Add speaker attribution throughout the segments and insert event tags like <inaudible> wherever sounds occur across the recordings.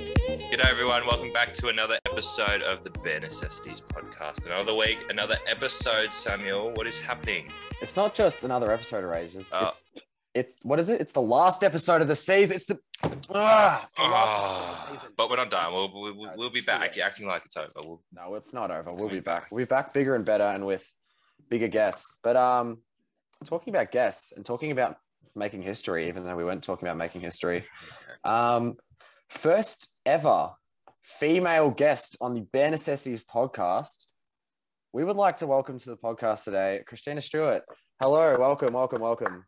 Speaker 1: G'day, everyone. Welcome back to another episode of the Bare Necessities podcast. Another week, another episode, Samuel. What is happening?
Speaker 2: It's not just another episode of Ragers.
Speaker 1: Oh.
Speaker 2: It's it's what is it? It's the last episode of the season. It's the, ah, it's the last episode of the
Speaker 1: Ah,
Speaker 2: season.
Speaker 1: but we're not done. We'll, we'll, we'll-
Speaker 2: No,
Speaker 1: we'll be
Speaker 2: sure.
Speaker 1: back. You're acting like it's over. We'll,
Speaker 2: no, it's not over. We'll
Speaker 1: We'll be
Speaker 2: be back.
Speaker 1: back.
Speaker 2: We'll be back bigger and better and with bigger guests. But um talking about guests and talking about making history, even though we weren't talking about making history.
Speaker 1: <laughs>
Speaker 2: Um first ever female guest on the Bare Necessities podcast. We would like to welcome to the podcast today Christina Stewart. Hello, welcome, welcome, welcome.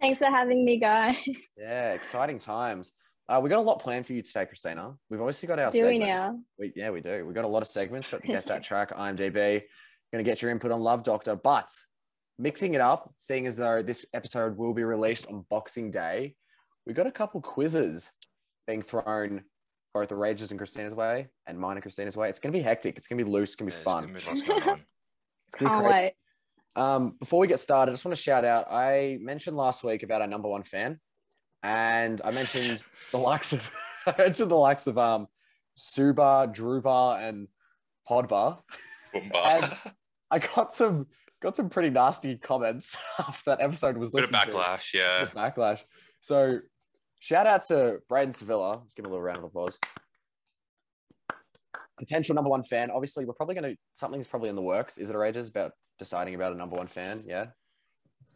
Speaker 3: Thanks for having me, guys. <laughs>
Speaker 2: Yeah, exciting times. Uh, we got a lot planned for you today, Christina. We've obviously got our
Speaker 3: Do we
Speaker 2: segments.
Speaker 3: now?
Speaker 2: We- yeah, we do. We've got a lot of segments, but
Speaker 3: <laughs>
Speaker 2: guess that track, IMDb. Going to get your input on Love Doctor, but mixing it up, seeing as though this episode will be released on Boxing Day, we got a couple quizzes being thrown both the Rages and Christina's way and mine and Christina's way. It's going to be hectic. It's going to be loose. It's going to be fun.
Speaker 1: What's going
Speaker 2: <laughs>
Speaker 1: on?
Speaker 2: It's going to be
Speaker 3: Can't
Speaker 2: crazy.
Speaker 3: wait.
Speaker 2: Um, before we get started, I just want to shout out. I mentioned last week about our number one fan, and I mentioned the likes of <laughs> I mentioned the likes of um Suba, Druba, and Podba.
Speaker 1: Boomba.
Speaker 2: I got some got some pretty nasty comments <laughs> after that episode was
Speaker 1: Bit of
Speaker 2: listened to.
Speaker 1: backlash, yeah.
Speaker 2: Bit of backlash. So shout out to Braden Sevilla. Let's give him a little round of applause. Potential number one fan. Obviously, we're probably gonna something's probably in the works. Is it outrageous about deciding about a number one fan? Yeah.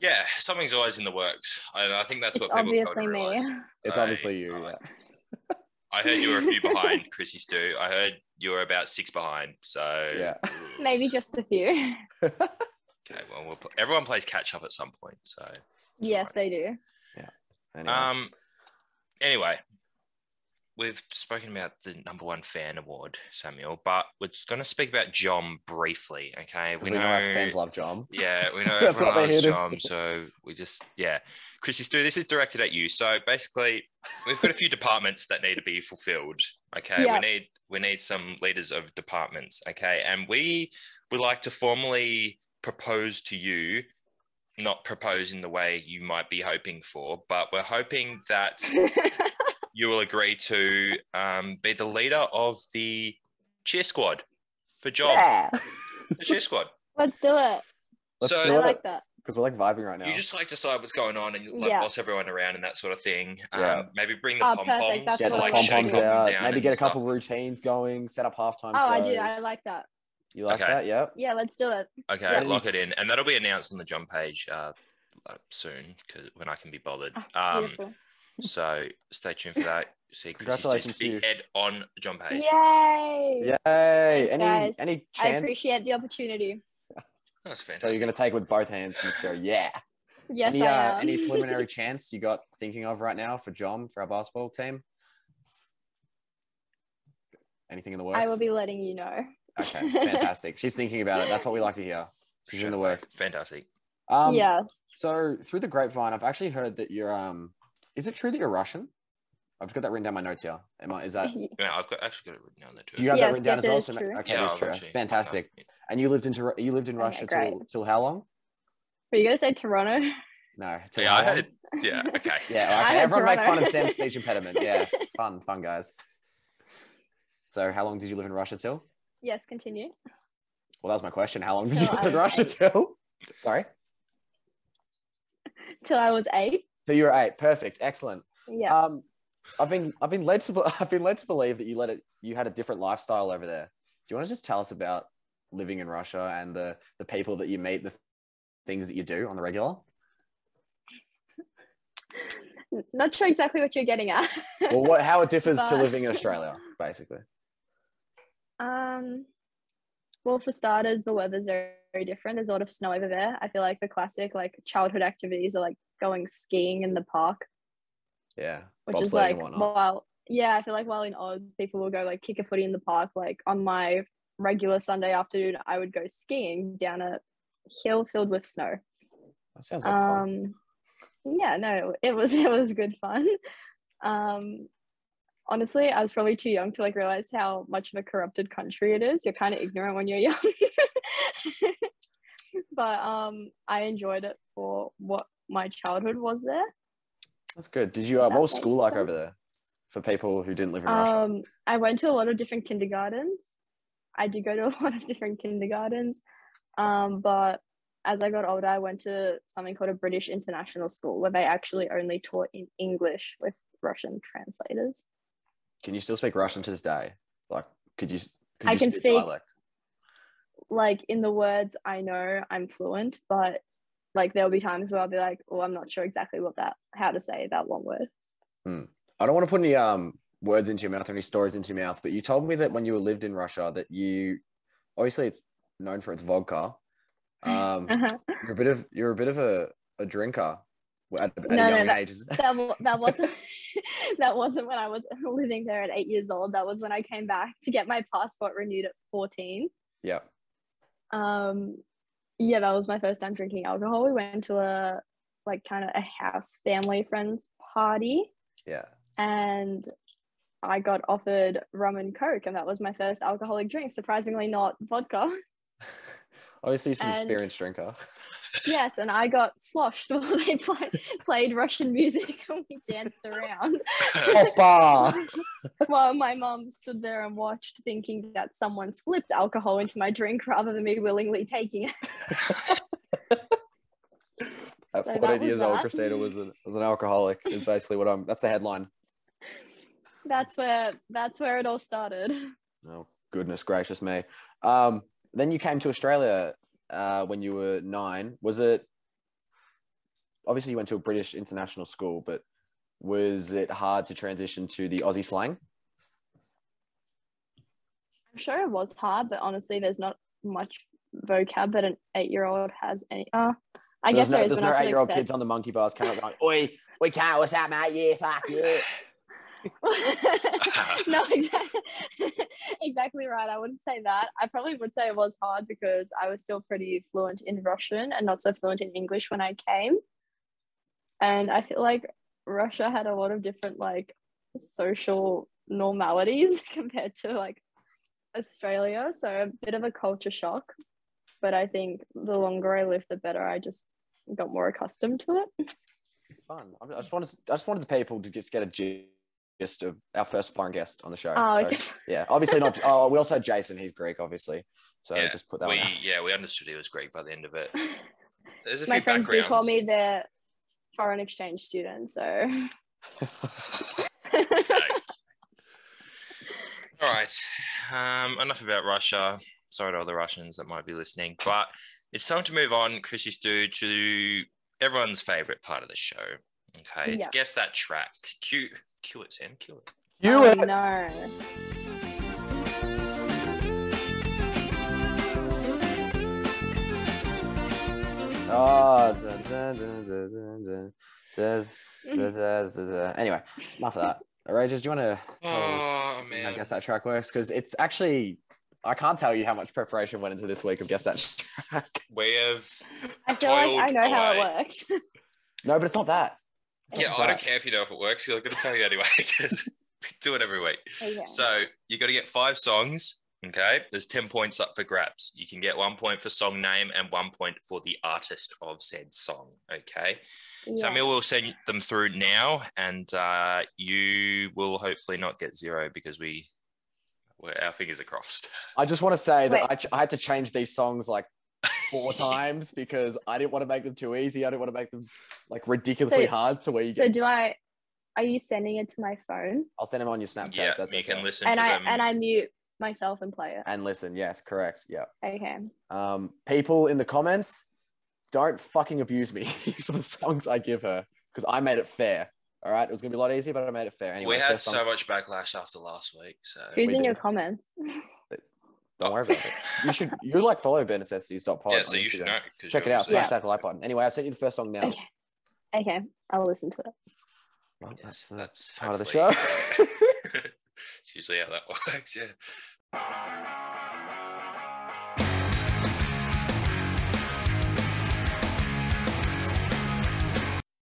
Speaker 1: Yeah, something's always in the works. And I think that's
Speaker 3: it's
Speaker 1: what people
Speaker 3: obviously
Speaker 1: fail to
Speaker 3: me.
Speaker 1: realise.
Speaker 2: It's
Speaker 1: I-
Speaker 2: obviously you.
Speaker 1: I-
Speaker 2: yeah.
Speaker 1: I heard you were a few behind, Chrissy Stu. I heard you were about six behind. So <laughs>
Speaker 2: Yeah.
Speaker 3: <laughs> Maybe just a few. <laughs>
Speaker 1: Okay, well, we'll pl- everyone plays catch up at some point. So,
Speaker 3: yes, they do.
Speaker 1: <laughs>
Speaker 2: Anyway.
Speaker 1: um, anyway, we've spoken about the number one fan award, Samuel, but we're just going to speak about John briefly. Okay,
Speaker 2: 'Cause we know our fans love John.
Speaker 1: Yeah, we know
Speaker 2: <laughs> That's
Speaker 1: everyone
Speaker 2: what they
Speaker 1: loves
Speaker 2: hear
Speaker 1: John,
Speaker 2: this- <laughs>
Speaker 1: so we just yeah. Chrissy Stu, this is directed at you. So basically, we've got a few departments that need to be fulfilled. Okay, we
Speaker 3: Yeah.
Speaker 1: need we need some leaders of departments. Okay, and we would like to formally propose to you, not propose in the way you might be hoping for, but we're hoping that you will agree to um, be the leader of the cheer squad for John.
Speaker 3: yeah.
Speaker 1: The cheer squad.
Speaker 3: <laughs> Let's do it.
Speaker 2: Let's
Speaker 1: So-
Speaker 2: so,
Speaker 3: I like that.
Speaker 2: because we're like vibing right now.
Speaker 1: You just like decide what's going on and like
Speaker 3: Yeah.
Speaker 1: boss everyone around and that sort of thing. Um,
Speaker 2: Yeah.
Speaker 1: Maybe bring the
Speaker 3: Oh,
Speaker 1: pom
Speaker 3: perfect.
Speaker 1: poms
Speaker 3: That's
Speaker 1: to
Speaker 2: get the
Speaker 3: what I
Speaker 1: like
Speaker 2: pom
Speaker 3: like.
Speaker 1: shake
Speaker 2: poms
Speaker 1: them
Speaker 2: out.
Speaker 1: down.
Speaker 2: Maybe
Speaker 1: and
Speaker 2: get a
Speaker 1: stuff.
Speaker 2: couple routines going. Set up halftime.
Speaker 3: Oh, I do.
Speaker 2: shows.
Speaker 3: I like that.
Speaker 2: You like
Speaker 1: Okay.
Speaker 2: that? Yep.
Speaker 3: Yeah, let's do it.
Speaker 1: Okay,
Speaker 2: Yeah.
Speaker 1: lock it in, and that'll be announced on the jump page uh, uh, soon because when I can be bothered.
Speaker 3: Ah,
Speaker 1: Um,
Speaker 3: Beautiful.
Speaker 1: so stay tuned for
Speaker 2: <laughs>
Speaker 1: that. See, Chrissy's
Speaker 2: Congratulations to you.
Speaker 1: big head on jump page.
Speaker 3: Yay!
Speaker 2: Yay! any
Speaker 3: guys.
Speaker 2: any
Speaker 3: I
Speaker 2: chance?
Speaker 3: appreciate the opportunity.
Speaker 1: That's
Speaker 2: So
Speaker 1: fantastic.
Speaker 2: you're gonna take with both hands and just go, yeah.
Speaker 3: Yes,
Speaker 2: any,
Speaker 3: <laughs> I
Speaker 2: Uh,
Speaker 3: am.
Speaker 2: any preliminary chance you got thinking of right now for John for our basketball team? Anything in the works?
Speaker 3: I will be letting you know.
Speaker 2: Okay, fantastic. She's thinking about it. That's what we like to hear.
Speaker 1: <laughs>
Speaker 2: She's in the works.
Speaker 1: Fantastic.
Speaker 2: Um,
Speaker 3: yeah.
Speaker 2: So through the grapevine, I've actually heard that you're. Um, is it true that you're Russian? I've got that written down in my notes here. Am I? Is that?
Speaker 1: Yeah, I've got actually got it written down there too.
Speaker 2: Do you have
Speaker 3: Yes,
Speaker 2: that written down as
Speaker 3: yes, it
Speaker 2: well?
Speaker 3: is
Speaker 2: So-
Speaker 3: true.
Speaker 2: Okay,
Speaker 1: I've
Speaker 2: that's true.
Speaker 1: actually-
Speaker 2: Fantastic.
Speaker 1: Yeah.
Speaker 2: And you lived in Tor- you lived in
Speaker 3: Okay,
Speaker 2: Russia
Speaker 3: great.
Speaker 2: till till how long?
Speaker 3: <laughs> Were you going to say Toronto?
Speaker 2: No.
Speaker 1: So
Speaker 2: till
Speaker 1: yeah,
Speaker 2: how
Speaker 1: I
Speaker 2: long?
Speaker 1: heard.
Speaker 3: <laughs>
Speaker 1: Yeah, okay.
Speaker 2: <laughs> Yeah.
Speaker 3: I
Speaker 2: Okay.
Speaker 3: heard
Speaker 2: Everyone make fun
Speaker 3: Toronto.
Speaker 2: of Sam's speech impediment.
Speaker 3: <laughs>
Speaker 2: Yeah. fun, fun guys. So how long did you live in Russia till?
Speaker 3: yes, continue.
Speaker 2: Well, that was my question. How long did you
Speaker 3: Till
Speaker 2: live
Speaker 3: I
Speaker 2: in
Speaker 3: was
Speaker 2: Russia
Speaker 3: eight.
Speaker 2: till? Sorry.
Speaker 3: Till I was eight.
Speaker 2: So you were eight. Perfect. Excellent.
Speaker 3: Yeah.
Speaker 2: Um, I've been I've been led to be- <laughs> I've been led to believe that you led it you had a different lifestyle over there. Do you want to just tell us about living in Russia and the the people that you meet, the things that you do on the regular?
Speaker 3: N- Not sure exactly what you're getting at.
Speaker 2: Well, what how it differs to
Speaker 3: <laughs> But-
Speaker 2: living in Australia, basically.
Speaker 3: Um, well, for starters, the weather's very, very different. There's a lot of snow over there. I feel like the classic like childhood activities are like going skiing in the park,
Speaker 2: Yeah,
Speaker 3: which
Speaker 2: bobsled
Speaker 3: is like
Speaker 2: and whatnot.
Speaker 3: while yeah, I feel like while in Oz, people will go like kick a footy in the park. Like on my regular Sunday afternoon, I would go skiing down a hill filled with snow.
Speaker 2: That sounds like fun.
Speaker 3: Um, yeah, no, it was <laughs> it was good fun. Um, honestly, I was probably too young to like realize how much of a corrupted country it is. You're kind of ignorant when you're young, <laughs> but um, I enjoyed it for what my childhood was there.
Speaker 2: That's good. Did you? Uh,
Speaker 3: that
Speaker 2: what was
Speaker 3: makes
Speaker 2: school like
Speaker 3: sense.
Speaker 2: over there? for people who didn't live in Russia?
Speaker 3: Um, I went to a lot of different kindergartens. I did go to <laughs> a lot of different kindergartens. Um, but as I got older, I went to something called a British international school where they actually only taught in English with Russian translators.
Speaker 2: Can you still speak Russian to this day? Like, could you? Could
Speaker 3: I
Speaker 2: you
Speaker 3: can
Speaker 2: speak
Speaker 3: speak-
Speaker 2: dialect?
Speaker 3: Like, in the words I know, I'm fluent, but like, there'll be times where I'll be like, oh, I'm not sure exactly what that, how to say that one word. <laughs>
Speaker 2: I don't want to put any um words into your mouth or any stories into your mouth, but you told me that when you lived in Russia, that you obviously it's known for its
Speaker 3: <laughs>
Speaker 2: vodka. Um,
Speaker 3: Uh-huh.
Speaker 2: you're a bit of you're a bit of a, a drinker at, at
Speaker 3: No,
Speaker 2: a
Speaker 3: no,
Speaker 2: young
Speaker 3: that-
Speaker 2: age. isn't it? <laughs>
Speaker 3: that, wa- that wasn't <laughs> that wasn't when I was <laughs> living there at eight years old. That was when I came back to get my passport renewed at fourteen.
Speaker 2: yeah.
Speaker 3: Um, yeah, that was my first time drinking alcohol. We went to a like kind of a house family friends party,
Speaker 2: Yeah. <laughs>
Speaker 3: and I got offered rum and coke, and that was my first alcoholic drink. Surprisingly, not vodka. <laughs>
Speaker 2: Obviously, you're an
Speaker 3: And-
Speaker 2: experienced
Speaker 3: <laughs>
Speaker 2: drinker.
Speaker 3: Yes, and I got sloshed <laughs> while they play, played Russian music and we danced around. <laughs>
Speaker 1: <laughs>
Speaker 2: Opa!
Speaker 3: Well, my mum stood there and watched, thinking that someone slipped alcohol into my drink rather than me willingly taking it.
Speaker 2: <laughs> At
Speaker 3: So that
Speaker 2: 14
Speaker 3: was
Speaker 2: years old,
Speaker 3: that.
Speaker 2: Christina was an, was an alcoholic. Is basically what I'm. That's the headline.
Speaker 3: That's where that's where it all started.
Speaker 2: Oh goodness gracious me! Um, then you came to Australia uh, when you were nine. Was it obviously you went to a British international school, but was it hard to transition to the Aussie slang?
Speaker 3: I'm sure it was hard, but honestly, there's not much vocab that an eight-year-old has any. Uh, I
Speaker 2: There's
Speaker 3: guess there
Speaker 2: no,
Speaker 3: is,
Speaker 2: there's
Speaker 3: but
Speaker 2: no
Speaker 3: not to the
Speaker 2: eight-year-old
Speaker 3: extent-
Speaker 2: kids on the monkey bars coming up going, "Oi, we can't. What's up, mate? Yeah, fuck yeah."
Speaker 3: no, exactly, <laughs> exactly right. I wouldn't say that. I probably would say it was hard because I was still pretty fluent in Russian and not so fluent in English when I came. And I feel like Russia had a lot of different like social normalities <laughs> compared to like Australia. So a bit of a culture shock. But I think the longer I lived, the better I just got more accustomed to it.
Speaker 2: Fun. I I just wanted, I just wanted the people to just get a gist of our first foreign guest on the show.
Speaker 3: Oh,
Speaker 2: So,
Speaker 3: okay.
Speaker 2: Yeah, obviously
Speaker 3: <laughs>
Speaker 2: not. Oh, we also had Jason. He's Greek, obviously. So
Speaker 1: Yeah,
Speaker 2: just put that
Speaker 1: we
Speaker 2: one. Out.
Speaker 1: yeah, we understood he was Greek by the end of it.
Speaker 3: <laughs>
Speaker 1: There's a
Speaker 3: My
Speaker 1: few
Speaker 3: friends do
Speaker 1: backgrounds.
Speaker 3: call me their foreign exchange student, so
Speaker 1: <laughs> All right. Um, enough about Russia. Sorry to all the Russians that might be listening, but it's time to move on, Chrissy Stu, to everyone's favorite part of the show. Okay, it's
Speaker 3: Yeah.
Speaker 1: guess that track. Cue, cue it, Sam. Cue it.
Speaker 2: <laughs> You
Speaker 3: oh,
Speaker 2: it.
Speaker 3: no.
Speaker 2: Oh, dun, dun, dun, dun, dun, dun, dun, dun, dun, dun, dun. anyway, enough of that. Rages, do you want to?
Speaker 1: Oh
Speaker 2: I
Speaker 1: man.
Speaker 2: guess that track works because it's actually. I can't tell you how much preparation went into this week of guess that track.
Speaker 1: We have.
Speaker 3: I feel like I
Speaker 1: Toiled
Speaker 3: know how it
Speaker 1: away. <laughs>
Speaker 3: works. <laughs>
Speaker 2: No, but it's not that. It's
Speaker 1: Yeah,
Speaker 2: not
Speaker 1: I don't
Speaker 2: that.
Speaker 1: care if you know if it works. I'm going to tell you anyway <laughs> 'cause we do it every week.
Speaker 3: Okay.
Speaker 1: So you got to get five songs. Okay, there's ten points up for grabs. You can get one point for song name and one point for the artist of said song. Okay,
Speaker 3: Yeah.
Speaker 1: Samuel will send them through now, and uh, you will hopefully not get zero because we, well, our fingers are crossed.
Speaker 2: I just want to say that
Speaker 3: Wait.
Speaker 2: I, ch- I had to change these songs like
Speaker 1: <laughs>
Speaker 2: four times because I didn't want to make them too easy. I didn't want to make them like ridiculously
Speaker 3: So-
Speaker 2: hard to where you
Speaker 3: so
Speaker 2: get.
Speaker 3: do I are you sending it to my phone?
Speaker 2: I'll send them on your Snapchat.
Speaker 1: yeah,
Speaker 2: that's
Speaker 1: you
Speaker 2: okay.
Speaker 1: can listen
Speaker 3: And
Speaker 1: to
Speaker 3: I
Speaker 1: them.
Speaker 3: and I mute myself and play it.
Speaker 2: and listen. Yes, correct. Yeah.
Speaker 3: Okay.
Speaker 2: Um, people in the comments, don't fucking abuse me <laughs> for the songs I give her because I made it fair. All right, it was gonna be a lot easier, but I made it fair. Anyway,
Speaker 1: we had
Speaker 2: first song-
Speaker 1: so much backlash after last week, so
Speaker 3: Who's
Speaker 2: we
Speaker 3: in
Speaker 2: do.
Speaker 3: your comments?
Speaker 2: Don't worry about it.
Speaker 1: <laughs>
Speaker 2: You should. You like follow bare necessities. Dot pod.
Speaker 1: yeah,
Speaker 2: on
Speaker 1: so you should
Speaker 2: Instagram.
Speaker 1: know. 'cause
Speaker 2: Check it
Speaker 1: you're
Speaker 2: out. Smash
Speaker 1: obviously-
Speaker 2: that like button. Anyway, I have sent you the first song now.
Speaker 3: Okay. Okay. I'll listen to it.
Speaker 2: Well,
Speaker 1: Yes,
Speaker 2: that's the-
Speaker 1: that's
Speaker 2: part of the
Speaker 1: hopefully-
Speaker 2: show.
Speaker 1: <laughs> it's usually how that <laughs> works. Yeah.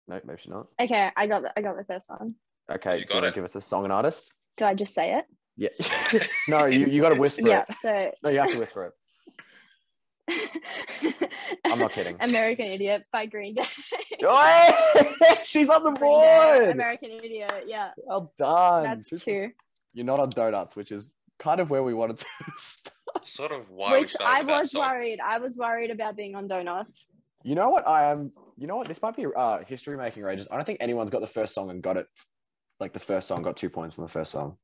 Speaker 2: No, maybe she's not.
Speaker 3: Okay, I got the I got the first one.
Speaker 2: Okay,
Speaker 1: You
Speaker 2: you
Speaker 1: got
Speaker 2: got to
Speaker 1: it.
Speaker 2: give us a song and artist.
Speaker 3: Do I just say it?
Speaker 1: <laughs>
Speaker 2: <laughs> Yeah. no, you, you got to whisper
Speaker 3: Yeah.
Speaker 2: it.
Speaker 3: So <laughs>
Speaker 2: No, you have to whisper it. I'm not kidding.
Speaker 3: American Idiot by Green Day.
Speaker 2: Oi! <laughs> She's on the
Speaker 3: Green Day,
Speaker 2: board.
Speaker 3: American Idiot. Yeah,
Speaker 2: Well done.
Speaker 3: that's
Speaker 2: Super-
Speaker 3: two.
Speaker 2: You're not on donuts, which is kind of where we wanted to. <laughs> start.
Speaker 1: Sort of why we
Speaker 3: Which
Speaker 1: started
Speaker 3: I
Speaker 1: with that
Speaker 3: was
Speaker 1: song.
Speaker 3: worried. I was worried about being
Speaker 1: <laughs>
Speaker 3: on donuts.
Speaker 2: You know what? I am. You know what? This might be uh, history making rages. I don't think anyone's got the first song and got it. Like the first song got two points on the first song.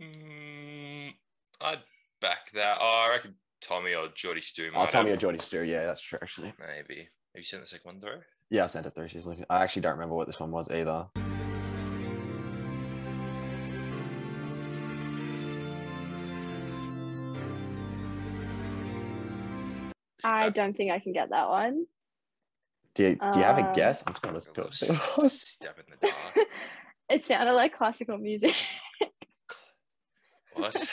Speaker 1: Mm, I'd back that. Oh, I reckon Tommy or Geordie Stu might
Speaker 2: Oh, Tommy or
Speaker 1: have.
Speaker 2: Geordie Stu. Yeah, that's true. Actually,
Speaker 1: Maybe. Have you seen the second one through?
Speaker 2: yeah, I sent it through. She's looking. I actually don't remember what this one was either.
Speaker 3: I don't think I can get that one. <laughs>
Speaker 2: Do you, do you have a
Speaker 3: Um,
Speaker 2: guess? I'm just
Speaker 1: A
Speaker 2: gonna
Speaker 1: little
Speaker 2: still. <laughs>
Speaker 1: s- Step in the dark.
Speaker 3: it sounded like classical music. <laughs>
Speaker 1: What?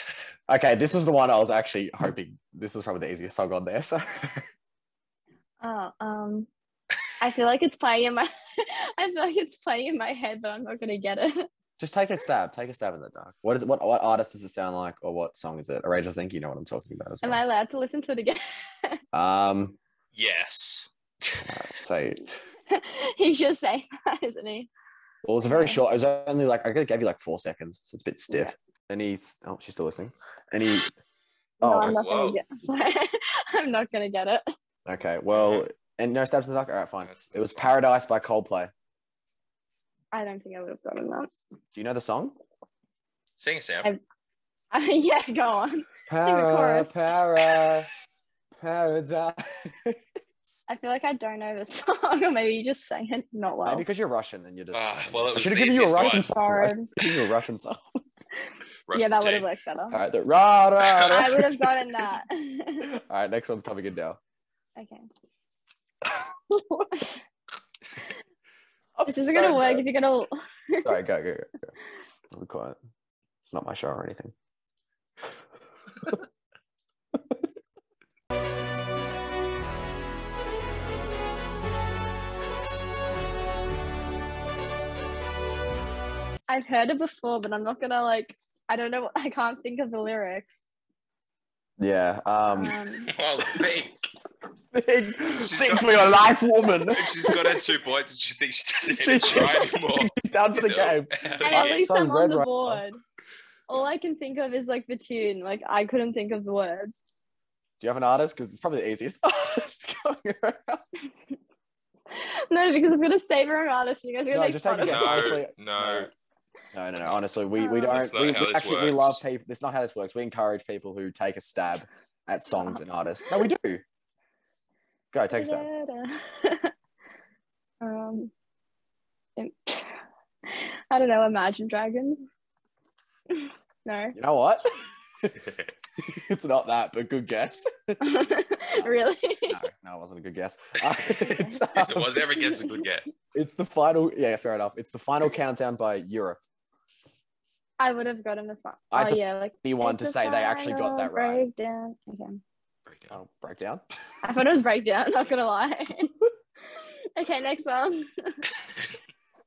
Speaker 2: okay, this was the one I was actually hoping. This was probably the easiest song on there. <laughs> So
Speaker 3: Oh, um, I feel like it's playing in my. <laughs> I feel like it's playing in my head, but I'm not gonna get it. <laughs>
Speaker 2: just take a stab. Take a stab in the dark. What is it? What what artist does it sound like, or what song is it? Rage, I think you know what I'm talking about as
Speaker 3: Am I
Speaker 2: well.
Speaker 3: allowed to listen to it again? <laughs>
Speaker 2: um,
Speaker 1: yes.
Speaker 2: so
Speaker 3: He's just saying <laughs> that, isn't he?
Speaker 2: Well, it was a very
Speaker 3: Okay.
Speaker 2: short. It was only like I gave you like four seconds, so it's a bit stiff.
Speaker 3: Yeah.
Speaker 2: And he's oh, she's still listening. And he
Speaker 3: no,
Speaker 2: Oh,
Speaker 3: I'm not
Speaker 1: whoa.
Speaker 3: gonna get. <laughs> Sorry, I'm not gonna get it.
Speaker 2: okay. Well, and no stabs in the dark. All right, fine.
Speaker 1: That's-
Speaker 2: It was Paradise by Coldplay.
Speaker 3: I don't think I would have gotten that. <laughs>
Speaker 2: Do you know the song?
Speaker 1: Sing a sound.
Speaker 3: I- I mean, yeah, go on. <laughs> the chorus.
Speaker 2: para, paradise.
Speaker 3: I feel like I don't know the <laughs> song, or maybe you just sang it not
Speaker 2: <laughs> Maybe
Speaker 3: well.
Speaker 2: because you're Russian and you're just.
Speaker 1: Ah, well, it
Speaker 2: I
Speaker 1: was
Speaker 2: should have
Speaker 1: the
Speaker 2: given you a
Speaker 1: easiest
Speaker 2: Russian
Speaker 1: one.
Speaker 2: song. I
Speaker 3: Sorry.
Speaker 2: should've given you a Russian song.
Speaker 1: Roast
Speaker 3: Yeah,
Speaker 1: the
Speaker 3: that would
Speaker 1: tea.
Speaker 3: have worked better.
Speaker 2: All right, the rah, rah, rah. <laughs>
Speaker 3: I would have gotten that. <laughs>
Speaker 2: All right, next one's coming in now. <laughs>
Speaker 3: okay.
Speaker 2: I'm
Speaker 3: this isn't
Speaker 2: so
Speaker 3: gonna work
Speaker 2: bad.
Speaker 3: if you're gonna.
Speaker 2: Sorry, go, go, go. go. I'll be quiet. It's not my show or anything.
Speaker 3: I've heard it before, but I'm not gonna like. I don't know. <laughs> I can't think of the lyrics.
Speaker 2: Yeah. Um, <laughs>
Speaker 3: Um,
Speaker 1: <laughs> Well, think.
Speaker 2: Sing,
Speaker 1: <laughs> She's
Speaker 2: sing
Speaker 1: got-
Speaker 2: for your life, woman. <laughs>
Speaker 1: She's got her two points and she thinks she doesn't
Speaker 2: She's
Speaker 1: need to try anymore.
Speaker 2: down to the
Speaker 1: So- <laughs>
Speaker 2: game.
Speaker 3: and
Speaker 1: Yeah.
Speaker 3: at least
Speaker 2: so
Speaker 3: I'm
Speaker 2: red
Speaker 3: on the
Speaker 2: right now.
Speaker 3: board. All I can think of is like the tune. Like I couldn't think of the words. <laughs>
Speaker 2: Do you have an artist? Because it's probably the easiest <laughs> artist going around.
Speaker 3: No, because I'm gonna say wrong artist. and You guys are
Speaker 2: No,
Speaker 3: gonna make
Speaker 2: just
Speaker 3: fun
Speaker 2: take a
Speaker 3: of me.
Speaker 2: guess.
Speaker 3: <laughs>
Speaker 2: honestly,
Speaker 1: No, no.
Speaker 2: No, no, no. Honestly, we, we
Speaker 3: Oh.
Speaker 2: don't.
Speaker 1: That's not
Speaker 2: We,
Speaker 1: how
Speaker 2: we
Speaker 1: this
Speaker 2: actually we love
Speaker 1: works.
Speaker 2: people. That's not how this works. We encourage people who take a stab at songs and artists. No, we do. Go take a stab.
Speaker 3: <laughs> um, <laughs> im- I don't know. Imagine Dragons. <laughs> no,
Speaker 2: You
Speaker 1: <laughs>
Speaker 2: know what? <laughs> it's not that, but good <laughs> guess.
Speaker 3: <laughs> really. <laughs>
Speaker 2: No, no, it wasn't a good guess.
Speaker 1: <laughs>
Speaker 2: <laughs> um,
Speaker 1: yes, it was. Every guess is a good guess.
Speaker 2: It's the final. Yeah, fair enough. It's the final countdown by Europe.
Speaker 3: I would have gotten the fun.
Speaker 2: I
Speaker 3: Oh
Speaker 2: took
Speaker 3: yeah, like
Speaker 2: Anyone to
Speaker 3: It's a
Speaker 2: say they actually got that
Speaker 3: final
Speaker 2: right?
Speaker 3: Breakdown. Okay.
Speaker 1: Breakdown.
Speaker 2: Oh, breakdown.
Speaker 3: I thought it was breakdown, <laughs> not gonna lie. okay, next one.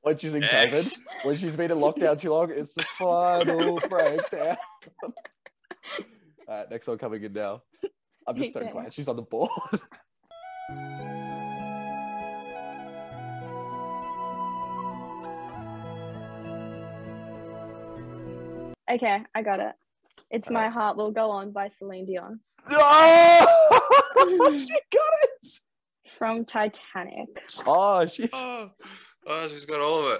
Speaker 2: When she's in COVID,
Speaker 1: Next.
Speaker 2: when she's been in lockdown too long, it's the final breakdown. All right, next one coming in now. I'm just so
Speaker 3: Okay.
Speaker 2: glad she's on the
Speaker 1: <laughs>
Speaker 2: board. <laughs>
Speaker 3: Okay, I got it. It's
Speaker 2: All
Speaker 3: My
Speaker 2: right.
Speaker 3: Heart Will Go On by Celine Dion
Speaker 2: oh, she got it.
Speaker 3: from Titanic.
Speaker 2: Oh, she's,
Speaker 1: <laughs> Oh, oh, she's got all of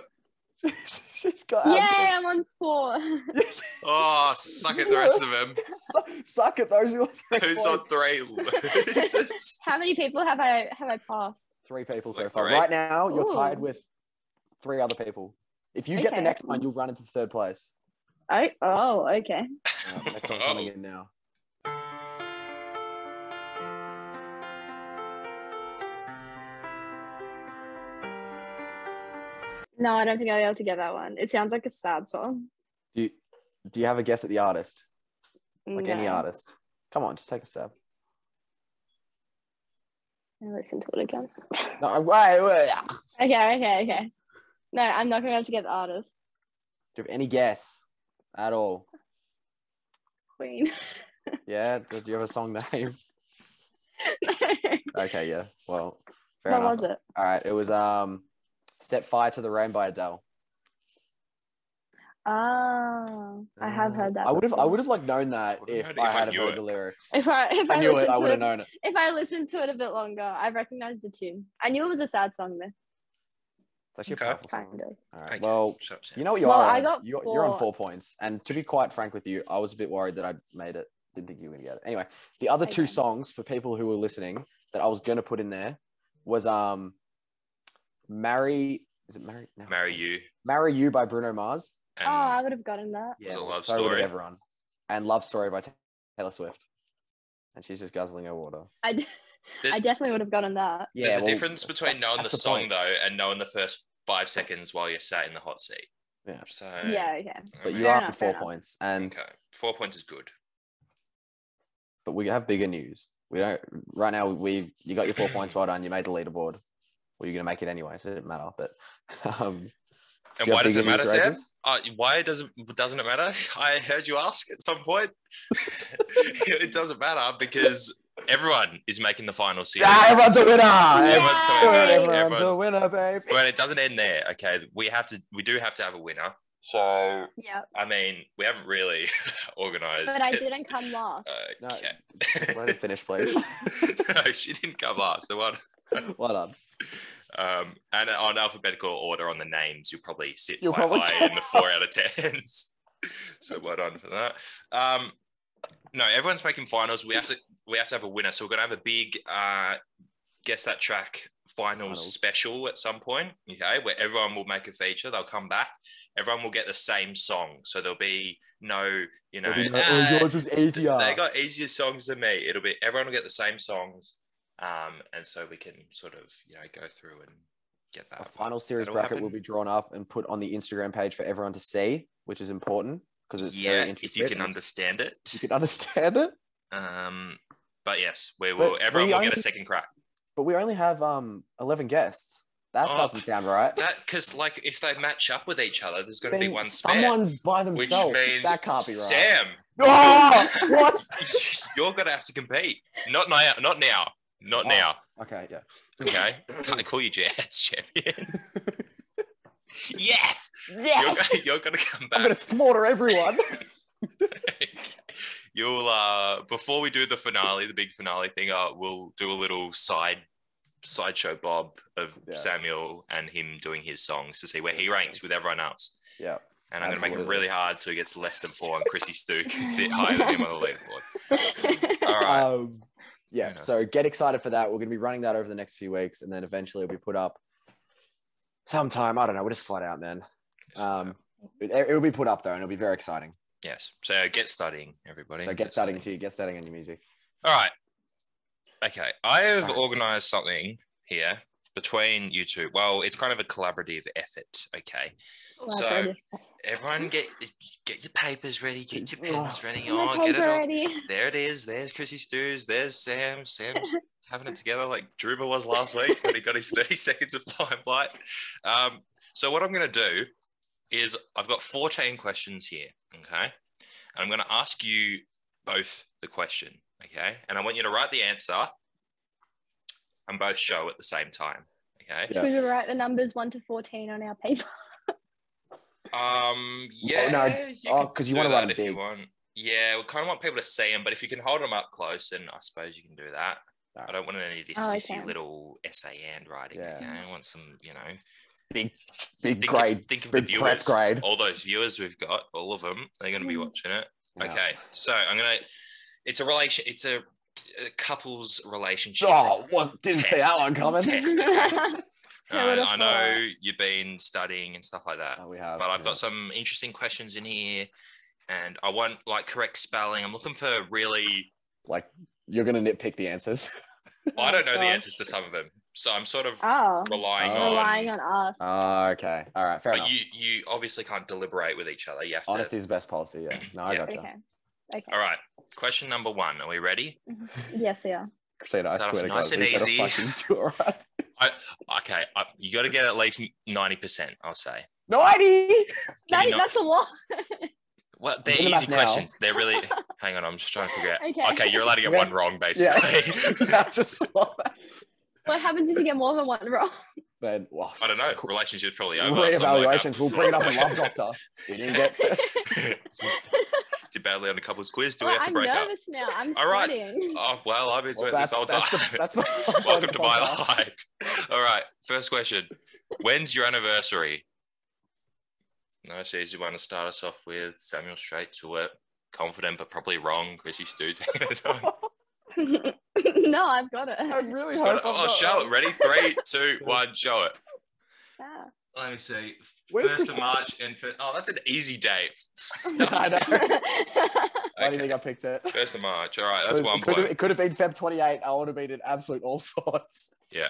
Speaker 1: it.
Speaker 2: she's got
Speaker 3: Yay,
Speaker 2: absolute-
Speaker 3: I'm on four. <laughs>
Speaker 1: Oh, suck it, the rest of them.
Speaker 2: Su- Suck it, those who are three,
Speaker 1: Who's on three? Losers.
Speaker 3: How many people have I have I passed?
Speaker 2: three people so
Speaker 1: Like
Speaker 2: far.
Speaker 1: three?
Speaker 2: Right now, you're
Speaker 3: Ooh.
Speaker 2: tied with three other people. If you get the
Speaker 3: Okay.
Speaker 2: next one, you'll run into third place.
Speaker 3: Oh, oh, okay.
Speaker 2: All right, next one
Speaker 1: <laughs>
Speaker 2: coming
Speaker 1: oh,
Speaker 2: in now.
Speaker 3: No, I don't think I'll be able to get that one. It sounds like a sad song.
Speaker 2: Do you, do you have a guess at the artist? Like any
Speaker 3: No.
Speaker 2: artist? Come on, just take a stab.
Speaker 3: I'll listen to it again.
Speaker 2: No, wait, wait.
Speaker 3: Okay, okay, okay. No, I'm not gonna be able to get the artist.
Speaker 2: Do you have any guess at all?
Speaker 3: Queen. <laughs>
Speaker 2: Yeah. Do you have a song name? <laughs>
Speaker 3: <laughs>
Speaker 2: Okay, yeah. Well, fair
Speaker 3: what
Speaker 2: enough.
Speaker 3: was it?
Speaker 2: All right, it was um, "Set Fire to the Rain" by Adele.
Speaker 3: Ah, I have
Speaker 2: Uh,
Speaker 3: heard that.
Speaker 2: I would have, I
Speaker 3: before.
Speaker 2: would have like known that
Speaker 1: Would've
Speaker 2: if
Speaker 1: known it
Speaker 2: I
Speaker 1: if I
Speaker 2: had have
Speaker 1: knew
Speaker 2: heard
Speaker 1: it.
Speaker 2: the lyrics.
Speaker 3: If I if
Speaker 2: I
Speaker 3: I,
Speaker 2: knew it.
Speaker 3: listened
Speaker 2: I
Speaker 3: to
Speaker 2: would have
Speaker 3: it,
Speaker 2: known it.
Speaker 3: if I listened to it a bit longer, I recognized the tune. I knew it was a sad song though,
Speaker 2: It's actually
Speaker 1: Okay.
Speaker 2: a powerful song.
Speaker 3: kind of.
Speaker 2: All right.
Speaker 1: Okay,
Speaker 2: Well,
Speaker 1: shut up, Sam.
Speaker 2: you know what you
Speaker 3: Well,
Speaker 2: are.
Speaker 3: I
Speaker 2: on.
Speaker 3: got
Speaker 2: you're, you're on four
Speaker 3: four.
Speaker 2: points. And to be quite frank with you, I was a bit worried that I made it. Didn't think you were gonna get it. Anyway, the other two
Speaker 3: Okay.
Speaker 2: songs for people who were listening that I was gonna put in there was um, "Marry." Is it "Marry"? No.
Speaker 1: marry you
Speaker 2: "Marry You" by Bruno Mars.
Speaker 1: and um,
Speaker 3: oh, I would have gotten that.
Speaker 1: was a love
Speaker 2: so would
Speaker 1: story.
Speaker 2: everyone. And Love Story by Taylor Swift. And she's just guzzling her water.
Speaker 3: I, d-
Speaker 1: There's-
Speaker 3: I definitely would have gotten that.
Speaker 2: Yeah,
Speaker 1: there's a
Speaker 2: well,
Speaker 1: difference between knowing the,
Speaker 2: that's the
Speaker 1: song
Speaker 2: point.
Speaker 1: though and knowing the first five seconds while you're sat in the hot seat.
Speaker 2: Yeah.
Speaker 1: So
Speaker 3: Yeah, okay.
Speaker 1: I
Speaker 2: But
Speaker 1: mean,
Speaker 2: you
Speaker 3: Fair
Speaker 2: are
Speaker 3: enough,
Speaker 2: at
Speaker 3: fair
Speaker 2: four
Speaker 3: enough.
Speaker 2: points. And
Speaker 1: okay. Four points is good.
Speaker 2: but we have bigger news. We don't right now we you got your four points, well done. You made the leaderboard. Well you're gonna make it anyway, so it didn't matter. But um
Speaker 1: And
Speaker 2: do you
Speaker 1: why
Speaker 2: have
Speaker 1: does
Speaker 2: bigger
Speaker 1: it matter,
Speaker 2: news,
Speaker 1: Sam?
Speaker 2: Rages?
Speaker 1: Uh, why does it, doesn't it matter? <laughs> I heard you ask at some point. <laughs> it doesn't matter because everyone is making the final series.
Speaker 2: Ah, everyone's a winner!
Speaker 1: Everyone's coming back.
Speaker 3: Yay!
Speaker 2: Everyone's,
Speaker 1: Everyone's-
Speaker 2: a winner, babe.
Speaker 1: But it doesn't end there. Okay, we have to. We do have to have a winner. So
Speaker 3: Yeah,
Speaker 1: I mean, we haven't really <laughs> organized.
Speaker 3: but I
Speaker 1: it.
Speaker 3: didn't come last.
Speaker 1: <laughs>
Speaker 2: No,
Speaker 1: Okay.
Speaker 2: <laughs> let him finish, please.
Speaker 1: <laughs> no, she didn't come last. So what?
Speaker 2: well done.
Speaker 1: Um, and on alphabetical order on the names, you'll probably sit
Speaker 2: You'll
Speaker 1: quite
Speaker 2: probably
Speaker 1: high in the
Speaker 2: <laughs>
Speaker 1: four out of tens. <laughs> so well done for that. Um, no, everyone's making finals. We have to we have to have a winner. So we're gonna have a big uh, guess that track finals,
Speaker 2: Finals.
Speaker 1: special at some point. Okay, where everyone will make a feature. They'll come back. Everyone will get the same song. So there'll be no, you know,
Speaker 2: Maybe not-
Speaker 1: "Ah,
Speaker 2: oh, yours was ADR.
Speaker 1: they got easier songs than me. It'll be everyone will get the same songs, um, and so we can sort of you know go through and get that
Speaker 2: a final series
Speaker 1: That'll
Speaker 2: bracket will
Speaker 1: happen.
Speaker 2: be drawn up and put on the Instagram page for everyone to see, which is important because it's
Speaker 1: Yeah,
Speaker 2: very
Speaker 1: if
Speaker 2: intricate.
Speaker 1: you can
Speaker 2: and it's-
Speaker 1: understand it.
Speaker 2: you can <laughs> understand it.
Speaker 1: Um, but yes, we will.
Speaker 2: But
Speaker 1: everyone
Speaker 2: we
Speaker 1: will get a
Speaker 2: only-
Speaker 1: second crack.
Speaker 2: But we only have um eleven guests. That
Speaker 1: Oh,
Speaker 2: doesn't sound right.
Speaker 1: That because like if they match up with each other, there's going to be
Speaker 2: Then
Speaker 1: one spare,
Speaker 2: someone's by
Speaker 1: which
Speaker 2: themselves.
Speaker 1: means
Speaker 2: that can't be right. <laughs>
Speaker 1: Sam,
Speaker 2: Oh, what?
Speaker 1: <laughs> you're going to have to compete. Not now. Not now. Not
Speaker 2: Oh.
Speaker 1: now.
Speaker 2: Okay, yeah.
Speaker 1: Okay, I call you Jets <laughs> champion.
Speaker 2: <laughs>
Speaker 1: yeah.
Speaker 2: Yes,
Speaker 1: You're, you're gonna come
Speaker 2: I'm gonna
Speaker 1: back. <laughs>
Speaker 2: slaughter everyone.
Speaker 1: You'll uh before we do the finale, the big finale thing, uh, we'll do a little side sideshow Bob of
Speaker 2: Yeah.
Speaker 1: Samuel and him doing his songs to see where he ranks with everyone else.
Speaker 2: yeah,
Speaker 1: And I'm gonna make it
Speaker 2: Absolutely.
Speaker 1: really high hard so he gets less than four, and Chrissy Stu can sit higher than him on the
Speaker 2: <laughs>
Speaker 1: leaderboard. All right.
Speaker 2: um, yeah.
Speaker 1: Fair
Speaker 2: So get excited for that. We're gonna be running that over the next few weeks, and then eventually it'll be put up sometime. I don't know. We'll just flat out, man. Um, it, it'll be put up though, and it'll be very exciting.
Speaker 1: yes. So get studying, everybody.
Speaker 2: So get starting to get starting on your music.
Speaker 1: All right. Okay. I have
Speaker 2: Alright.
Speaker 1: organized something here between you two. Well, it's kind of a collaborative effort. Okay.
Speaker 3: <laughs> Well,
Speaker 1: So,
Speaker 3: I did.
Speaker 1: Everyone get get your papers ready, get your pens
Speaker 2: Oh.
Speaker 1: ready.
Speaker 3: My
Speaker 1: Oh,
Speaker 3: paper
Speaker 1: get it all.
Speaker 3: ready.
Speaker 1: There it is. There's Chrissy Stews. There's Sam.
Speaker 3: <laughs>
Speaker 1: Sam's having it together like Druba was last week when he got his 30 <laughs> seconds of blind light. Um, so what I'm going to do is I've got 14 questions here, okay? And I'm going to ask you both the question, okay? And I want you to write the answer and both show at the same time, okay?
Speaker 2: Yeah.
Speaker 3: Should we write the numbers one to fourteen on our
Speaker 2: <laughs>
Speaker 3: paper?
Speaker 1: Um, yeah.
Speaker 2: no, oh,
Speaker 1: can
Speaker 2: 'cause you
Speaker 1: do
Speaker 2: wanna
Speaker 1: that
Speaker 2: write 'em
Speaker 1: if you
Speaker 2: big.
Speaker 1: want. Yeah, we kind of want people to see them, but if you can hold them up close, then I suppose you can do that. I don't want any of this
Speaker 3: Oh,
Speaker 1: sissy
Speaker 3: okay.
Speaker 1: little essay handwriting.
Speaker 2: Yeah.
Speaker 1: Okay? I want some, you know,
Speaker 2: Big, big
Speaker 1: think
Speaker 2: grade,
Speaker 1: of, think of the
Speaker 2: big prep
Speaker 1: viewers,
Speaker 2: grade.
Speaker 1: all those viewers we've got, all of them, they're going to be
Speaker 3: Mm.
Speaker 1: watching it.
Speaker 2: Yeah.
Speaker 1: Oh, Okay, so I'm gonna. It's a relation. It's a, a couple's relationship.
Speaker 2: Oh, was didn't see that
Speaker 1: Test.
Speaker 2: one coming. <laughs>
Speaker 3: <laughs>
Speaker 1: Test. Uh,
Speaker 3: I
Speaker 1: I
Speaker 3: would've thought.
Speaker 1: know you've been studying and stuff like that,
Speaker 2: Oh, we have.
Speaker 1: but I've
Speaker 2: yeah.
Speaker 1: got some interesting questions in here, and I want like correct spelling. I'm looking for really
Speaker 2: like you're gonna nitpick the answers.
Speaker 1: I don't know the
Speaker 3: <laughs> Gosh.
Speaker 1: answers to some of them, so I'm sort of
Speaker 3: Oh,
Speaker 1: relying,
Speaker 2: Oh.
Speaker 1: on,
Speaker 3: relying on us.
Speaker 2: Ah, okay. All right. Fair
Speaker 1: But
Speaker 2: enough.
Speaker 1: you you obviously can't deliberate with each other. You have
Speaker 2: Honesty is best policy. Yeah. No, I
Speaker 1: Yeah.
Speaker 2: gotcha.
Speaker 3: okay. Okay.
Speaker 1: to. All right. Question number one. Are we ready?
Speaker 3: Yes, we are.
Speaker 2: Christina, I
Speaker 1: Start off
Speaker 2: swear to
Speaker 1: nice
Speaker 2: God,
Speaker 1: and
Speaker 2: we better
Speaker 1: easy.
Speaker 2: fucking
Speaker 1: <laughs>
Speaker 2: do all right.
Speaker 1: Okay. Uh, you got to get at least ninety percent. I'll say.
Speaker 2: No idea.
Speaker 1: Can you
Speaker 3: That,
Speaker 1: not-
Speaker 3: that's a lot.
Speaker 1: Well, they're
Speaker 2: Doing the
Speaker 1: easy
Speaker 2: math now.
Speaker 1: questions. They're really. Hang on, I'm just trying to figure out.
Speaker 3: Okay.
Speaker 1: Okay, you're allowed to get one wrong,
Speaker 2: <laughs>
Speaker 1: basically.
Speaker 2: I just love it.
Speaker 3: What happens if you get more than one wrong?
Speaker 2: Then, well,
Speaker 1: I don't know. Relationship's probably over. or something like
Speaker 2: Reevaluations.
Speaker 1: that.
Speaker 2: we'll bring it up in Love Doctor. We didn't
Speaker 1: <laughs>
Speaker 2: get.
Speaker 1: Did badly on a couple's quiz. <laughs> Do
Speaker 3: Well,
Speaker 1: we have to
Speaker 3: I'm
Speaker 1: break up?
Speaker 3: nervous now. I'm
Speaker 1: All right.
Speaker 3: sweating.
Speaker 1: Oh well, I've been
Speaker 2: Well,
Speaker 1: sweating this whole time. <laughs>
Speaker 2: the- that's the-
Speaker 1: Welcome to my life. All right, first question. When's your anniversary? No, it's easy one to start us off with. Samuel straight to it. Confident but probably wrong. Chrissy <laughs>
Speaker 2: <laughs>
Speaker 1: Stu taking the time. Oh.
Speaker 3: <laughs> no, I've got it.
Speaker 2: <laughs>
Speaker 3: <laughs>
Speaker 2: I really
Speaker 1: Got
Speaker 2: hope.
Speaker 1: it.
Speaker 2: I'm
Speaker 1: Oh,
Speaker 2: not-
Speaker 1: show it. Ready?
Speaker 2: <laughs>
Speaker 1: Three, two, one, show it.
Speaker 3: Yeah.
Speaker 1: Let me see.
Speaker 2: Where's
Speaker 1: First of
Speaker 2: Chrissy?
Speaker 1: March and fir- oh, that's an easy date.
Speaker 2: <laughs> I know. Why do you
Speaker 1: Okay.
Speaker 2: think I picked it?
Speaker 1: First of March. All right, that's
Speaker 2: It
Speaker 1: one
Speaker 2: could have-
Speaker 1: point.
Speaker 2: It could have been Feb 28. I would have been in absolute all sorts.
Speaker 1: Yeah.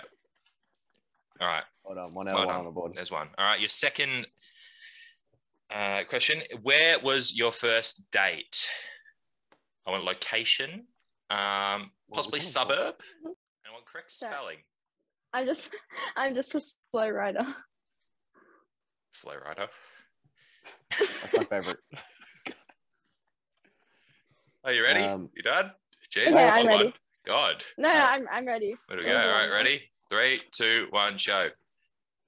Speaker 1: All right.
Speaker 2: Hold on, one
Speaker 1: Well
Speaker 2: hour one
Speaker 1: done.
Speaker 2: on
Speaker 1: <laughs>
Speaker 2: the board.
Speaker 1: There's one. All right. Your second uh, question Where was your first date? I want location, um,
Speaker 2: Well,
Speaker 1: possibly
Speaker 2: we can't afford-
Speaker 1: suburb. And I want correct
Speaker 3: Sorry.
Speaker 1: spelling.
Speaker 3: <laughs> I'm just I'm just a slow rider.
Speaker 1: Flow rider.
Speaker 2: That's my favorite.
Speaker 1: Are you ready?
Speaker 2: Um,
Speaker 1: you done? Jeez,
Speaker 3: Yeah, I'm
Speaker 1: hold on.
Speaker 3: ready.
Speaker 1: God.
Speaker 3: No,
Speaker 1: All right.
Speaker 3: I'm I'm ready.
Speaker 1: Where do we
Speaker 3: That
Speaker 1: go?
Speaker 3: was
Speaker 1: All right,
Speaker 3: awesome.
Speaker 1: ready? Three, two, one, show.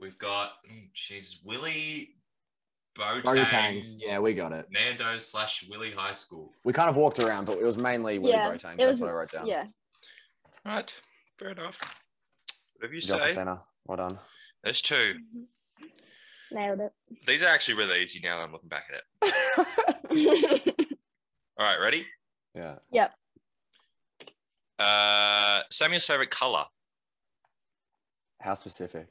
Speaker 1: We've got, mm, jeez, Willie
Speaker 2: Mario
Speaker 1: Botangs.
Speaker 2: Tangs. Yeah, we got it.
Speaker 1: Nando slash Willie High School.
Speaker 2: We kind of walked around, but it was mainly Willie
Speaker 3: Yeah,
Speaker 2: yeah, Botangs.
Speaker 3: it
Speaker 2: That's
Speaker 3: was-
Speaker 2: what I wrote down.
Speaker 3: Yeah.
Speaker 1: All right, fair enough. Whatever you
Speaker 2: Job for
Speaker 1: say.
Speaker 2: Senna. Well <laughs> done.
Speaker 1: There's two.
Speaker 3: Nailed
Speaker 1: These are actually really easy now that I'm looking back at it.
Speaker 3: it.
Speaker 1: All right, ready?
Speaker 2: Yeah.
Speaker 1: Uh, Samuel's favorite color.
Speaker 2: How specific?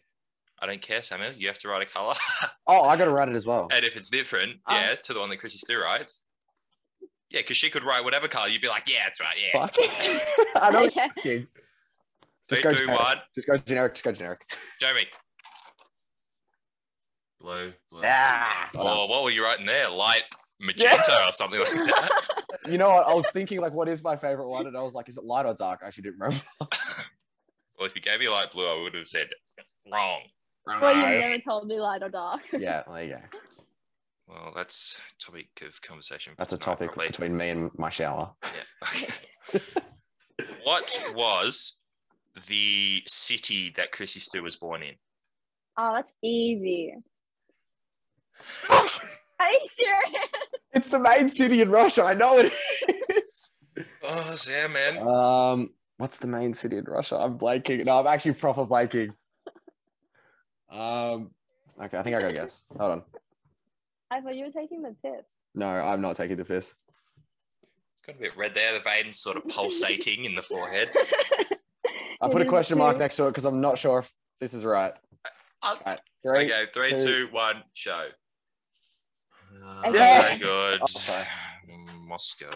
Speaker 1: I don't care, Samuel. You have to write a color. <laughs>
Speaker 2: Oh, I got to write it as well.
Speaker 1: and if it's different,
Speaker 2: Um,
Speaker 3: Oh.
Speaker 1: yeah, to the one that Chrissy Stu writes. Yeah, because she could write whatever color. You'd be like, yeah, that's right. Yeah.
Speaker 2: Fuck. <laughs> I know.
Speaker 3: <laughs> okay.
Speaker 2: Just
Speaker 1: Three,
Speaker 2: go
Speaker 1: two,
Speaker 2: generic.
Speaker 1: one.
Speaker 2: Just go generic. Just go generic.
Speaker 1: Jeremy. Blue. blue.
Speaker 2: Yeah.
Speaker 1: Oh, what were you writing there? Light magenta or something like that. <laughs>
Speaker 2: You know what? I was thinking like, what is my favorite one? And I was like, is it light or dark? I actually didn't remember.
Speaker 1: well, if you gave me light blue, I would have said wrong.
Speaker 3: well, you never told me light or dark.
Speaker 2: <laughs> yeah, there you go.
Speaker 1: Well, that's topic of conversation. for
Speaker 2: That's a
Speaker 1: tonight,
Speaker 2: topic
Speaker 1: probably.
Speaker 2: between me and my shower.
Speaker 1: Yeah. Okay. what was the city that Chrissy Stu was born in?
Speaker 3: Oh, that's
Speaker 1: <laughs>
Speaker 3: easy. Are you serious?
Speaker 2: It's the main city in Russia. I know it is.
Speaker 1: Oh, yeah, man.
Speaker 2: Um, what's the main city in Russia? I'm blanking. No, I'm actually proper blanking. Um, okay, I think I got a guess. Hold on.
Speaker 3: I thought you were taking the piss.
Speaker 2: No, I'm not taking the piss.
Speaker 1: It's got a bit red there. The veins sort of pulsating in the
Speaker 3: <laughs>
Speaker 1: forehead.
Speaker 2: I
Speaker 3: It
Speaker 2: put a
Speaker 3: is
Speaker 2: question mark
Speaker 3: too.
Speaker 2: next to it because I'm not sure if this is right. Alright, three.
Speaker 1: okay, three, two, one,
Speaker 2: two-
Speaker 1: show. Uh,
Speaker 3: Okay.
Speaker 1: Very good.
Speaker 2: Oh, sorry.
Speaker 1: Moscow.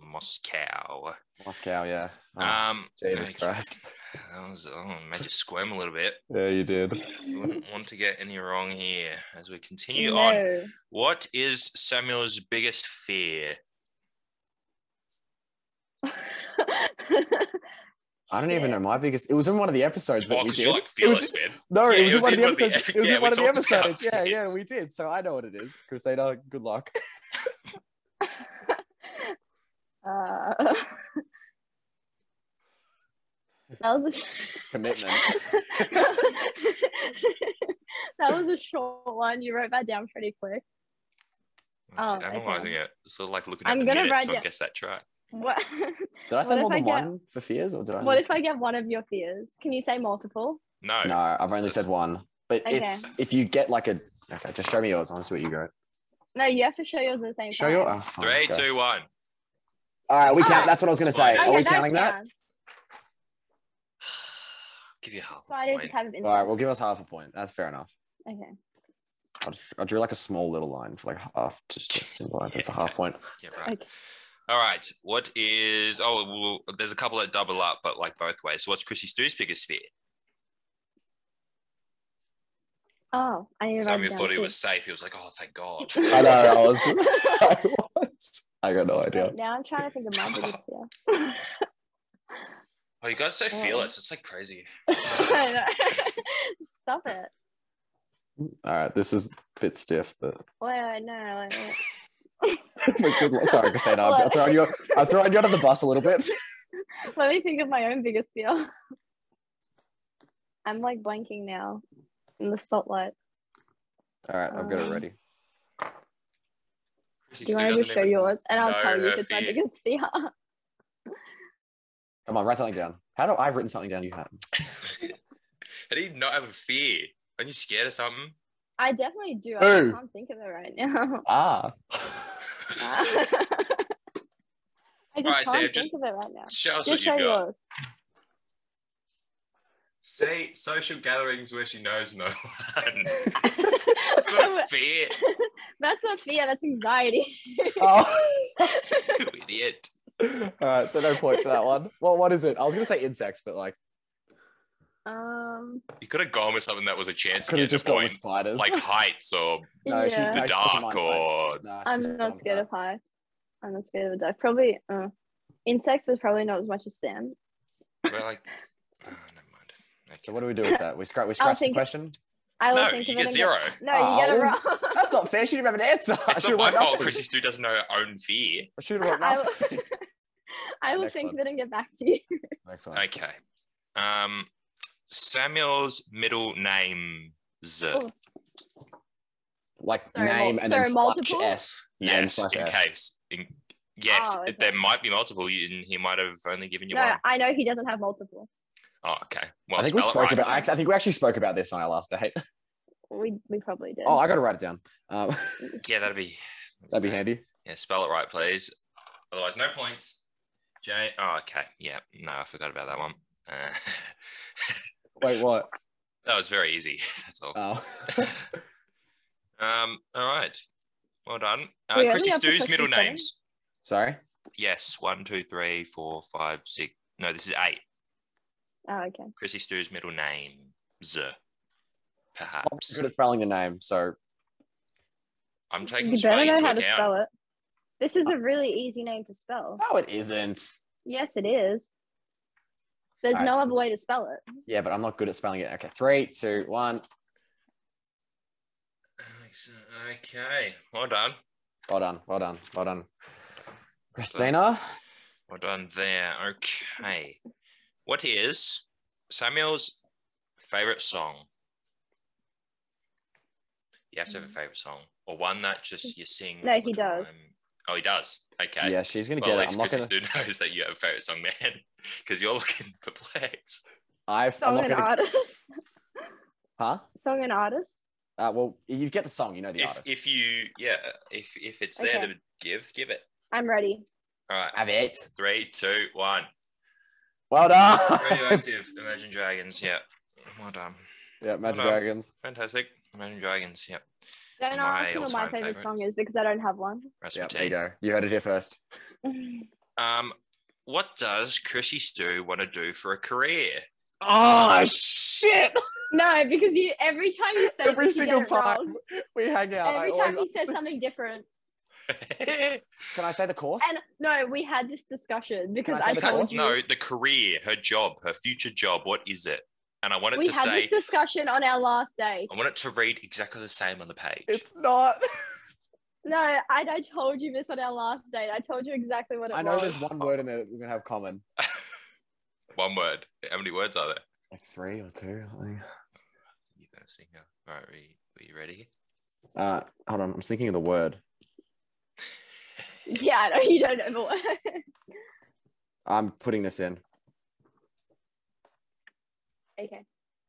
Speaker 1: Moscow.
Speaker 2: Moscow, yeah. Oh,
Speaker 1: um,
Speaker 2: Jesus
Speaker 1: okay.
Speaker 2: Christ.
Speaker 1: That was, oh, made you squirm a little bit.
Speaker 2: Yeah, you did.
Speaker 1: <laughs> Wouldn't want to get any wrong here as we continue
Speaker 3: no.
Speaker 1: on. What is Samuel's biggest fear?
Speaker 2: I don't even
Speaker 3: Yeah.
Speaker 2: know my biggest. It was in one of the episodes that
Speaker 1: Oh,
Speaker 2: we
Speaker 1: because
Speaker 2: did.
Speaker 1: you're like
Speaker 2: It was-
Speaker 1: fearless, man.
Speaker 2: No,
Speaker 1: Yeah,
Speaker 2: it was in one of the episodes. It was
Speaker 1: yeah,
Speaker 2: in one of
Speaker 1: we
Speaker 2: the
Speaker 1: talked about
Speaker 2: episodes. Yeah, yeah,
Speaker 1: this.
Speaker 2: we did. So I know what it is. Crusader, good luck.
Speaker 3: <laughs> Uh, that was a sh-
Speaker 2: Commitment.
Speaker 3: <laughs> that was a short one. You wrote that down pretty quick.
Speaker 1: I'm
Speaker 3: <laughs> Oh,
Speaker 1: just analyzing
Speaker 3: okay.
Speaker 1: it, sort of like looking at
Speaker 3: I'm
Speaker 1: the
Speaker 3: gonna
Speaker 1: minutes.
Speaker 3: write
Speaker 1: so I
Speaker 3: down-
Speaker 1: guess that's right.
Speaker 3: What?
Speaker 2: Did I say
Speaker 3: What if
Speaker 2: more
Speaker 3: I
Speaker 2: than
Speaker 3: get-
Speaker 2: one for fears, or did I?
Speaker 3: what
Speaker 2: miss-
Speaker 3: if I get one of your fears? Can you say multiple?
Speaker 1: No,
Speaker 2: No, I've only
Speaker 1: Oh, That's-
Speaker 2: said one. But
Speaker 3: Okay.
Speaker 2: it's if you get like a okay, just show me yours. I'll see what you got.
Speaker 3: No, you have to show yours at the same
Speaker 2: Show
Speaker 3: time.
Speaker 2: your oh, fuck,
Speaker 1: three,
Speaker 2: okay.
Speaker 1: two, one. <sighs>
Speaker 2: All right, we count.
Speaker 3: Oh.
Speaker 2: That's what I was gonna say.
Speaker 1: Okay,
Speaker 2: Are we
Speaker 1: that
Speaker 2: counting that?
Speaker 3: counts.
Speaker 1: Give you half. a
Speaker 3: Spider is a
Speaker 1: point.
Speaker 3: type of
Speaker 2: All right,
Speaker 3: insect.
Speaker 2: we'll give us half a point. That's fair enough.
Speaker 3: okay.
Speaker 2: I, just, I drew like a small little line for like half, just to symbolize that's a half point.
Speaker 1: Yeah, right.
Speaker 3: Okay.
Speaker 1: All right. What is? Oh, well, there's a couple that double up, but like both ways. So what's Chrissy Stu's biggest fear?
Speaker 3: Oh, I need to write it
Speaker 1: Samuel
Speaker 3: down
Speaker 1: thought he
Speaker 2: <laughs>
Speaker 3: too.
Speaker 1: was safe. He was like, "Oh, thank God."
Speaker 3: <laughs>
Speaker 2: I know. I was. <laughs> I was. I got no idea.
Speaker 3: Wait, <laughs> now I'm trying to think of my biggest
Speaker 2: <laughs>
Speaker 3: fear. <laughs>
Speaker 1: Oh, you guys are so
Speaker 3: Yeah.
Speaker 1: fearless. It's like crazy.
Speaker 3: I know. <laughs> Stop it.
Speaker 2: All right, this is a bit stiff, but <laughs>
Speaker 3: Wait, wait, no, no, wait,
Speaker 2: Wait, good luck. Sorry, Christina. I've thrown you. I've thrown you under the bus a little bit.
Speaker 3: <laughs> Let me think of my own biggest fear. <laughs> I'm like blanking now in the spotlight.
Speaker 2: All right, I've got it ready.
Speaker 1: She
Speaker 3: Do you
Speaker 1: still
Speaker 3: want me to
Speaker 1: doesn't
Speaker 3: show
Speaker 1: even-
Speaker 3: yours? And I'll
Speaker 1: know
Speaker 3: tell you
Speaker 1: her
Speaker 3: if it's my
Speaker 1: fear.
Speaker 3: biggest fear. <laughs>
Speaker 2: Come on, write something down. How do I've written something down? You have.
Speaker 1: <laughs> How do you not have a fear? Aren't you scared of something? <laughs>
Speaker 3: I definitely do. I just
Speaker 2: Ooh.
Speaker 3: can't think of it right now. <laughs>
Speaker 2: Ah. <laughs>
Speaker 3: I just
Speaker 1: Alright,
Speaker 3: can't
Speaker 1: Sam,
Speaker 3: think
Speaker 1: just-
Speaker 3: of it right now.
Speaker 1: Show us
Speaker 3: Just
Speaker 1: what
Speaker 3: show
Speaker 1: you've got.
Speaker 2: <laughs>
Speaker 3: yours.
Speaker 1: Say social gatherings where she knows no <laughs> one. It's
Speaker 3: <laughs> So,
Speaker 1: not fear,
Speaker 3: that's not fear, that's anxiety. <laughs>
Speaker 2: oh.
Speaker 1: <laughs> you idiot.
Speaker 2: <laughs> All right, so no point for that one. Well, what is it? I was gonna say insects, but like
Speaker 3: Um,
Speaker 1: You could have gone with something that was a chance to
Speaker 2: could have
Speaker 1: get just
Speaker 2: just gone with
Speaker 1: point,
Speaker 2: spiders.
Speaker 1: like heights or
Speaker 2: <laughs> no, she-
Speaker 1: the
Speaker 2: no,
Speaker 3: yeah.
Speaker 2: she doesn't
Speaker 1: dark
Speaker 2: mind
Speaker 1: or.
Speaker 2: No, she
Speaker 3: I'm
Speaker 2: doesn't
Speaker 3: not
Speaker 2: mind
Speaker 3: scared
Speaker 2: that.
Speaker 3: of heights. I'm not scared of a dive. Probably uh, insects was probably not as much as Sam.
Speaker 1: Well,
Speaker 3: <laughs>
Speaker 1: like, oh, never mind. Okay.
Speaker 2: So what do we do with that? We scratch. We scratch the
Speaker 3: think-
Speaker 2: question.
Speaker 3: I will
Speaker 1: no,
Speaker 3: think
Speaker 1: you
Speaker 3: of it
Speaker 1: get <laughs>
Speaker 3: and
Speaker 1: zero.
Speaker 3: Go, no, you get it
Speaker 2: Oh.
Speaker 3: wrong.
Speaker 2: <laughs> That's not fair. <laughs> She didn't have an answer.
Speaker 1: It's not my fault. Chrissy Stu doesn't know her own fear.
Speaker 2: I should have
Speaker 3: I
Speaker 2: nothing. <laughs>
Speaker 3: will, <laughs> I will
Speaker 2: Next
Speaker 3: think
Speaker 2: one.
Speaker 3: of it and get back to you.
Speaker 2: Next one.
Speaker 1: Okay. Um, Samuel's middle name. Z.
Speaker 3: Oh,
Speaker 2: Like
Speaker 3: Sorry,
Speaker 2: name
Speaker 3: mul-
Speaker 2: and
Speaker 3: sorry,
Speaker 2: then
Speaker 3: multiple?
Speaker 2: slash s. Name
Speaker 1: Yes,
Speaker 2: slash
Speaker 1: in
Speaker 2: s.
Speaker 1: case. In, yes,
Speaker 3: Oh,
Speaker 1: it- there might be multiple. You, and he might have only given you
Speaker 3: No,
Speaker 1: one.
Speaker 3: I know he doesn't have multiple.
Speaker 1: Oh, okay. Well,
Speaker 2: I think we
Speaker 1: spell it
Speaker 2: spoke
Speaker 1: right.
Speaker 2: about. I, act- I think we actually spoke about this on our last
Speaker 3: <laughs>
Speaker 2: date.
Speaker 3: We we probably did.
Speaker 2: Oh, I got to write it down. Um, <laughs>
Speaker 1: Yeah, that'd be.
Speaker 2: that'd be handy.
Speaker 1: Yeah, spell it right, please. Otherwise, no points. J. Oh, okay. Yeah. No, I forgot about that one. Uh, <laughs>
Speaker 2: Wait, what?
Speaker 1: that was very easy. <laughs> That's
Speaker 3: <laughs>
Speaker 1: all.
Speaker 2: Oh.
Speaker 1: um. All right. Well done.
Speaker 3: We
Speaker 1: Uh,
Speaker 3: only
Speaker 1: Chrissy
Speaker 3: have to
Speaker 1: Stu's middle
Speaker 3: question seven?
Speaker 1: names.
Speaker 2: <laughs> Sorry.
Speaker 1: Yes. One, two, three, four, five, six. No, this is eight.
Speaker 3: Oh, okay.
Speaker 1: Chrissy Stu's middle name. Z.
Speaker 2: I'm
Speaker 1: Perhaps.
Speaker 2: Oh, good at spelling the name, so
Speaker 1: I'm taking
Speaker 3: You
Speaker 1: spelling
Speaker 3: better know
Speaker 1: into
Speaker 3: how
Speaker 1: account.
Speaker 3: to spell it. This is a really easy name to spell.
Speaker 2: no, it isn't.
Speaker 3: Yes, it is. There's
Speaker 2: Alright.
Speaker 3: no other way to spell it.
Speaker 2: Yeah, but I'm not good at spelling it. Okay, three, two, one.
Speaker 1: Okay. Well done.
Speaker 2: Well done. Well done. Well done. Christina.
Speaker 1: Well done there. Okay. What is Samuel's favorite song? You have to have a favorite song or one that just you sing.
Speaker 3: Mm. No,
Speaker 1: all
Speaker 3: he
Speaker 1: the
Speaker 3: does.
Speaker 1: time. Oh, he does. Okay.
Speaker 2: Yeah, she's gonna
Speaker 1: Well,
Speaker 2: get
Speaker 1: at
Speaker 2: it.
Speaker 1: least
Speaker 2: I'm not
Speaker 1: Chrissy
Speaker 2: gonna.
Speaker 1: Stu <laughs> knows that you have a favorite song, man, <laughs> because you're looking perplexed.
Speaker 2: I've, I'm
Speaker 3: Song
Speaker 2: not
Speaker 3: and
Speaker 2: gonna.
Speaker 3: artist.
Speaker 2: Huh?
Speaker 3: <laughs> Song and artist.
Speaker 2: Uh, well, you get the song. You know the
Speaker 1: If,
Speaker 2: artist.
Speaker 1: if you, yeah, if if it's there
Speaker 3: Okay.
Speaker 1: to give, give it.
Speaker 3: I'm ready.
Speaker 1: All right.
Speaker 2: Have it.
Speaker 1: Three, two, one.
Speaker 2: <laughs> Well done.
Speaker 1: Radioactive Imagine Dragons. Yeah. Well done.
Speaker 2: <laughs> yeah, Magic
Speaker 1: Well done.
Speaker 2: Dragons.
Speaker 1: Fantastic. Imagine Dragons. Yeah.
Speaker 3: Don't
Speaker 1: My
Speaker 3: ask me what my
Speaker 1: all-time
Speaker 3: favorite
Speaker 1: favourite.
Speaker 3: song is because I don't have one. <laughs>
Speaker 2: Yeah,
Speaker 1: Rasputin.
Speaker 2: there you go. You heard it here first.
Speaker 1: Um, what does Chrissy Stu want to do for a career?
Speaker 2: Oh
Speaker 1: <laughs>
Speaker 2: shit!
Speaker 3: no, because you every time you say
Speaker 2: Every
Speaker 3: this, you get
Speaker 2: single
Speaker 3: it
Speaker 2: time
Speaker 3: wrong.
Speaker 2: we hang out, I
Speaker 3: every time he
Speaker 2: always- <laughs>
Speaker 3: says something different.
Speaker 2: can I say the course?
Speaker 3: And no, we had this discussion because
Speaker 2: I
Speaker 3: I,
Speaker 2: say the
Speaker 3: told
Speaker 2: course?
Speaker 3: you
Speaker 1: no, the career, her job, her future job. What is it? And I want it
Speaker 3: we
Speaker 1: to
Speaker 3: had
Speaker 1: say, Oh.
Speaker 3: this discussion on our last day.
Speaker 1: I want it to read exactly the same on the page.
Speaker 2: It's not.
Speaker 3: No, I, I told you this on our last date. I told you exactly what it
Speaker 2: I know
Speaker 3: was.
Speaker 2: there's one word in there that we're gonna have common.
Speaker 1: One word. How many words are there?
Speaker 2: Like three or two. or something.
Speaker 1: You don't see. No. All right, are you, are you ready?
Speaker 2: Uh, hold on. I'm just thinking of the word.
Speaker 3: <laughs> Yeah, I know you don't know. the word. <laughs>
Speaker 2: I'm putting this in.
Speaker 3: okay.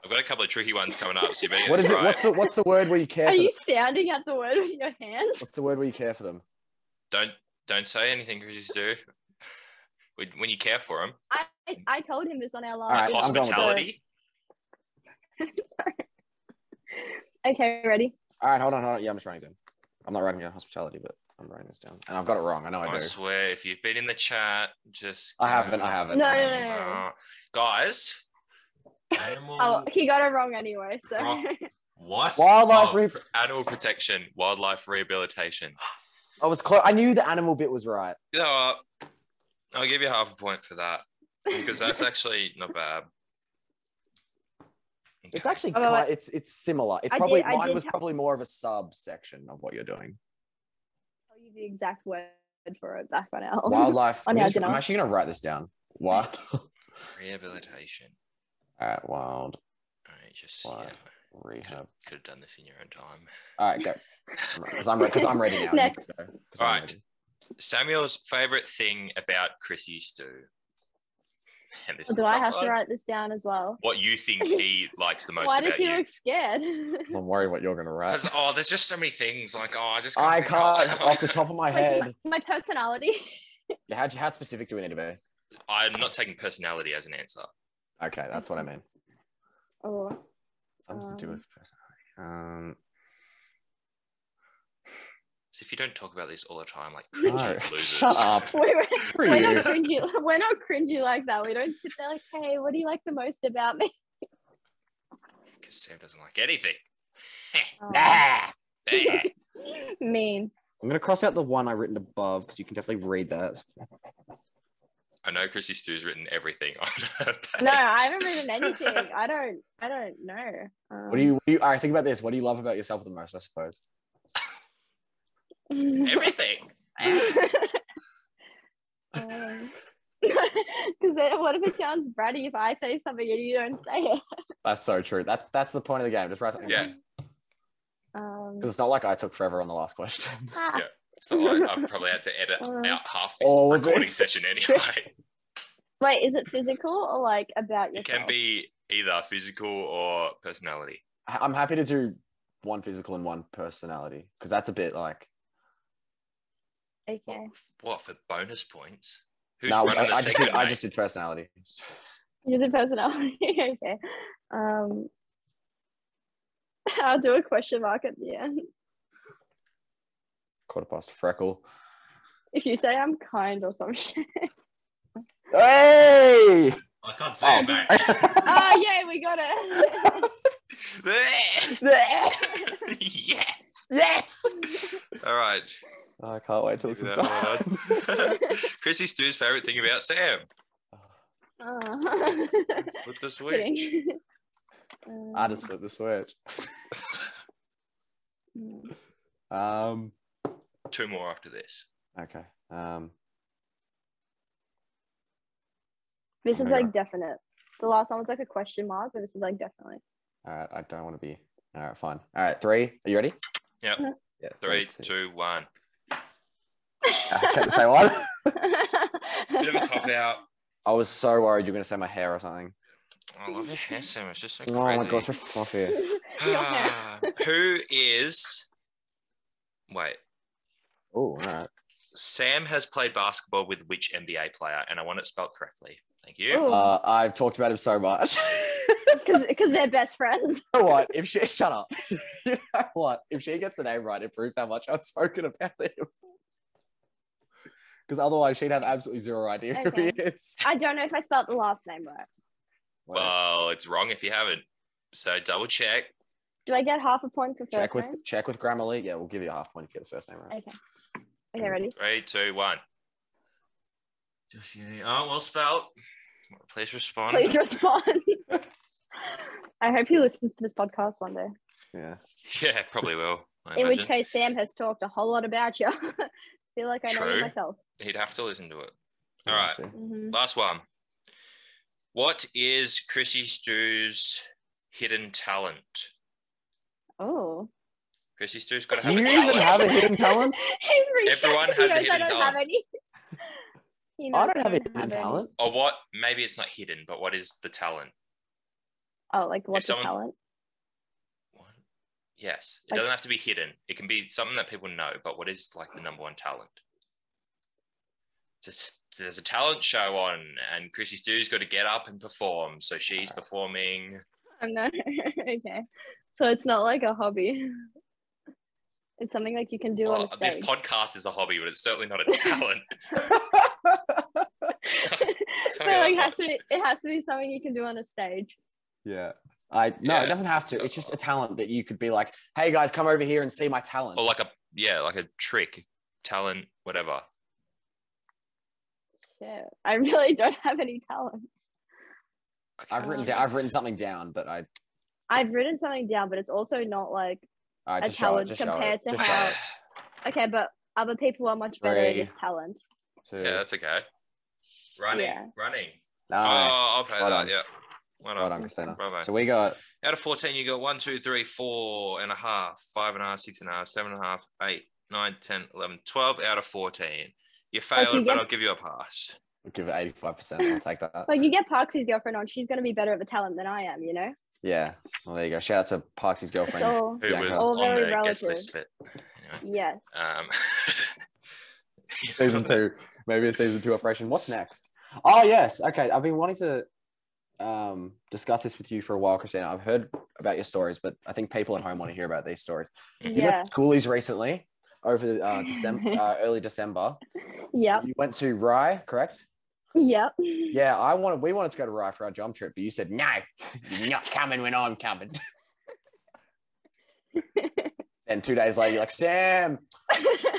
Speaker 1: I've got a couple of tricky ones coming up. So you better get
Speaker 2: What
Speaker 1: this
Speaker 2: is it?
Speaker 1: right.
Speaker 2: What's the what's the word where you care?
Speaker 3: Are
Speaker 2: For
Speaker 3: you
Speaker 2: them?
Speaker 3: sounding at the word with your hands?
Speaker 2: What's the word where you care for them?
Speaker 1: Don't don't say anything, Chrissy Stu. <laughs> When- When you care for him,
Speaker 3: I I told him this on our
Speaker 2: All right,
Speaker 3: last.
Speaker 1: like
Speaker 2: I'm going with it.
Speaker 1: hospitality.
Speaker 3: Okay, ready.
Speaker 2: All right, hold on, hold on. Yeah, I'm just writing it down. I'm not writing down hospitality, but I'm writing this down, and I've got it wrong. I know I
Speaker 1: I
Speaker 2: do.
Speaker 1: swear, if you've been in the chat, just
Speaker 2: I haven't. I haven't.
Speaker 3: No, no, no, no.
Speaker 1: Uh, guys, animal,
Speaker 3: Oh, <laughs> he got it wrong anyway. So
Speaker 1: Um, Wrong. what?
Speaker 2: Wildlife
Speaker 1: Oh,
Speaker 2: re-
Speaker 1: pr- animal protection, wildlife rehabilitation.
Speaker 2: I was close. I knew the animal bit was right.
Speaker 1: You know what? I'll give you half a point for that
Speaker 3: <laughs>
Speaker 1: because that's actually not bad.
Speaker 2: It's
Speaker 1: Okay.
Speaker 2: actually
Speaker 3: Oh, wait,
Speaker 2: quite, it's it's similar. It's
Speaker 3: I
Speaker 2: probably
Speaker 3: did- I
Speaker 2: mine
Speaker 3: did
Speaker 2: was
Speaker 3: ha-
Speaker 2: probably more of a subsection of what you're doing.
Speaker 3: tell you the exact word for it back right now. <laughs>
Speaker 2: Wildlife.
Speaker 3: On
Speaker 2: I'm,
Speaker 3: our
Speaker 2: just- I'm
Speaker 3: dinner.
Speaker 2: actually gonna write this down. Wild. <laughs>
Speaker 1: Rehabilitation.
Speaker 2: All right, wild
Speaker 1: All right, just
Speaker 2: Wow.
Speaker 1: yeah,
Speaker 2: rehab.
Speaker 1: could have done this in your own time.
Speaker 2: All right, go. Because I'm because I'm ready now. You
Speaker 3: Next.
Speaker 2: go, 'cause
Speaker 1: All
Speaker 2: I'm
Speaker 1: right.
Speaker 2: ready.
Speaker 1: Samuel's favorite thing about Chrissy Stew. <laughs> And this
Speaker 3: Or
Speaker 1: is
Speaker 3: Oh, do I
Speaker 1: tough
Speaker 3: have to
Speaker 1: one.
Speaker 3: write this down as well?
Speaker 1: What you
Speaker 3: <laughs>
Speaker 1: think he likes the most
Speaker 3: Why
Speaker 1: about
Speaker 3: does he
Speaker 1: you?
Speaker 3: look scared?
Speaker 2: 'Cause I'm worried what you're gonna write.
Speaker 1: Because oh, there's just so many things. Like oh, I just
Speaker 2: I
Speaker 1: think of- <laughs>
Speaker 2: can't off the top of
Speaker 3: <laughs>
Speaker 2: my
Speaker 3: <laughs> Like,
Speaker 2: head.
Speaker 3: my personality. <laughs>
Speaker 2: Yeah, how, how specific do we need to be?
Speaker 1: I'm not taking personality as an answer.
Speaker 2: Okay, that's what I mean.
Speaker 3: Oh,
Speaker 2: Something to do with personality. Um,
Speaker 1: So if you don't talk about this all the time, like
Speaker 3: No.
Speaker 1: cringy losers.
Speaker 2: Shut
Speaker 1: <laughs>
Speaker 2: up.
Speaker 3: we're,
Speaker 2: Screw
Speaker 3: we're
Speaker 2: you.
Speaker 3: not cringy. <laughs> We're not cringy like that. We don't sit there like, hey, what do you like the most about me? <laughs>
Speaker 1: Because Sam doesn't like anything.
Speaker 3: Oh.
Speaker 1: <laughs> Nah. Nah.
Speaker 3: <laughs> mean.
Speaker 2: I'm gonna cross out the one I written above because you can definitely read that.
Speaker 1: I know Chrissy Stu's written everything on her <laughs> page.
Speaker 3: No, I haven't written anything. I don't. I don't know. Um,
Speaker 2: What do you?
Speaker 3: <laughs>
Speaker 2: What do you all right, think about this. What do you love about yourself the most? I suppose.
Speaker 1: <laughs> everything.
Speaker 3: <laughs> Because then, what if Um, it sounds bratty if I say something and you don't say it?
Speaker 2: That's so true. That's that's the point of the game. Just write something.
Speaker 1: Yeah.
Speaker 3: Um,
Speaker 2: Because it's not like I took forever on the last question. <laughs>
Speaker 3: ah,
Speaker 1: Yeah. So I, I've probably had to
Speaker 3: <laughs>
Speaker 1: edit
Speaker 3: Um,
Speaker 1: out half this
Speaker 2: all of
Speaker 1: recording
Speaker 2: it.
Speaker 1: session
Speaker 2: <laughs>
Speaker 1: anyway.
Speaker 3: Wait, is it physical or like about
Speaker 1: It
Speaker 3: yourself?
Speaker 1: can be either physical or personality.
Speaker 2: I- I'm happy to do one physical and one personality because that's a bit like.
Speaker 3: Okay.
Speaker 1: What for bonus points? Who's
Speaker 2: no,
Speaker 1: running
Speaker 2: I,
Speaker 1: the
Speaker 2: I just
Speaker 1: segment?
Speaker 2: did, I
Speaker 1: mate?
Speaker 2: just did personality. <laughs>
Speaker 3: Is it personality? <laughs> okay. Um, I'll do a question mark at the end.
Speaker 2: Quarter past freckle.
Speaker 3: If you say I'm kind
Speaker 2: <laughs>
Speaker 3: or <laughs> something.
Speaker 2: Hey!
Speaker 1: I can't see it, mate.
Speaker 3: oh, yeah, we got it.
Speaker 2: Oh.
Speaker 1: <laughs> yes.
Speaker 3: <laughs>
Speaker 2: yes!
Speaker 1: All right.
Speaker 2: <laughs>
Speaker 1: <laughs>
Speaker 2: I can't wait till this is
Speaker 1: Leave that
Speaker 2: done. <laughs>
Speaker 1: Chrissy Stu's favorite thing about Sam.
Speaker 3: <laughs> Oh.
Speaker 1: Flip the switch.
Speaker 2: <laughs>
Speaker 3: Kidding. Um,
Speaker 2: I just flipped the switch.
Speaker 3: mm.
Speaker 2: Um.
Speaker 1: Two more after this.
Speaker 2: Okay. Um.
Speaker 3: This is
Speaker 2: Yeah.
Speaker 3: like definite. The last one was like a question mark, but this is like definitely.
Speaker 2: All right. I don't want to be. All right. Fine. All right. Three. Are you ready?
Speaker 1: Yep.
Speaker 2: Yeah.
Speaker 1: Three,
Speaker 2: <laughs>
Speaker 1: two, one.
Speaker 2: Okay,
Speaker 3: <laughs>
Speaker 2: say what?
Speaker 1: <laughs> Bit of a cop out.
Speaker 2: I was so worried you were gonna say my hair or something.
Speaker 1: I love your hair, Sam. It's just so crazy.
Speaker 2: Oh my god, it's
Speaker 1: <laughs>
Speaker 2: so fluffy.
Speaker 3: Your hair.
Speaker 1: Ah, <sighs> who is? Wait,
Speaker 2: Oh, all right.
Speaker 1: Sam has played basketball with which NBA player? And I want it spelled correctly. Thank you.
Speaker 3: Because
Speaker 2: Uh, I've talked about him so much. <laughs> you
Speaker 3: they're best friends.
Speaker 2: know what? If she shut up. <laughs> you know what? If she gets the name right, it proves how much I've spoken about him. <laughs> Because otherwise, she'd have absolutely zero idea who he is.
Speaker 3: I don't know if I spelled the last name right.
Speaker 2: Wait,
Speaker 1: Well, it's wrong if you haven't. So double check.
Speaker 3: Do I get half a point for first
Speaker 2: check with
Speaker 3: name?
Speaker 2: check with Grammarly. Yeah, we'll give you a half point if you get the first name right.
Speaker 3: Okay. Okay, ready?
Speaker 1: Three, two, one. Just you. Oh, well spelled. Please respond.
Speaker 3: Please respond. <laughs> I hope he listens to this podcast one day.
Speaker 2: Yeah.
Speaker 1: <laughs> Yeah, probably will. I
Speaker 3: In which
Speaker 1: imagine.
Speaker 3: case, Sam has talked a whole lot about you. <laughs> Feel like I know
Speaker 1: True.
Speaker 3: you myself.
Speaker 1: He'd have to listen to it. All right.
Speaker 3: Mhm.
Speaker 1: Last one. What is Chrissy Stu's hidden talent?
Speaker 3: Oh.
Speaker 1: Chrissy Stu's got to
Speaker 2: Do
Speaker 1: have
Speaker 2: you
Speaker 1: a
Speaker 2: even
Speaker 1: talent.
Speaker 2: have a hidden talent?
Speaker 3: <laughs> He's reached
Speaker 1: Everyone
Speaker 3: out.
Speaker 1: has a
Speaker 3: He knows I
Speaker 1: hidden
Speaker 3: don't
Speaker 1: talent.
Speaker 3: have any. <laughs> He knows
Speaker 2: I don't have a
Speaker 3: any.
Speaker 2: hidden talent.
Speaker 1: or what? Maybe it's not hidden, but what is the talent?
Speaker 3: Oh, like what's
Speaker 1: someone-
Speaker 3: a talent?
Speaker 1: What? Yes, it
Speaker 3: Like-
Speaker 1: doesn't have to be hidden. It can be something that people know. But what is like the number one talent? Just- There's a talent show on, and Chrissy Stu's got to get up and perform. So she's performing.
Speaker 3: Oh, no. <laughs> okay. So it's not like a hobby. <laughs> It's something like you can do on
Speaker 1: Well,
Speaker 3: a
Speaker 1: this
Speaker 3: stage.
Speaker 1: podcast is a hobby, but it's certainly
Speaker 3: <laughs>
Speaker 1: not a talent.
Speaker 3: but <laughs>
Speaker 1: Sorry, I
Speaker 3: like, has to
Speaker 1: watched.
Speaker 3: be, it has to be something you can do on a stage.
Speaker 2: Yeah. I no,
Speaker 1: Yeah.
Speaker 2: it doesn't have to. It's just a talent that you could be like, hey guys, come over here and see my talent.
Speaker 1: or like a yeah, like a trick, talent, whatever.
Speaker 3: Shit. I really <laughs> don't have any talent.
Speaker 1: I can't
Speaker 2: I've written
Speaker 1: see
Speaker 2: down, I've written something down, but I
Speaker 3: I've written something down, but it's also not like
Speaker 2: I
Speaker 3: a
Speaker 2: just show it,
Speaker 3: talent
Speaker 2: just show
Speaker 3: compared
Speaker 2: it,
Speaker 3: to
Speaker 2: just show
Speaker 3: how.
Speaker 2: it.
Speaker 3: Okay, but Other people are much better at
Speaker 2: Three.
Speaker 3: this talent.
Speaker 2: Two.
Speaker 1: Yeah, that's okay. Running,
Speaker 3: Yeah.
Speaker 1: running.
Speaker 2: Ah, Nice.
Speaker 1: Oh, I'll play
Speaker 2: Well
Speaker 1: that.
Speaker 2: done.
Speaker 1: Yeah. Why not?
Speaker 2: well done, Christina.
Speaker 1: Bravo.
Speaker 2: So we got
Speaker 1: Out of 14, you got one, two, three, four and a half, five and a half, six and a half, seven and a half, eight, nine, 10, 11, 12 out of 14. You failed,
Speaker 3: you
Speaker 1: but
Speaker 3: get-
Speaker 1: I'll give you a pass.
Speaker 2: we'll give it 85%. I'll take that.
Speaker 3: Like you get Parksy's girlfriend on, she's gonna be better of a talent than I am, you know?
Speaker 2: Yeah. Well, there you go. Shout out to Parksy's
Speaker 3: It's
Speaker 2: girlfriend.
Speaker 3: all
Speaker 1: Who
Speaker 2: Yeah,
Speaker 1: was
Speaker 2: it's
Speaker 3: all
Speaker 1: on the
Speaker 3: very
Speaker 1: guest
Speaker 3: relative.
Speaker 1: list, but anyway.
Speaker 3: yes.
Speaker 1: Um,
Speaker 2: <laughs>
Speaker 1: <laughs>
Speaker 2: season two. Maybe a season two operation. What's next? Oh, yes. Okay. I've been wanting to um, discuss this with you for a while, Christina. I've heard about your stories, but I think people at home want to hear about these stories. You
Speaker 3: Yeah.
Speaker 2: went to schoolies recently over the uh, December,
Speaker 3: <laughs>
Speaker 2: uh, early December.
Speaker 3: Yep.
Speaker 2: You went to Rye, correct?
Speaker 3: Yep.
Speaker 2: Yeah, I wanted. We wanted to go to Rye for our jump trip, but you said no. You're not coming when I'm
Speaker 3: <laughs>
Speaker 2: coming. and two days later, you're like,
Speaker 3: <laughs>
Speaker 2: Sam,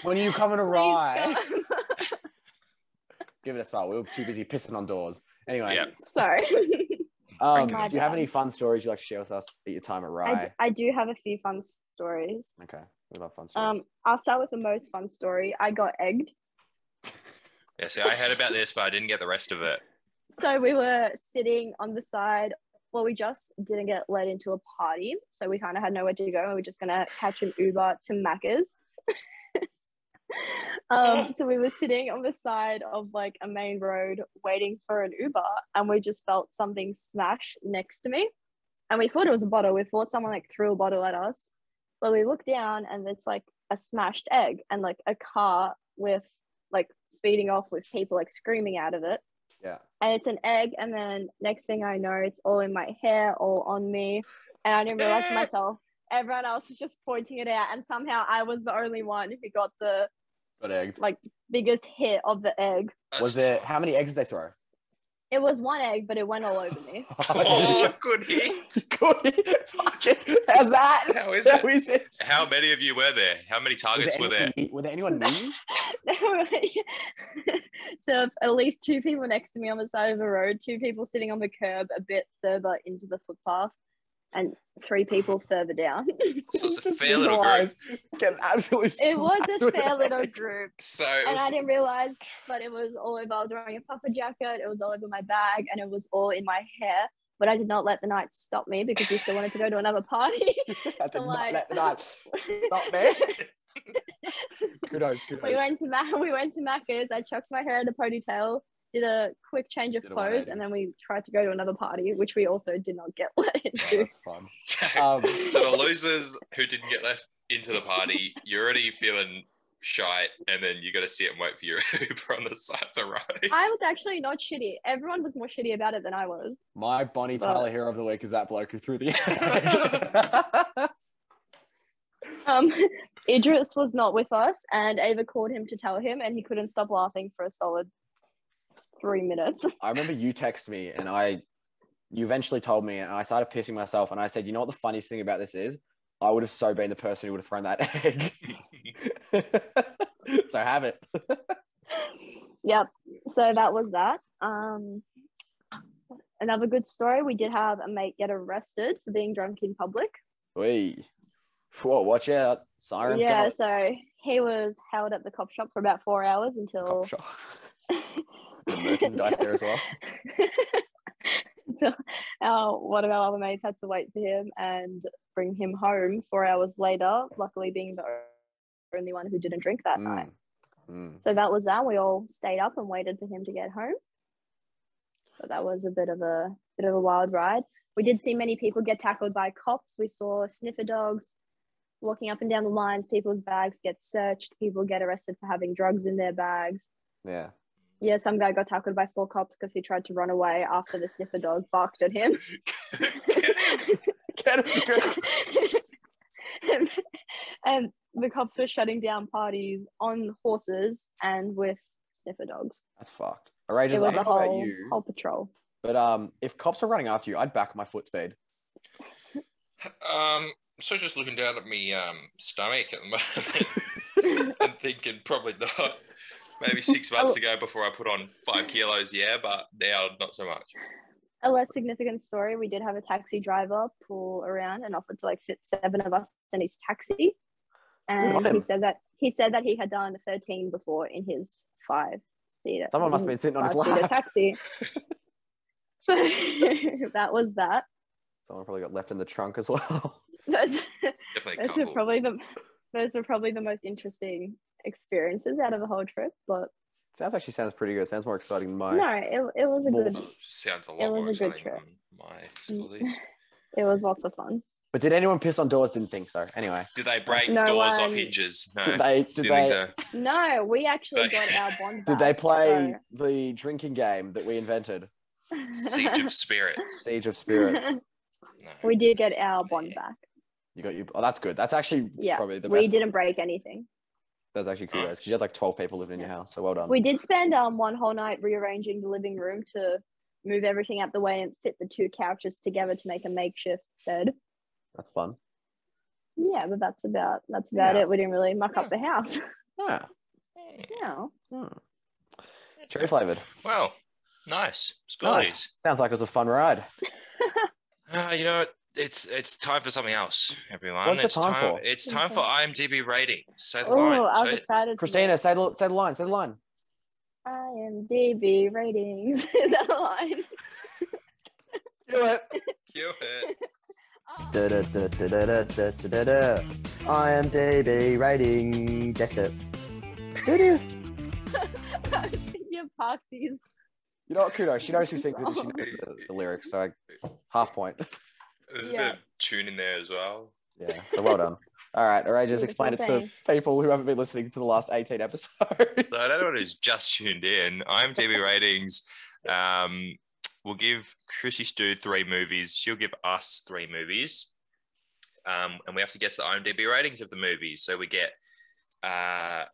Speaker 2: when are you coming to
Speaker 3: Please
Speaker 2: Rye?
Speaker 3: come.
Speaker 2: Give it a spot. We were too busy pissing on doors. Anyway,
Speaker 1: Yeah.
Speaker 3: <laughs> Sorry.
Speaker 2: um,
Speaker 3: Oh My
Speaker 2: do you have
Speaker 3: bad.
Speaker 2: any fun stories you like to share with us at your time at
Speaker 3: I,
Speaker 2: Rye?
Speaker 3: d- I do have a few fun stories.
Speaker 2: Okay, we love fun stories.
Speaker 3: Um, I'll start with the most fun story. I got egged.
Speaker 1: yeah, see, I heard about this, but I didn't get the rest of it.
Speaker 3: So we were sitting on the side. Well, we just didn't get let into a party, so we kind of had nowhere to go, and we are just gonna catch an Uber to Macca's. <laughs> um, so we were sitting on the side of like a main road, waiting for an Uber, and we just felt something smash next to me, and we thought it was a bottle. We thought someone like threw a bottle at us, but we looked down, and it's like a smashed egg, and like a car with like speeding off with people like screaming out of it
Speaker 2: yeah.
Speaker 3: and it's an egg. And then next thing I know, it's all in my hair, all on me. And I didn't realize it myself. Everyone else was just pointing it out. And somehow I was the only one who got the
Speaker 2: Got egged.
Speaker 3: biggest hit of the egg.
Speaker 2: Was there how many eggs did they throw? <laughs>
Speaker 3: It was one egg, but it went all over me. <laughs>
Speaker 1: Oh, good hit.
Speaker 2: Good. <laughs> Fucking- How's that?
Speaker 1: How <laughs> is
Speaker 2: How
Speaker 1: it?
Speaker 2: is it?
Speaker 1: How many of you were there? How many
Speaker 2: Was
Speaker 1: targets were there?
Speaker 2: anyone- Were there
Speaker 1: <laughs>
Speaker 2: anyone new?
Speaker 3: so at least two people next to me on the side of the road, two people sitting on the curb a bit further into the footpath, and three people further down. <laughs>
Speaker 1: So it's a fair little group.
Speaker 2: Get absolutely
Speaker 3: It was
Speaker 2: smacked
Speaker 3: a
Speaker 2: with
Speaker 3: fair
Speaker 2: an
Speaker 3: little
Speaker 2: egg.
Speaker 3: group.
Speaker 1: So it
Speaker 3: and I
Speaker 1: was,
Speaker 3: didn't realize, but it was all over. I was wearing a puffer jacket, it was all over my bag, and it was all in my hair. But I did not let the night stop me because we still wanted to go to another party.
Speaker 2: I did
Speaker 3: So,
Speaker 2: not
Speaker 3: like-
Speaker 2: let that
Speaker 3: <laughs>
Speaker 2: stop me. kudos, kudos.
Speaker 3: we went to Mac- we went to Macca's. I chucked my hair in a ponytail, did a quick change of
Speaker 2: Did a
Speaker 3: clothes,
Speaker 2: 180.
Speaker 3: and then we tried to go to another party, which we also did not get <laughs> let
Speaker 2: Oh, <laughs>
Speaker 3: into.
Speaker 2: that's fun.
Speaker 1: <laughs> so
Speaker 2: Um,
Speaker 1: the losers who didn't get left into the party, you're already feeling shite, and then you got to sit and wait for your <laughs> Uber on the side of the road.
Speaker 3: I was actually not shitty. Everyone was more shitty about it than I was.
Speaker 2: my Bonnie
Speaker 3: But-
Speaker 2: Tyler hero of the week is that bloke who threw
Speaker 3: <laughs>
Speaker 2: the.
Speaker 3: Um, <laughs> Idris was not with us, and Ava called him to tell him, and he couldn't stop laughing for a solid three minutes. <laughs>
Speaker 2: I remember you texted me and I, you eventually told me and I started pissing myself and I said, you know what the funniest thing about this is? I would have so been the person who would have thrown that
Speaker 1: <laughs>
Speaker 2: egg. <laughs> so have it. <laughs>
Speaker 3: yep. So that was that. Um, another good story. We did have a mate get arrested for being drunk in public.
Speaker 2: Wait. Whoa, watch out. Sirens
Speaker 3: yeah.
Speaker 2: yeah,
Speaker 3: So he was held at the cop shop for about four hours until
Speaker 2: cop shop.
Speaker 3: <laughs>
Speaker 2: The merchandise there as well.
Speaker 3: <laughs> until our, one of our other mates had to wait for him and bring him home four hours later. Luckily, being the only one who didn't drink that night.
Speaker 2: Mm. Mm.
Speaker 3: So that was that. We all stayed up and waited for him to get home. But that was a bit of a bit of a wild ride. We did see many people get tackled by cops. We saw sniffer dogs walking up and down the lines. People's bags get searched. People get arrested for having drugs in their bags.
Speaker 2: Yeah.
Speaker 3: Yeah, some guy got tackled by four cops because he tried to run away after the sniffer dog barked at him. <laughs>
Speaker 2: Get him, get him.
Speaker 3: and, and Um, the cops were shutting down parties on horses and with sniffer dogs.
Speaker 2: That's fucked. Outrageous. I
Speaker 3: it was
Speaker 2: don't
Speaker 3: a
Speaker 2: know about
Speaker 3: whole,
Speaker 2: you,
Speaker 3: whole patrol.
Speaker 2: but um, if cops are running after you, I'd back my foot speed.
Speaker 1: <laughs> Um, so just looking down at me um, stomach at the
Speaker 3: <laughs>
Speaker 1: moment and thinking probably not. Maybe six
Speaker 3: Oh.
Speaker 1: months ago before I put on five kilos, yeah, but now not so much.
Speaker 3: A less significant story, we did have a taxi driver pull around and offered to like fit seven of us in his taxi. and
Speaker 2: Love
Speaker 3: he
Speaker 2: him.
Speaker 3: said that he said that he had done 13 before in his five seater. Mm.
Speaker 2: Someone must have been sitting on his
Speaker 3: five-seater
Speaker 2: lap. <laughs>
Speaker 3: taxi. so <laughs> that was that.
Speaker 2: Someone probably got left in the trunk as well. <laughs>
Speaker 3: Those,
Speaker 1: Definitely a
Speaker 3: those are
Speaker 1: couple.
Speaker 3: probably the those were probably the most interesting experiences out of the whole trip. But
Speaker 2: Sounds actually sounds pretty good. Sounds more exciting than mine.
Speaker 3: no, it, it was a
Speaker 2: More-
Speaker 3: good.
Speaker 1: Uh, Sounds a lot
Speaker 3: It was
Speaker 1: more
Speaker 3: a good
Speaker 1: exciting
Speaker 3: trip. Mm.
Speaker 1: than my facilities.
Speaker 3: It was lots of fun.
Speaker 2: But did anyone piss on doors? Didn't think so. Anyway,
Speaker 1: Did they break
Speaker 3: No
Speaker 1: doors off
Speaker 3: one-
Speaker 1: hinges? No.
Speaker 2: did they? Did
Speaker 1: Didn't think
Speaker 2: they?
Speaker 1: so.
Speaker 3: No, we actually
Speaker 1: But-
Speaker 3: got our bond.
Speaker 2: Did they
Speaker 3: back,
Speaker 2: play the drinking game that we invented,
Speaker 3: so-
Speaker 1: Siege
Speaker 3: <laughs>
Speaker 1: of Spirits.
Speaker 2: Siege of Spirits?
Speaker 1: No.
Speaker 3: we did get our bond back.
Speaker 2: You got you. Oh, that's good. That's actually
Speaker 3: Yeah,
Speaker 2: probably the
Speaker 3: We
Speaker 2: best.
Speaker 3: didn't break anything.
Speaker 2: That's actually cool because you had like twelve people living in your house. So well done.
Speaker 3: We did spend um one whole night rearranging the living room to move everything out the way and fit the two couches together to make a makeshift bed.
Speaker 2: that's fun.
Speaker 3: Yeah, but that's about that's about
Speaker 2: Yeah.
Speaker 3: it. We didn't really muck up
Speaker 2: <laughs>
Speaker 3: the house.
Speaker 2: Yeah.
Speaker 3: no.
Speaker 2: Hmm. Cherry flavored.
Speaker 1: Well, nice. Schoolies.
Speaker 2: Nice. Sounds like it was a fun ride.
Speaker 1: Ah, you know, it's it's time for something else, everyone.
Speaker 2: What's the
Speaker 1: it's
Speaker 2: time for?
Speaker 1: It's time for IMDb ratings. Say the
Speaker 3: Oh,
Speaker 1: line.
Speaker 3: I was
Speaker 1: Say-
Speaker 3: excited. to-
Speaker 2: Christina, say the, say the line. Say the line.
Speaker 3: IMDb ratings <laughs> is that a line?
Speaker 2: Do it.
Speaker 1: Cue it.
Speaker 2: Da-da-da-da-da-da-da-da. IMDb rating. Guess it. Do-do.
Speaker 3: Your parties.
Speaker 2: You know what? Kudos. She knows who sings
Speaker 3: <laughs>
Speaker 2: it. and She knows the, the lyrics. So I, half point.
Speaker 1: There's a
Speaker 3: Yeah.
Speaker 1: bit of tune in there as well.
Speaker 2: <laughs> Yeah. So well done. All right. All right. Just
Speaker 3: Beautiful
Speaker 2: explain it to
Speaker 3: thing.
Speaker 2: people who haven't been listening to the last 18 episodes.
Speaker 1: So I don't know who's just tuned in.
Speaker 2: <laughs>
Speaker 1: IMDb ratings. Um, we'll give Chrissy Stu three movies. She'll give us three movies. Um, and we have to guess the IMDb ratings of the movies. So we get uh,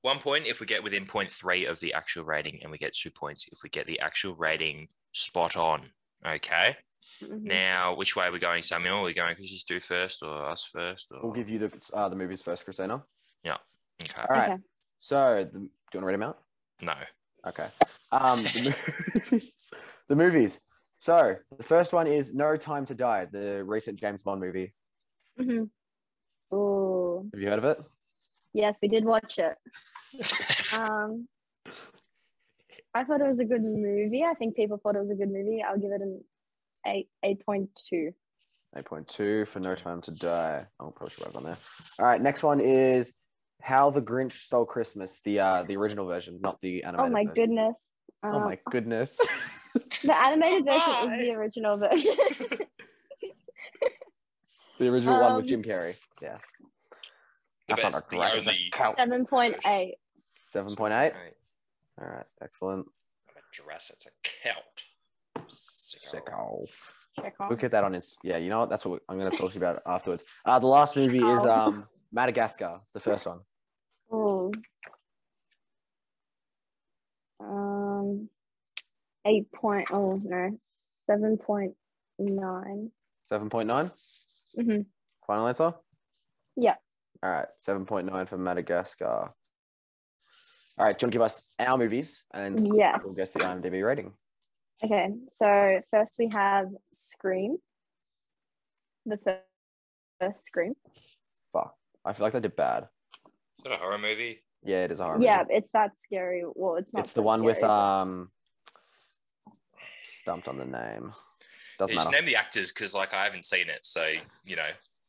Speaker 1: one point if we get within point three of the actual rating, and we get two points if we get the actual rating spot on. Okay.
Speaker 2: Mm-hmm.
Speaker 3: Mhm.
Speaker 1: Now, which way are we going, Samuel? Are we going Chrissy Stu first or us first? Or...
Speaker 2: We'll give you the uh, the movies first, Christina.
Speaker 1: Okay.
Speaker 2: All right.
Speaker 3: Okay.
Speaker 2: So, the, do you want to read them out?
Speaker 1: No. <laughs>
Speaker 2: Okay. Um, the, movies, <laughs> the movies. So, the first one is No Time to Die, the recent James Bond movie.
Speaker 3: Mhm. Ooh.
Speaker 2: Have you heard of it?
Speaker 3: Yes, we did watch it. Um, I thought it was a good movie. I think people thought it was a good movie. I'll give it an eight eight point two.
Speaker 2: 8.2 for No Time to Die. I'll probably should work on there. All right. Next one is How the Grinch Stole Christmas, the uh, the original version, not the
Speaker 3: Oh
Speaker 2: animated.
Speaker 3: my
Speaker 2: version.
Speaker 3: goodness! Um,
Speaker 2: Oh <laughs> my goodness.
Speaker 3: The animated version
Speaker 1: Why?
Speaker 3: is the original version. <laughs>
Speaker 2: the original one with
Speaker 3: Um,
Speaker 2: Jim Carrey. Yeah.
Speaker 1: The
Speaker 2: I found
Speaker 1: best,
Speaker 2: a
Speaker 1: the
Speaker 2: great
Speaker 1: only. <laughs>
Speaker 2: count.
Speaker 3: Seven point eight.
Speaker 2: 7.8. All right. Excellent.
Speaker 1: I'm a dress. It's a count. Sicko.
Speaker 2: Sick off.
Speaker 3: Check on.
Speaker 2: Look at that on his. Yeah, you know what? That's what we- I'm going to talk to you about afterwards. Uh, the last movie is
Speaker 3: Ow.
Speaker 2: um Madagascar, the first one.
Speaker 3: Ooh. Um, eight point. Oh no, seven point nine.
Speaker 2: Seven point nine.
Speaker 3: Mhm.
Speaker 2: Mm-hmm. Final answer.
Speaker 3: Yeah.
Speaker 2: All right, seven point nine for Madagascar. All right, do you want to give us our movies and
Speaker 3: Mm-hmm. Yes.
Speaker 2: we'll guess the IMDb rating?
Speaker 3: Okay, so first we have Scream. The fir- first Scream.
Speaker 2: Fuck, I feel like I did bad.
Speaker 1: Is that a horror movie?
Speaker 2: Yeah, it is a horror.
Speaker 3: yeah,
Speaker 2: movie.
Speaker 3: it's that scary. Well, it's not.
Speaker 2: it's the
Speaker 3: so
Speaker 2: one with
Speaker 3: scary, but-
Speaker 2: um. Stumped on the name. Doesn't
Speaker 1: Just
Speaker 2: matter.
Speaker 1: name the actors because, like, I haven't seen it. So, you know,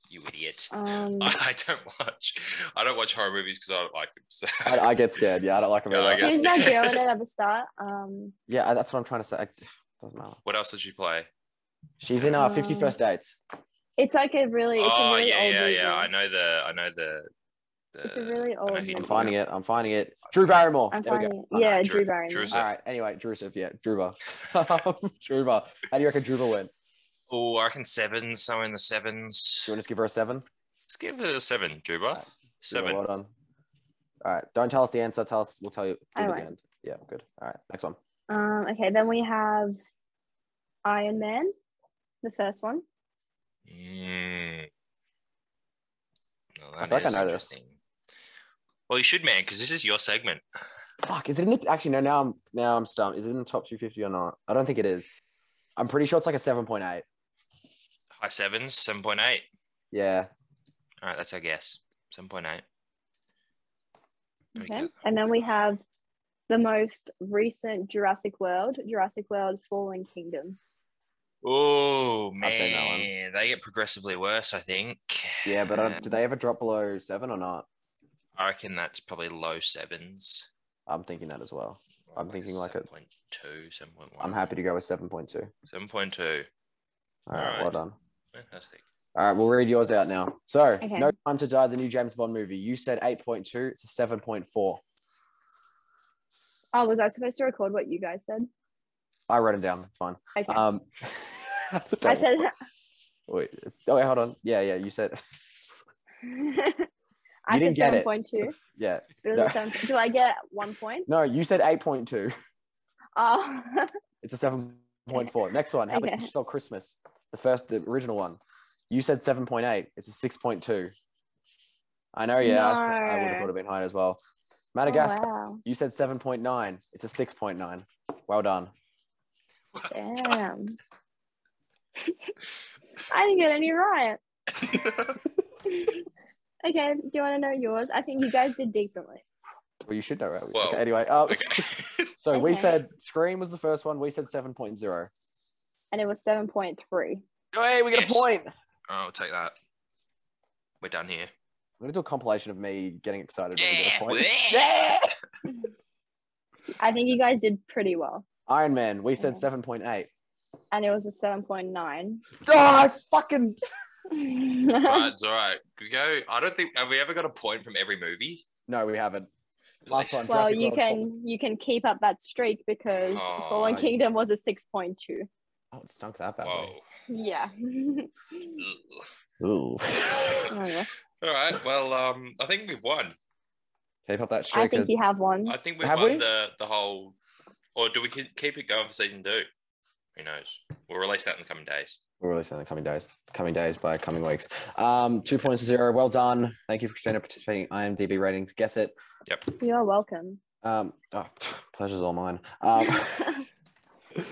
Speaker 1: you idiot.
Speaker 2: uh,
Speaker 3: Um,
Speaker 1: <laughs> I, I don't watch. I don't watch horror movies because I don't like them. So.
Speaker 2: I, I get scared. Yeah, I don't like him.
Speaker 1: Oh, Yeah, I
Speaker 2: either.
Speaker 1: get-
Speaker 3: who's
Speaker 1: guess-
Speaker 3: that girl in it at the start? Um,
Speaker 2: yeah, I- that's what I'm trying to say. I, doesn't matter.
Speaker 1: <laughs> what else did she play?
Speaker 2: She's in uh,
Speaker 3: Um,
Speaker 2: Fifty First Dates.
Speaker 3: it's like a really. It's
Speaker 1: oh
Speaker 3: a really
Speaker 1: yeah,
Speaker 3: old
Speaker 1: yeah,
Speaker 3: movie.
Speaker 1: yeah. I know the. I know the. the
Speaker 3: It's a really
Speaker 1: know
Speaker 3: old.
Speaker 1: who
Speaker 3: movie.
Speaker 1: you're
Speaker 2: I'm finding it. I'm finding it. Drew Barrymore.
Speaker 3: I'm
Speaker 2: there we
Speaker 3: finding
Speaker 2: go.
Speaker 3: it.
Speaker 2: Oh, no,
Speaker 3: Yeah,
Speaker 1: Drew-
Speaker 3: Drew Barrymore.
Speaker 1: Drew's-
Speaker 2: All right. Anyway, Drusev. Yeah, <laughs> Druba. Druba. How do you reckon Druba went?
Speaker 1: oh, I reckon seven. Somewhere in the sevens.
Speaker 2: Do you want to just give her a seven?
Speaker 1: Let's give it a seven, Juba.
Speaker 2: Alright,
Speaker 1: Seven.
Speaker 2: Druba, well done. All right. Don't tell us the answer. Tell us. We'll tell you. do it
Speaker 3: I
Speaker 2: at
Speaker 3: won't.
Speaker 2: the end. Yeah. Good. All right. Next one.
Speaker 3: Um, okay, then we have Iron Man, the first one.
Speaker 1: Mm. Well,
Speaker 2: I
Speaker 1: that
Speaker 2: feel like I
Speaker 1: is
Speaker 2: know this.
Speaker 1: interesting. Well, you should, man, because this is your segment.
Speaker 2: Fuck. Is it in the? Actually, no. Now I'm now I'm stumped. Is it in the top 250 or not? I don't think it is. I'm pretty sure it's like a 7.8.
Speaker 1: High sevens, seven point eight.
Speaker 2: Yeah.
Speaker 1: All right, that's our guess. 7.8. Pretty
Speaker 2: Oh,
Speaker 3: Okay.
Speaker 1: good.
Speaker 3: And then we have the most recent Jurassic World, Jurassic World Fallen Kingdom.
Speaker 1: Oh, man.
Speaker 2: I've seen that one.
Speaker 1: They get progressively worse, I think.
Speaker 2: Yeah, but uh, did they ever drop below seven or not?
Speaker 1: I reckon that's probably low sevens.
Speaker 2: I'm thinking that as well. I'm thinking like a-
Speaker 1: 7.2, 7.1.
Speaker 2: I'm happy to go with 7.2. All
Speaker 1: 7.2.
Speaker 2: right,
Speaker 1: All right.
Speaker 2: well done. <laughs>
Speaker 1: Fantastic.
Speaker 2: All right, we'll read yours out now. So,
Speaker 3: Okay.
Speaker 2: No Time to Die, the new James Bond movie. You said 8.2, it's a 7.4.
Speaker 3: Oh, was I supposed to record what you guys said?
Speaker 2: I wrote it down. It's fine.
Speaker 3: Okay.
Speaker 2: Um, <laughs>
Speaker 3: I said
Speaker 2: Wait, oh, wait, hold on. Yeah, yeah, you said.
Speaker 3: <laughs>
Speaker 2: <laughs>
Speaker 3: I
Speaker 2: didn't
Speaker 3: said
Speaker 2: get
Speaker 3: seven
Speaker 2: it.
Speaker 3: point two.
Speaker 2: Yeah. No. <laughs>
Speaker 3: Do I get one point?
Speaker 2: No, you said 8.2.
Speaker 3: Oh
Speaker 2: It's a 7.4. Next one. How about
Speaker 3: Okay.
Speaker 2: you saw Christmas? The first, the original one. You said 7.8. It's a 6.2. I know, yeah. I, I would have
Speaker 3: No.
Speaker 2: thought it been higher as well. Madagascar,
Speaker 3: Oh, <laughs> wow.
Speaker 2: you said 7.9. It's a 6.9. Well done.
Speaker 3: Damn. I didn't get any right. Okay, do you want to know yours? I think you guys did decently.
Speaker 2: Well, you should know, right?
Speaker 1: Whoa.
Speaker 2: Okay, anyway, uh,
Speaker 1: okay.
Speaker 2: <laughs> so we
Speaker 3: Okay.
Speaker 2: said Scream was the first one. We said 7.0.
Speaker 3: And it was 7.3.
Speaker 2: Hey, we got
Speaker 1: Yes.
Speaker 2: a point. I'm
Speaker 1: I'll take that. We're done here.
Speaker 2: going to do a compilation of me getting excited when we get
Speaker 1: Yeah.
Speaker 2: a point.
Speaker 1: Yeah.
Speaker 3: I think you guys did pretty well.
Speaker 2: Iron Man, we said
Speaker 3: Okay.
Speaker 2: 7.8.
Speaker 3: And it was a 7.9.
Speaker 2: Oh, I fucking.
Speaker 1: Right, it's all right. We go. I don't think have we ever got a point from every movie.
Speaker 2: No, we haven't. Last one.
Speaker 3: <laughs> well,
Speaker 2: Jurassic
Speaker 3: you
Speaker 2: World Fallen-
Speaker 3: can you can keep up that streak because
Speaker 1: Oh,
Speaker 3: Fallen
Speaker 2: I-
Speaker 3: Kingdom was a 6.2.
Speaker 2: Oh, it stunk that
Speaker 1: Whoa.
Speaker 2: badly.
Speaker 3: Yeah. <laughs>
Speaker 1: Ugh.
Speaker 2: Ooh.
Speaker 3: Oh, yeah.
Speaker 1: <laughs> all right. Well, um, I think we've won.
Speaker 2: Keep up that
Speaker 3: I
Speaker 2: streak.
Speaker 3: think
Speaker 2: of-
Speaker 3: you have one.
Speaker 1: I think we've
Speaker 2: Have
Speaker 1: won
Speaker 2: we?
Speaker 1: the the whole. Or do we ke- keep it going for season two? Who knows? We'll release that in the coming days.
Speaker 2: We'll release that in the coming days, coming days by coming weeks. Um, 2.0. Well done. Thank you for Christina participating. IMDb ratings. Guess it.
Speaker 3: You're welcome.
Speaker 2: Um, oh, <sighs> pleasure's all mine. Um, <laughs>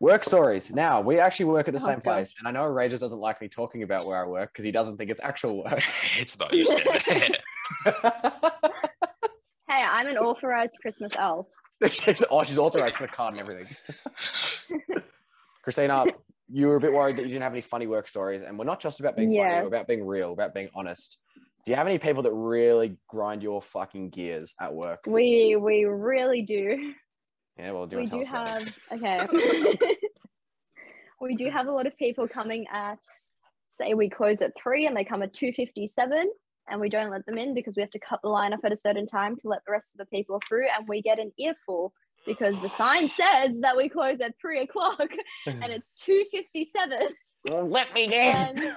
Speaker 2: work stories. Now, we actually work at the
Speaker 3: Oh,
Speaker 2: same
Speaker 3: God.
Speaker 2: place. And I know Rages doesn't like me talking about where I work because he doesn't think it's actual work.
Speaker 1: <laughs>
Speaker 2: <laughs>
Speaker 1: it's not just
Speaker 3: <laughs> hey, I'm an authorized Christmas elf.
Speaker 2: she's, oh, she's authorized for the card and everything. Christina, you were a bit worried that you didn't have any funny work stories, and we're not just about being funny,
Speaker 3: Yes.
Speaker 2: we're about being real, we're about being honest. Do you have any people that really grind your fucking gears at work?
Speaker 3: We we really do.
Speaker 2: Yeah, well, do you
Speaker 3: we
Speaker 2: want to
Speaker 3: do
Speaker 2: tell us about
Speaker 3: have
Speaker 2: it?
Speaker 3: okay. <laughs> we do have a lot of people coming at say we close at three and they come at two fifty seven and we don't let them in because we have to cut the line off at a certain time to let the rest of the people through and we get an earful because the sign says that we close at three o'clock and it's two fifty seven.
Speaker 2: Well, Let me
Speaker 3: And
Speaker 2: in.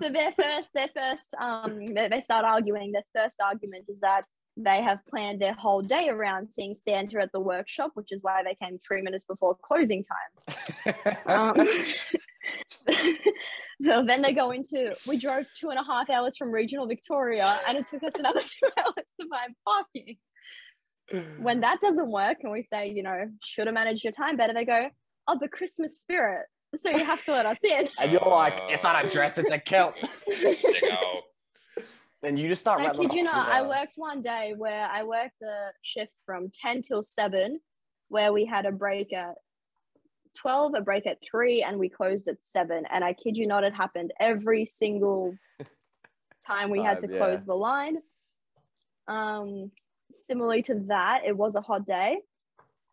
Speaker 3: so their first, their first, um, they, they start arguing. Their first argument is that they have planned their whole day around seeing Santa at the workshop, which is why they came three minutes before closing time.
Speaker 2: Oh,
Speaker 3: Um, <laughs> so then they go into we drove two and a half hours from regional Victoria, and it took us another <laughs> two hours to find parking. When that doesn't work, and we say, you know, should have managed your time better, they go, oh, but Christmas spirit. So you have to let us in.
Speaker 2: <laughs> and you're like, it's not a dress, it's a kilt.
Speaker 1: Sicko.
Speaker 2: and you just start
Speaker 3: I
Speaker 2: rattling
Speaker 3: kid you
Speaker 2: off
Speaker 3: not.
Speaker 2: your- uh,
Speaker 3: I worked one day where I worked a shift from 10 till 7, where we had a break at 12, a break at 3, and we closed at 7. And I kid you not, it happened
Speaker 2: <laughs>
Speaker 3: every single time we had to
Speaker 2: Time, yeah.
Speaker 3: close the line. Um, similarly to that, it was a hot day.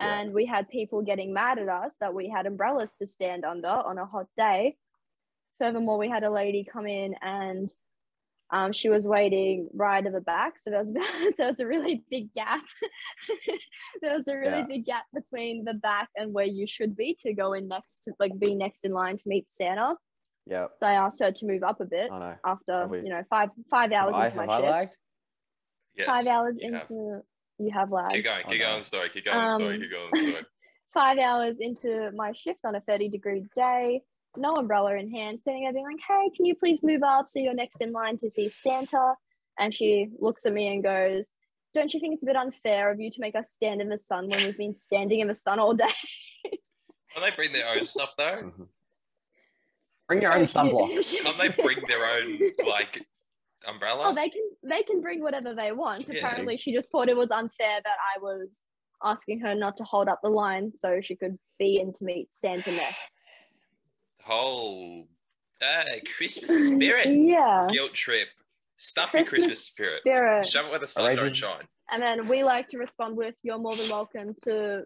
Speaker 2: Yeah.
Speaker 3: And we had people getting mad at us that we had umbrellas to stand under on a hot day. Furthermore, we had a lady come in and um, she was waiting right at the back, so there was <laughs> about, so there was a really big gap. <laughs> there was a really
Speaker 2: Yeah.
Speaker 3: big gap between the back and where you should be to go in next, to, like be next in line to meet Santa.
Speaker 2: Yeah,
Speaker 3: So I asked her to move up a bit
Speaker 2: I know.
Speaker 3: after
Speaker 2: Uh, Have we-
Speaker 3: you know five five hours
Speaker 2: I,
Speaker 3: into my
Speaker 2: have I
Speaker 3: shift.
Speaker 2: <laughs> lagged?
Speaker 1: Yes,
Speaker 3: five hours
Speaker 1: you have.
Speaker 3: into you have lagged.
Speaker 1: Keep going.
Speaker 2: Oh,
Speaker 1: Keep
Speaker 2: no.
Speaker 1: going. the Story. Keep going. the Story.
Speaker 3: Um,
Speaker 1: Keep going. the Story.
Speaker 3: five hours into my shift on a 30 degree day, no umbrella in hand, sitting there being like, hey, can you please move up so you're next in line to see Santa? And she looks at me and goes, don't you think it's a bit unfair of you to make us stand in the sun when we've been standing in the sun all day?
Speaker 1: Can they bring their own stuff though?
Speaker 2: Mm-hmm. Mhm. Bring your own sunblock.
Speaker 3: <laughs> She-
Speaker 1: Can they bring their own like umbrella.
Speaker 3: Oh, they can they can bring whatever they want.
Speaker 1: Yeah.
Speaker 3: Apparently, she just thought it was unfair that I was asking her not to hold up the line so she could be in to meet Santa next.
Speaker 1: Whole uh, Christmas spirit,
Speaker 3: <laughs> Yeah.
Speaker 1: guilt trip, stuff your
Speaker 3: Christmas
Speaker 1: Christmas spirit.
Speaker 3: Vera.
Speaker 1: Shove it where the sun don't
Speaker 2: Outrageous.
Speaker 1: shine.
Speaker 3: And then we like to respond with, "You're more than welcome to."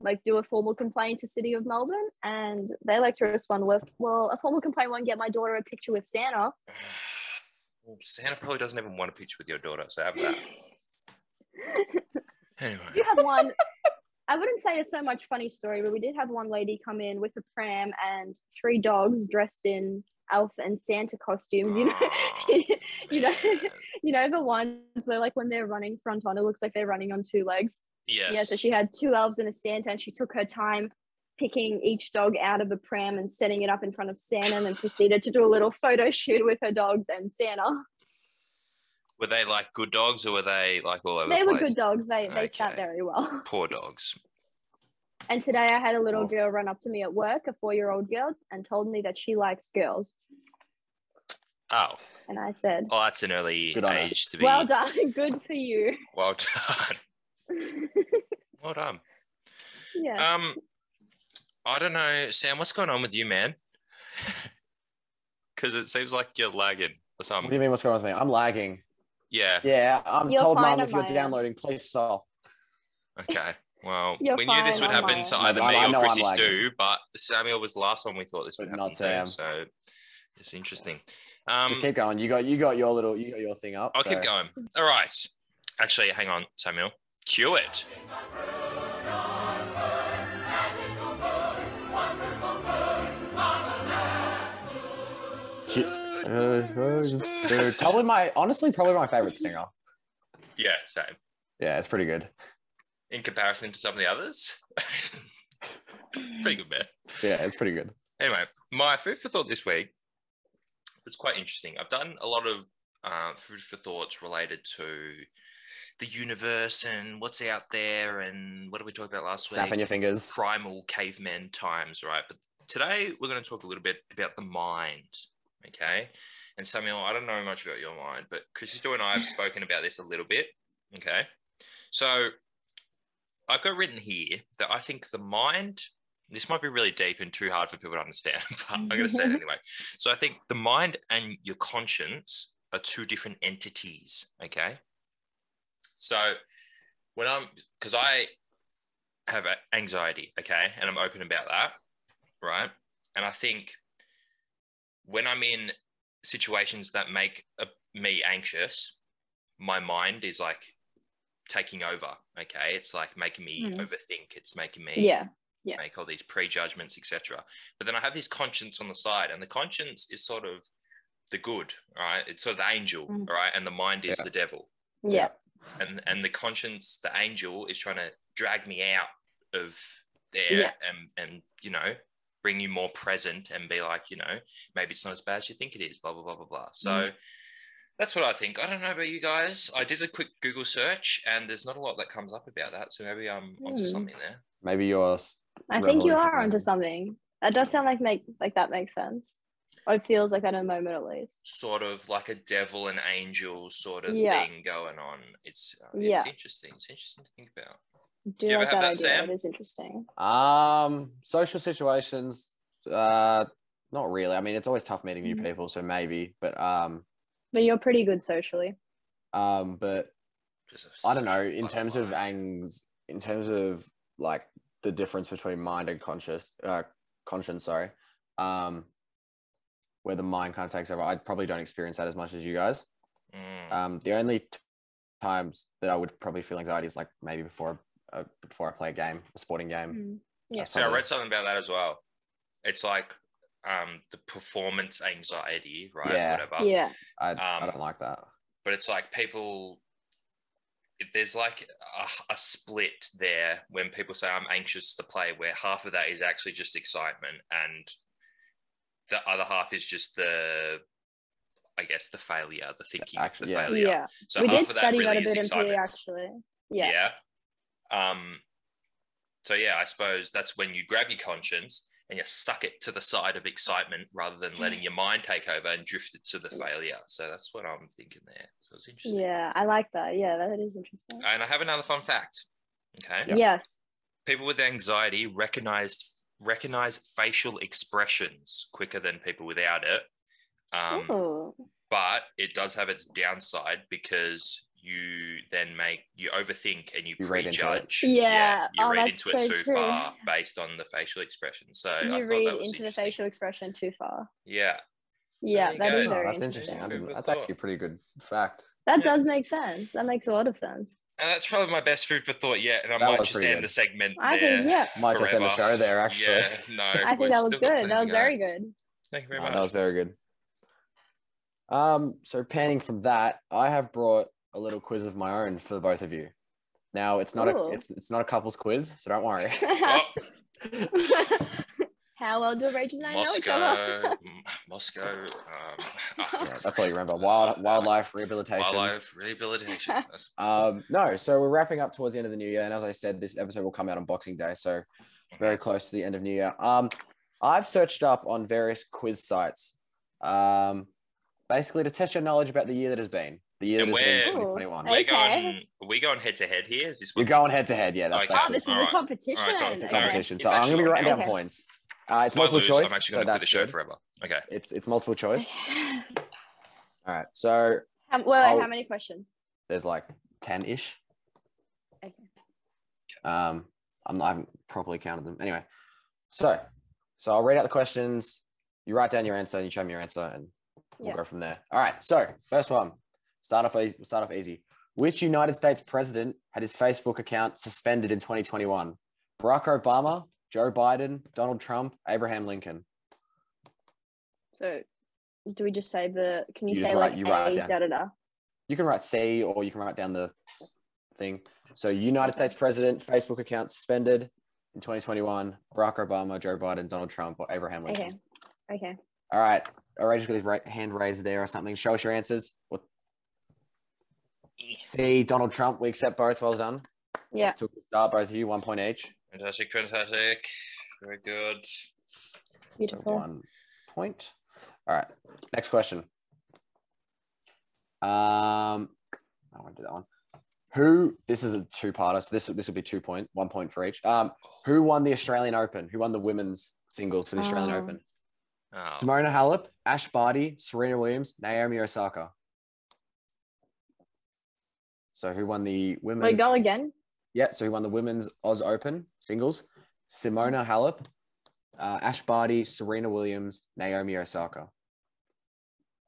Speaker 3: Like do a formal complaint to City of Melbourne, and they like to respond with, "Well, a formal complaint won't get my daughter a picture with Santa."
Speaker 1: Well, Santa probably doesn't even want a picture with your daughter, so have
Speaker 2: <laughs>
Speaker 1: that.
Speaker 3: do
Speaker 1: Anyway,
Speaker 3: have one. I wouldn't say it's so much funny story, but we did have one lady come in with a pram and three dogs dressed in elf and Santa costumes. You
Speaker 1: <gasps>
Speaker 3: know, <laughs> you know,
Speaker 1: Oh, man.
Speaker 3: you know the ones where like when they're running front on, it looks like they're running on two legs.
Speaker 1: yes.
Speaker 3: Yeah. So she had two elves and a Santa, and she took her time picking each dog out of the pram and setting it up in front of Santa, and then proceeded to do a little photo shoot with her dogs and Santa.
Speaker 1: were they like good dogs or were they like all over
Speaker 3: They
Speaker 1: the
Speaker 3: were
Speaker 1: place?
Speaker 3: good dogs. They they sat
Speaker 1: Okay.
Speaker 3: very well.
Speaker 1: Poor dogs.
Speaker 3: And today I had a little
Speaker 2: Oh.
Speaker 3: girl run up to me at work, a four year old girl, and told me that she likes girls.
Speaker 1: Oh,
Speaker 3: And I said,
Speaker 1: oh, that's an early
Speaker 2: Good on her.
Speaker 1: age to be
Speaker 3: Well done. <laughs> Good for you.
Speaker 1: Well done. <laughs> Well done.
Speaker 3: yeah.
Speaker 1: Um, I don't know, Sam. What's going on with you, man? <laughs> Because it seems like you're lagging or
Speaker 2: <laughs> What
Speaker 1: something.
Speaker 2: do you mean? What's going on with me? I'm lagging.
Speaker 1: Yeah.
Speaker 2: Yeah, I'm
Speaker 3: You're
Speaker 2: told,
Speaker 3: fine
Speaker 2: Mum, if
Speaker 3: on
Speaker 2: you're
Speaker 3: my end.
Speaker 2: downloading, please stop.
Speaker 1: Okay. Well,
Speaker 3: You're
Speaker 1: we knew this
Speaker 3: fine,
Speaker 1: would
Speaker 3: I'm
Speaker 1: happen
Speaker 3: fine.
Speaker 1: to
Speaker 2: No,
Speaker 1: either
Speaker 2: but I-
Speaker 1: me
Speaker 2: I
Speaker 1: or
Speaker 2: know I'm
Speaker 1: Chrissy
Speaker 2: lagging.
Speaker 1: Stu, but Samuel was the last one we thought this would
Speaker 2: But
Speaker 1: happen
Speaker 2: not
Speaker 1: to.
Speaker 2: Sam.
Speaker 1: So it's interesting. Um,
Speaker 2: Just keep going. You got, you got your little, you got your thing up.
Speaker 1: I'll
Speaker 2: so-
Speaker 1: keep
Speaker 2: <laughs>
Speaker 1: going. All right. Actually, hang on, Samuel. Cue it.
Speaker 2: Cue-
Speaker 3: <laughs>
Speaker 2: Uh, probably my, honestly, probably my favorite singer.
Speaker 1: Yeah, same.
Speaker 2: Yeah, it's pretty good.
Speaker 1: In comparison to some of the others, <laughs> pretty good man.
Speaker 2: Yeah, it's pretty good.
Speaker 1: Anyway, my food for thought this week was quite interesting. I've done a lot of uh, food for thoughts related to the universe and what's out there and what did we talk about last week?
Speaker 2: Snapping your fingers.
Speaker 1: primal caveman times, right? But today we're going to talk a little bit about the mind, okay? And Samuel, I don't know much about your mind, but Christo and I
Speaker 2: <laughs>
Speaker 1: have spoken about this a little bit, okay? So I've got written here that I think the mind, this might be really deep and too hard for people to understand, <laughs> but I'm going to say it anyway. So I think the mind and your conscience are two different entities, okay? So when I'm, because I have a- anxiety, okay, and I'm open about that, right? And I think when I'm in situations that make uh me anxious, my mind is like taking over, okay? It's like making me
Speaker 3: Mm.
Speaker 1: overthink. It's making me
Speaker 3: yeah. Yeah.
Speaker 1: make all these prejudgments, etc. But then I have this conscience on the side, and the conscience is sort of the good, all right? It's sort of the angel,
Speaker 3: Mm.
Speaker 1: all right? And the mind is
Speaker 2: Yeah.
Speaker 1: the devil
Speaker 3: Yeah.
Speaker 1: and and the conscience, the angel, is trying to drag me out of there
Speaker 3: Yeah.
Speaker 1: and and you know bring you more present and be like you know maybe it's not as bad as you think it is blah blah blah blah blah so
Speaker 3: Mm.
Speaker 1: that's what i think i don't know about you guys i did a quick google search and there's not a lot that comes up about that so maybe i'm onto
Speaker 3: Mm.
Speaker 1: something there
Speaker 2: Maybe you're. s-
Speaker 3: I think you are
Speaker 2: Revolutionary.
Speaker 3: onto something. That does sound like make like that makes sense. Or it feels like that in a moment at least.
Speaker 1: sort of like a devil and angel sort of
Speaker 3: Yeah.
Speaker 1: thing going on it's uh, it's
Speaker 3: Yeah.
Speaker 1: interesting it's interesting to think about
Speaker 3: Do
Speaker 1: you
Speaker 3: you
Speaker 1: ever
Speaker 3: like
Speaker 1: have
Speaker 3: that
Speaker 1: that,
Speaker 3: idea?
Speaker 1: Sam?
Speaker 3: It is interesting.
Speaker 2: Um, social situations. Uh, not really. I mean, it's always tough meeting new
Speaker 3: Mhm.
Speaker 2: people, so maybe. But um,
Speaker 3: But you're pretty good socially.
Speaker 2: um, but
Speaker 1: just a
Speaker 2: I don't know.
Speaker 1: social
Speaker 2: In terms of
Speaker 1: butterfly.
Speaker 2: angs, in terms of like the difference between mind and conscious, uh, conscience. Sorry. Um, where the mind kind of takes over. I probably don't experience that as much as you guys.
Speaker 1: Mm.
Speaker 2: Um, the only t- times that I would probably feel anxiety is like maybe before uh, before I play a game, a sporting
Speaker 1: Um,
Speaker 2: game.
Speaker 3: Mm. Yeah.
Speaker 2: That's
Speaker 1: So I
Speaker 2: probably-
Speaker 1: read something about that as well. It's like um, the performance anxiety, right?
Speaker 2: Yeah.
Speaker 1: Whatever.
Speaker 3: yeah.
Speaker 2: I,
Speaker 1: Um,
Speaker 2: I don't like that.
Speaker 1: But it's like people, if there's like a, a split there when people say I'm anxious to play, where half of that is actually just excitement and the other half is just the, I guess, the failure, the thinking of
Speaker 2: act-
Speaker 1: the
Speaker 2: yeah.
Speaker 1: failure.
Speaker 3: Yeah.
Speaker 1: So
Speaker 3: we
Speaker 1: half
Speaker 3: did
Speaker 1: of that
Speaker 3: study that,
Speaker 1: really is
Speaker 3: a bit in PE
Speaker 1: excitement.
Speaker 3: actually. Yeah.
Speaker 1: Um, so yeah, I suppose that's when you grab your conscience and you suck it to the side of excitement rather than
Speaker 3: Mm.
Speaker 1: letting your mind take over and drift it to the failure. So that's what I'm thinking there. So it's interesting.
Speaker 3: Yeah, I like that. Yeah, that is interesting.
Speaker 1: And I have another fun fact. Okay.
Speaker 2: Yeah.
Speaker 3: Yes.
Speaker 1: People with anxiety recognized recognize facial expressions quicker than people without it. Um,
Speaker 3: Ooh.
Speaker 1: but it does have its downside because you then make you overthink and you,
Speaker 2: You read into it.
Speaker 1: prejudge.
Speaker 3: Yeah.
Speaker 1: you
Speaker 3: Oh,
Speaker 1: read
Speaker 3: that's
Speaker 1: into it
Speaker 3: so
Speaker 1: too
Speaker 3: true.
Speaker 1: far based on the facial expression. So I
Speaker 3: you
Speaker 1: thought
Speaker 3: read
Speaker 1: that was
Speaker 3: into the
Speaker 1: interesting.
Speaker 3: facial expression too far.
Speaker 1: Yeah,
Speaker 3: Yeah,
Speaker 1: you
Speaker 3: that
Speaker 1: go.
Speaker 3: is
Speaker 1: Oh,
Speaker 3: very
Speaker 2: that's
Speaker 3: interesting.
Speaker 2: interesting. I didn't-
Speaker 1: Food for
Speaker 2: That's
Speaker 1: thought.
Speaker 2: actually a pretty good fact.
Speaker 3: That
Speaker 1: Yeah.
Speaker 3: does make sense. That makes a lot of sense.
Speaker 1: and that's probably my best food for thought yet. And I
Speaker 2: That
Speaker 1: might
Speaker 2: was
Speaker 1: just
Speaker 2: pretty
Speaker 1: end
Speaker 2: good.
Speaker 1: the segment
Speaker 3: I
Speaker 1: there.
Speaker 3: think, yeah,
Speaker 2: Might just end the
Speaker 1: forever.
Speaker 2: show there, actually.
Speaker 1: Yeah, no.
Speaker 3: I think
Speaker 1: we've
Speaker 3: that was
Speaker 1: still got
Speaker 3: good.
Speaker 1: plenty
Speaker 3: That
Speaker 1: to
Speaker 3: was
Speaker 1: go.
Speaker 3: very good.
Speaker 1: Thank you very
Speaker 2: No,
Speaker 1: much.
Speaker 2: Uh, that
Speaker 3: <laughs>
Speaker 2: was very good. Um, so panning from that, I have brought a little quiz of my own for the both of you. Now it's not
Speaker 3: Ooh.
Speaker 2: a it's, it's not a couples quiz, so don't worry.
Speaker 1: Oh,
Speaker 3: <laughs> How well do Rachel and I know each other?
Speaker 1: Moscow, M- Moscow.
Speaker 3: <laughs>
Speaker 1: Um, ah,
Speaker 2: Yeah, that's all you remember. Wild wildlife rehabilitation.
Speaker 1: Wildlife rehabilitation. That's-
Speaker 2: Um, no, so we're wrapping up towards the end of the new year, and as I said, this episode will come out on Boxing Day, so very close to the end of new year. Um, I've searched up on various quiz sites, um, basically to test your knowledge about the year that has been, the year
Speaker 1: And
Speaker 2: that has been
Speaker 3: where- Cool.
Speaker 2: 2021.
Speaker 1: We're
Speaker 3: Okay.
Speaker 1: going. Are we going head to head here? Is this
Speaker 2: You're
Speaker 1: what
Speaker 2: going head to head, yeah. That's
Speaker 1: Okay.
Speaker 3: Oh,
Speaker 2: basically
Speaker 3: this is
Speaker 1: All
Speaker 3: a
Speaker 1: right.
Speaker 3: competition.
Speaker 1: All right, go on.
Speaker 2: the
Speaker 1: Okay.
Speaker 2: competition.
Speaker 1: It's
Speaker 2: so I'm
Speaker 1: actually
Speaker 2: going to be
Speaker 1: on
Speaker 2: writing
Speaker 1: now.
Speaker 2: down
Speaker 3: Okay.
Speaker 2: points. Uh, it's
Speaker 1: If I
Speaker 2: multiple
Speaker 1: lose,
Speaker 2: choice,
Speaker 1: I'm actually
Speaker 2: so
Speaker 1: going to quit
Speaker 2: that's
Speaker 1: the show
Speaker 2: good.
Speaker 1: forever. Okay.
Speaker 2: It's it's multiple choice.
Speaker 3: Okay.
Speaker 2: All right, so
Speaker 3: <laughs> Um, well,
Speaker 2: I'll-
Speaker 3: how many questions?
Speaker 2: there's like ten ish.
Speaker 3: Okay.
Speaker 2: Um, I'm not, I haven't properly counted them. Anyway, so so I'll read out the questions. You write down your answer. You show me your answer, and we'll
Speaker 3: Yeah.
Speaker 2: go from there. All right. So first one. Start off. eas- Start off easy. Which United States president had his Facebook account suspended in 2021? Barack Obama, Joe Biden, Donald Trump, Abraham Lincoln.
Speaker 3: So, do we just say the? Can you,
Speaker 2: You just
Speaker 3: say
Speaker 2: write-
Speaker 3: like
Speaker 2: you
Speaker 3: a
Speaker 2: write it down.
Speaker 3: da da da?
Speaker 2: You can write C or you can write down the thing. So United States president Facebook account suspended in 2021. Barack Obama, Joe Biden, Donald Trump, or Abraham Lincoln.
Speaker 3: Okay. Okay.
Speaker 2: All right. All right, just got his right hand raised there or something. Show us your answers. What? See, Donald Trump, we accept both. Well done.
Speaker 3: Yeah.
Speaker 2: Took the start, both of you, one point each.
Speaker 1: Fantastic. Fantastic. Very good.
Speaker 2: So
Speaker 3: Beautiful.
Speaker 2: one point. All right. Next question. Um, I want to do that one. Who? This is a two-parter, so this this will be two point, one point for each. Um, who won the Australian Open? Who won the women's singles for the Australian
Speaker 3: Oh.
Speaker 2: Open?
Speaker 1: Oh,
Speaker 2: Simona Halep, Ash Barty, Serena Williams, Naomi Osaka. So who won the
Speaker 3: Wait,
Speaker 2: women's?
Speaker 3: go again.
Speaker 2: Yeah, so who won the women's Oz Open singles? Simona Halep, uh, Ash Barty, Serena Williams, Naomi Osaka.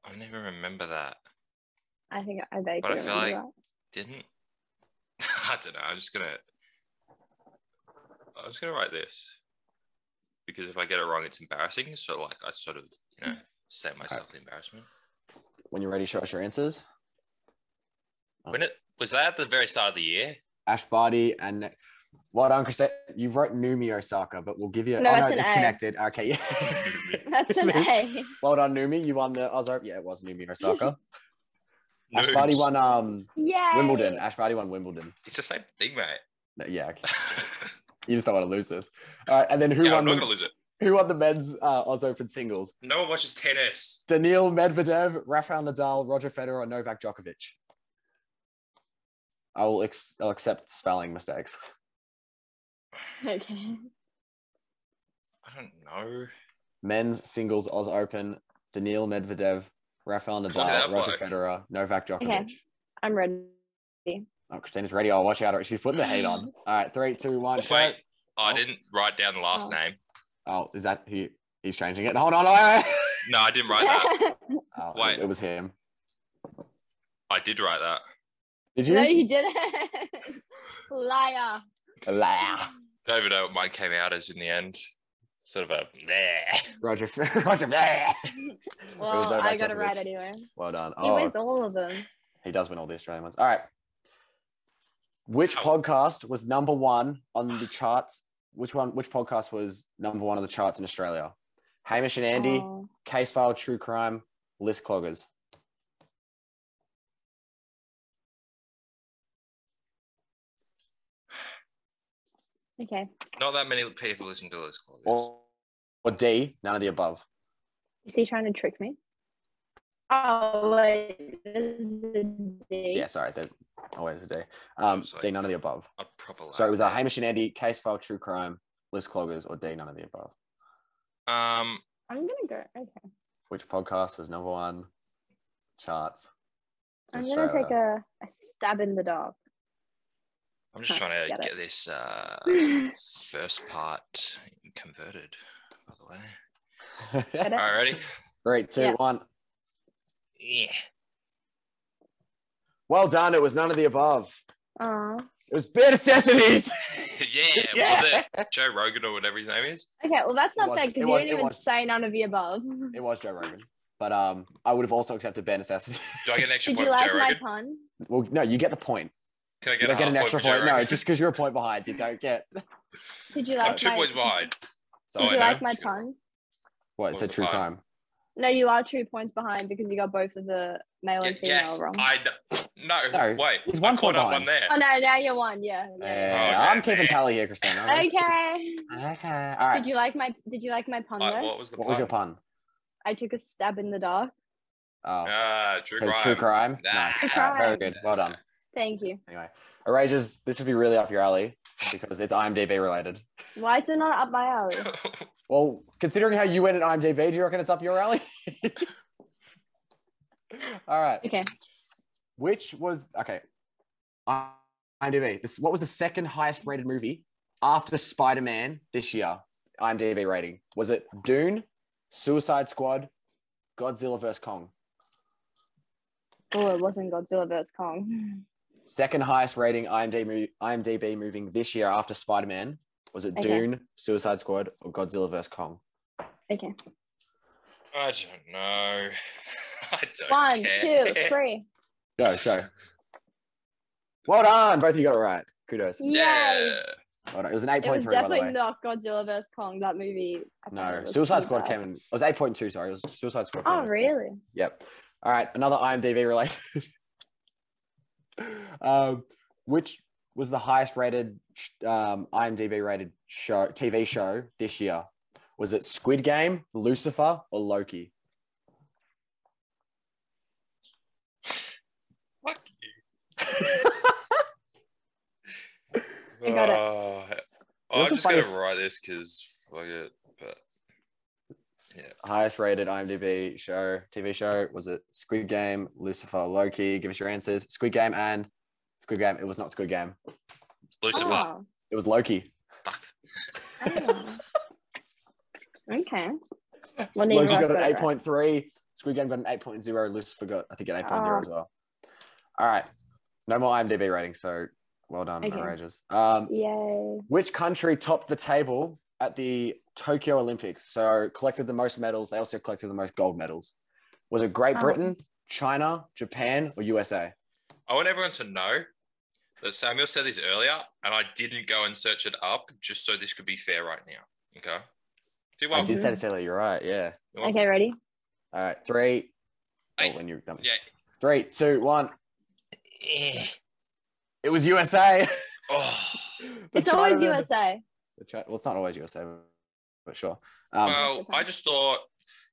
Speaker 1: I never remember that.
Speaker 3: I think I vaguely
Speaker 1: But I feel
Speaker 3: remember
Speaker 1: like- Didn't. <laughs> I don't know. I'm just gonna. I was gonna write this because if I get it wrong, it's embarrassing. So like, I sort of you know set myself the embarrassment.
Speaker 2: When you're ready, show us your answers.
Speaker 1: When it was that at the very start of the
Speaker 2: <laughs>
Speaker 1: year.
Speaker 2: Ash Barty and well done, Chris. You wrote Naomi Osaka, but we'll give you.
Speaker 3: No,
Speaker 2: oh,
Speaker 3: that's
Speaker 2: no,
Speaker 3: an
Speaker 2: it's
Speaker 3: A.
Speaker 2: connected. Okay, yeah. <laughs>
Speaker 3: that. <laughs> That's an A.
Speaker 2: well done, Naomi. You won the Oz Open. Yeah, it was Naomi
Speaker 1: <laughs>
Speaker 2: Osaka. Ash
Speaker 1: Noobs.
Speaker 2: Barty won um
Speaker 3: Yay.
Speaker 2: Wimbledon. Ash Barty won Wimbledon.
Speaker 1: It's the same thing, mate. <laughs>
Speaker 2: No, yeah, okay.
Speaker 1: yeah,
Speaker 2: you just don't want to lose this. All right, and then who
Speaker 1: I'm
Speaker 2: won
Speaker 1: not
Speaker 2: the,
Speaker 1: gonna lose it.
Speaker 2: who won the men's uh, Oz Open singles?
Speaker 1: No one watches tennis.
Speaker 2: Daniil Medvedev, Rafael Nadal, Roger Federer, Novak Djokovic. I will ex- I'll accept spelling mistakes.
Speaker 3: Okay.
Speaker 1: I don't know.
Speaker 2: Men's singles Oz Open: Daniil Medvedev, Rafael
Speaker 1: Look at
Speaker 2: Nadal,
Speaker 1: that
Speaker 2: Roger
Speaker 1: bloke.
Speaker 2: Federer, Novak Djokovic.
Speaker 3: I'm ready.
Speaker 2: Oh, Christina's ready. Oh, watch out! She's putting the hate on. All right, three, two, one. show.
Speaker 1: Wait, I didn't write down the last
Speaker 3: Oh.
Speaker 1: name.
Speaker 2: Oh, is that who? He's changing it. Hold on. <laughs> Wait, wait.
Speaker 1: No, I didn't write
Speaker 3: <laughs>
Speaker 1: that.
Speaker 2: Oh,
Speaker 1: Wait.
Speaker 2: It was him.
Speaker 1: I did write that.
Speaker 2: Did you?
Speaker 3: <laughs> no, you didn't. Liar.
Speaker 2: Blah.
Speaker 3: Ah,
Speaker 1: Don't even know what mine came out as in the end. Sort of a bleh.
Speaker 2: Roger. <laughs> Roger. Blah. It was
Speaker 3: Well,
Speaker 2: Novak
Speaker 3: I got it
Speaker 2: Djokovic.
Speaker 3: right anyway. He
Speaker 2: Well done. Oh,
Speaker 3: wins all of them.
Speaker 2: He does win all the Australian ones. All right. Which
Speaker 1: Oh.
Speaker 2: podcast was number one on the charts? Which one? Which podcast was number one on the charts in Australia? Hamish and Andy,
Speaker 3: Oh.
Speaker 2: Case File, True Crime, List Cloggers.
Speaker 3: Okay.
Speaker 1: Not that many people listen to this. Claudius.
Speaker 2: Oh. All, Or D, none of the above.
Speaker 3: Is he trying to trick me? Oh, wait. There's a D.
Speaker 2: Yeah, sorry. That always a D. Um,
Speaker 1: Sorry.
Speaker 2: D, none of the above.
Speaker 1: A proper
Speaker 2: So it was a
Speaker 1: lab.
Speaker 2: Hamish and Andy case file, true crime, list cloggers, or D, none of the above.
Speaker 1: Um,
Speaker 3: I'm going to go. Okay.
Speaker 2: Which podcast was number one charts? <laughs>
Speaker 3: I'm going to take
Speaker 2: Australia.
Speaker 3: a, a stab in the <laughs> dark.
Speaker 1: I'm just
Speaker 3: Huh,
Speaker 1: trying to
Speaker 3: <laughs> get
Speaker 1: get,
Speaker 3: it.
Speaker 1: this uh, first part converted. By the way,
Speaker 3: Get
Speaker 1: all
Speaker 3: it?
Speaker 1: right, ready?
Speaker 2: Three, two,
Speaker 3: uh, Yeah.
Speaker 2: one.
Speaker 1: Yeah.
Speaker 2: Well done. It was none of the above.
Speaker 3: Aw.
Speaker 2: It was bare necessities.
Speaker 1: <laughs>
Speaker 3: <laughs>
Speaker 1: yeah, Was it Joe Rogan or whatever his name is?
Speaker 3: Okay, well, that's
Speaker 2: It
Speaker 3: not
Speaker 2: was-
Speaker 3: fair
Speaker 2: it
Speaker 3: because you
Speaker 2: was-
Speaker 3: didn't
Speaker 2: it
Speaker 3: even
Speaker 2: was.
Speaker 3: say none of the <laughs> above. Did
Speaker 2: It was Joe Rogan. But um, I would have also accepted bare necessities.
Speaker 1: Do I get an extra
Speaker 3: you
Speaker 1: point for
Speaker 3: like
Speaker 1: Joe
Speaker 3: my
Speaker 1: Rogan?
Speaker 3: pun?
Speaker 2: <laughs> Well, no, you get the point.
Speaker 1: Can I get, a
Speaker 2: You don't get
Speaker 1: half
Speaker 2: an extra
Speaker 1: for Joe
Speaker 2: point. No,
Speaker 1: Rogan?
Speaker 2: just because you're a point behind, you don't get. <laughs>
Speaker 3: Did you
Speaker 1: I'm
Speaker 3: like
Speaker 1: two
Speaker 3: my
Speaker 1: points
Speaker 3: <laughs>
Speaker 1: behind.
Speaker 2: Sorry.
Speaker 3: Did you
Speaker 1: I know.
Speaker 3: like my pun?
Speaker 2: What? It
Speaker 1: What
Speaker 2: said
Speaker 1: was
Speaker 2: true
Speaker 1: the
Speaker 2: crime.
Speaker 3: No, you are two points behind because you got both of the male
Speaker 1: Ye-
Speaker 3: and female
Speaker 1: yes,
Speaker 3: wrong.
Speaker 1: I kn- no,
Speaker 2: No,
Speaker 1: Wait,
Speaker 2: he's
Speaker 1: I
Speaker 2: one
Speaker 1: caught
Speaker 2: point
Speaker 1: up
Speaker 2: behind.
Speaker 1: on there.
Speaker 3: Oh no, now you're one. Yeah. yeah,
Speaker 2: Yeah,
Speaker 1: Oh, okay,
Speaker 2: I'm keeping
Speaker 1: man.
Speaker 2: tally here, Christina.
Speaker 3: yeah.
Speaker 2: Okay.
Speaker 3: Okay.
Speaker 2: All right.
Speaker 3: Did you like my Did you like my pun
Speaker 1: Alright,
Speaker 3: though?
Speaker 1: what was the
Speaker 2: what was your
Speaker 1: pun?
Speaker 2: pun?
Speaker 3: I took a stab in the dark.
Speaker 2: Oh,
Speaker 1: Ah, true
Speaker 2: it was
Speaker 1: crime.
Speaker 2: true crime.
Speaker 1: Nah.
Speaker 2: Nice.
Speaker 1: True
Speaker 2: All right, very
Speaker 3: crime.
Speaker 2: good. Well done.
Speaker 3: Thank you.
Speaker 2: Anyway, erasures. This would be really up your alley because it's IMDb related.
Speaker 3: Why is it not up
Speaker 1: <laughs>
Speaker 3: my alley?
Speaker 2: Well, considering how you went at IMDb, do you reckon it's up your alley? <laughs> All right.
Speaker 3: Okay.
Speaker 2: Which was okay. IMDb. This what was the second highest rated movie after Spider Man this year? IMDb rating was it Dune, Suicide Squad, Godzilla vs Kong?
Speaker 3: Oh, it wasn't Godzilla vs Kong. <sighs>
Speaker 2: Second highest rating IMDb mo- IMDb moving this year after Spider Man was it
Speaker 3: Okay.
Speaker 2: Dune, Suicide Squad, or Godzilla vs Kong?
Speaker 3: Okay.
Speaker 1: I don't know. <laughs> I don't
Speaker 3: One,
Speaker 1: care.
Speaker 3: two,
Speaker 1: <laughs>
Speaker 3: three.
Speaker 2: Go, go. Well done, both of you got it right. Kudos.
Speaker 3: Yay!
Speaker 1: Yeah.
Speaker 2: Well done. It was an 8.3
Speaker 3: It was
Speaker 2: by the way.
Speaker 3: definitely not Godzilla vs Kong. That movie. I thought
Speaker 2: No,
Speaker 3: it was
Speaker 2: Suicide
Speaker 3: pretty
Speaker 2: Squad
Speaker 3: bad.
Speaker 2: came in. It was 8.2, sorry. It was Suicide Squad. came
Speaker 3: Oh
Speaker 2: in.
Speaker 3: really?
Speaker 2: Yep. All right, another IMDb related. <laughs> um, which was the highest rated um, IMDb rated show TV show this year? Was it Squid Game, Lucifer, or Loki?
Speaker 1: Fuck you.
Speaker 3: <laughs> I got it.
Speaker 1: Oh,
Speaker 2: was
Speaker 1: I'm
Speaker 2: the
Speaker 1: just going
Speaker 2: funniest-
Speaker 1: to write this because fuck it. But
Speaker 2: Highest rated IMDb show TV show was it Squid Game, Lucifer, Loki? Give us your answers. Squid Game and Squid Game. It was not Squid Game.
Speaker 1: Lucifer.
Speaker 3: Oh,
Speaker 2: It was Loki.
Speaker 1: Fuck.
Speaker 3: oh. okay. Well, neither
Speaker 2: Loki got an
Speaker 3: of us got it right.
Speaker 2: eight point three. Squid Game got an eight point zero. Lucifer got I think an eight point zero
Speaker 3: Ah.
Speaker 2: as well. All right, no more IMDb rating. So well done,
Speaker 3: Okay.
Speaker 2: Rages. Um,
Speaker 3: Yay.
Speaker 2: which country topped the table at the Tokyo Olympics? So collected the most medals. They also collected the most gold medals. Was it Great
Speaker 3: Oh.
Speaker 2: Britain, China, Japan, or USA?
Speaker 1: I want everyone to know that Samuel said this earlier, and I didn't go and search it up just so this could be fair right now. Okay. Do
Speaker 2: I
Speaker 1: well.
Speaker 2: did say to say that you're right. Yeah.
Speaker 1: Do well.
Speaker 3: Okay, ready?
Speaker 2: All right. Three. Oh,
Speaker 1: Eight.
Speaker 2: when you're done.
Speaker 1: Yeah.
Speaker 2: Three, two, one.
Speaker 1: Eh.
Speaker 2: It was USA.
Speaker 1: Oh.
Speaker 2: <laughs> The
Speaker 3: it's always
Speaker 2: Chinaman-
Speaker 3: USA.
Speaker 2: the Chi- well, it's not always USA, but sure.
Speaker 1: <laughs>
Speaker 2: Um,
Speaker 1: Well,
Speaker 3: Most of the
Speaker 1: I
Speaker 3: time.
Speaker 1: just thought,